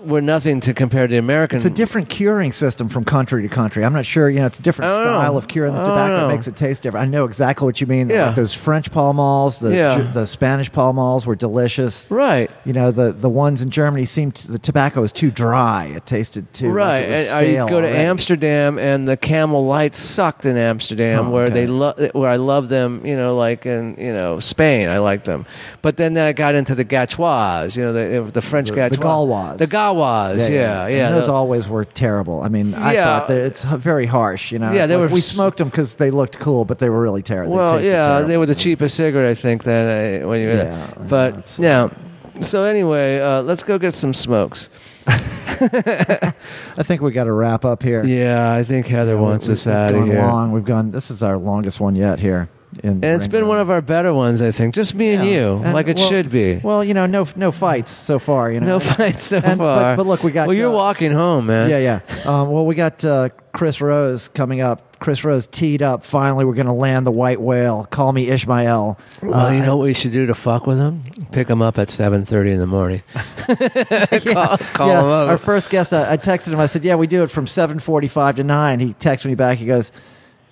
Speaker 2: were nothing to compare to the American.
Speaker 1: It's a different curing system from country to country. I'm not sure. You know, it's a different
Speaker 2: I don't know.
Speaker 1: style of curing the
Speaker 2: I don't
Speaker 1: tobacco.
Speaker 2: know.
Speaker 1: It makes it taste different. I know exactly what you mean.
Speaker 2: Oh, Yeah.
Speaker 1: Like those French Pall Malls, the
Speaker 2: Yeah.
Speaker 1: Ju- the Spanish Pall Malls were delicious.
Speaker 2: right.
Speaker 1: You know, the, the ones in Germany seemed to, the tobacco was too dry. It tasted too like
Speaker 2: Right,
Speaker 1: it was
Speaker 2: and
Speaker 1: stale
Speaker 2: I go to
Speaker 1: already.
Speaker 2: Amsterdam, and the Camel Lights sucked in Amsterdam,
Speaker 1: Oh,
Speaker 2: where
Speaker 1: okay.
Speaker 2: they lo- where I love them, you know, like in you know Spain, I like them. But then I got into the Gatois, you know, the, the French
Speaker 1: The-
Speaker 2: Gatois,
Speaker 1: the Gaulois.
Speaker 2: the Gaulois, yeah, yeah,
Speaker 1: And those
Speaker 2: the-
Speaker 1: always were terrible. I mean, I
Speaker 2: Yeah.
Speaker 1: thought that it's h- very harsh. You know,
Speaker 2: Yeah,
Speaker 1: It's
Speaker 2: they
Speaker 1: like
Speaker 2: were
Speaker 1: We
Speaker 2: s-
Speaker 1: smoked them because they looked cool, but they were really terrible.
Speaker 2: Well,
Speaker 1: they tasted
Speaker 2: yeah,
Speaker 1: terrible.
Speaker 2: they were the cheapest cigarette, I think. That I, when you, were
Speaker 1: Yeah,
Speaker 2: there. but
Speaker 1: that's-
Speaker 2: yeah. So anyway, uh, let's go get some smokes.
Speaker 1: I think we got to wrap up here.
Speaker 2: Yeah, I think Heather wants
Speaker 1: We've-
Speaker 2: us
Speaker 1: we've
Speaker 2: out of
Speaker 1: gone
Speaker 2: here.
Speaker 1: Long. We've gone. This is our longest one yet here. In
Speaker 2: And it's been one of our better ones, I think. Just me and you, like it should be.
Speaker 1: Well, you know, no no fights so far. You know,
Speaker 2: no fight so
Speaker 1: and- but-
Speaker 2: far.
Speaker 1: but look, we got,
Speaker 2: Well, you're
Speaker 1: uh,
Speaker 2: walking home, man.
Speaker 1: Yeah, yeah. Um, well, we got uh, Chris Rose coming up. Chris Rose teed up. Finally, we're going to land the white whale. Call me Ishmael.
Speaker 2: Well,
Speaker 1: uh,
Speaker 2: you know what we should do to fuck with him? Pick him up at seven thirty in
Speaker 1: [laughs]
Speaker 2: the morning. [laughs] Call, call
Speaker 1: yeah,
Speaker 2: him up.
Speaker 1: Our first guest, I, I texted him. I said, "Yeah, we do it from 7:45 to 9." He texted me back. He goes,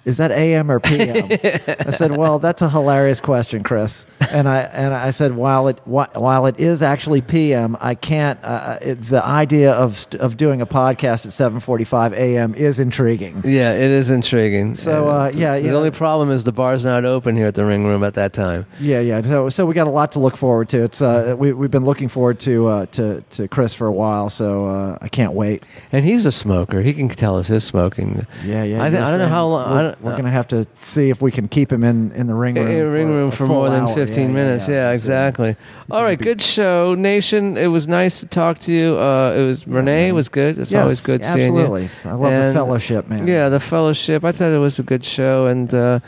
Speaker 1: "Is that a.m. or p.m.?"
Speaker 2: [laughs]
Speaker 1: I said, "Well, that's a hilarious question, Chris." And I and I said, "While it whi- while it is actually p.m., I can't. Uh, it, the idea of st- of doing a podcast at 7:45 a.m. is intriguing."
Speaker 2: yeah, it is intriguing.
Speaker 1: So, uh, yeah,
Speaker 2: the
Speaker 1: you know-
Speaker 2: only problem is the bar's not open here at the Ring Room at that time.
Speaker 1: Yeah, yeah. So, so we got a lot to look forward to. It's uh, we we've been looking forward to uh, to to Chris for a while, so uh, I can't wait.
Speaker 2: And he's a smoker. He can tell us his smoking.
Speaker 1: Yeah, yeah.
Speaker 2: I,
Speaker 1: you
Speaker 2: thi-
Speaker 1: were
Speaker 2: I don't know
Speaker 1: saying
Speaker 2: how long. I
Speaker 1: We're,
Speaker 2: don't,
Speaker 1: we're going to have to see if we can keep him in, in the ring room.
Speaker 2: in a ring
Speaker 1: for
Speaker 2: room
Speaker 1: a
Speaker 2: for
Speaker 1: full
Speaker 2: more than
Speaker 1: hour. Yeah,
Speaker 2: 15
Speaker 1: yeah,
Speaker 2: minutes. Yeah,
Speaker 1: yeah. So-
Speaker 2: exactly. All
Speaker 1: gonna
Speaker 2: right,
Speaker 1: be-
Speaker 2: good show, Nation. It was nice to talk to you. Uh, it was Renee it was good. It's
Speaker 1: Yes,
Speaker 2: always good seeing you.
Speaker 1: absolutely. I love the fellowship, man.
Speaker 2: Yeah, the fellowship. I thought it was a good show, and uh,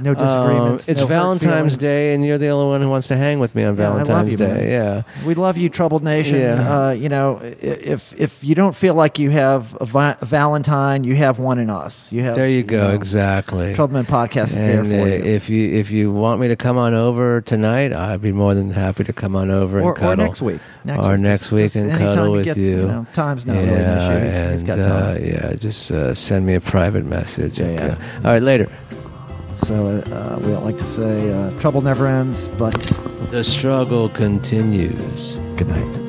Speaker 1: No disagreements,
Speaker 2: um, it's
Speaker 1: no hurt
Speaker 2: Valentine's
Speaker 1: feelings.
Speaker 2: Day, and you're the only one who wants to hang with me on
Speaker 1: Yeah, I love
Speaker 2: Valentine's
Speaker 1: you,
Speaker 2: Day. Yeah.
Speaker 1: We love you, troubled nation.
Speaker 2: Yeah.
Speaker 1: Uh, you know, i- if if you don't feel like you have a vi- Valentine, you have one in us. You have.
Speaker 2: There you go.
Speaker 1: know,
Speaker 2: exactly.
Speaker 1: Troubled Man podcast is there
Speaker 2: And
Speaker 1: for
Speaker 2: uh,
Speaker 1: you.
Speaker 2: if you if you want me to come on over tonight, I'd be more than happy to come on over
Speaker 1: or,
Speaker 2: and cuddle.
Speaker 1: or next week, next
Speaker 2: or
Speaker 1: week.
Speaker 2: next
Speaker 1: Just-
Speaker 2: week
Speaker 1: just
Speaker 2: and
Speaker 1: anytime
Speaker 2: cuddle with
Speaker 1: get,
Speaker 2: you.
Speaker 1: know, time's not really an issue. He's- he's got
Speaker 2: and,
Speaker 1: time.
Speaker 2: Uh, yeah, just uh, send me a private message.
Speaker 1: Yeah,
Speaker 2: and,
Speaker 1: yeah.
Speaker 2: uh, all right, later.
Speaker 1: So uh, we like to say, uh, trouble never ends, but
Speaker 2: The struggle continues.
Speaker 1: good night.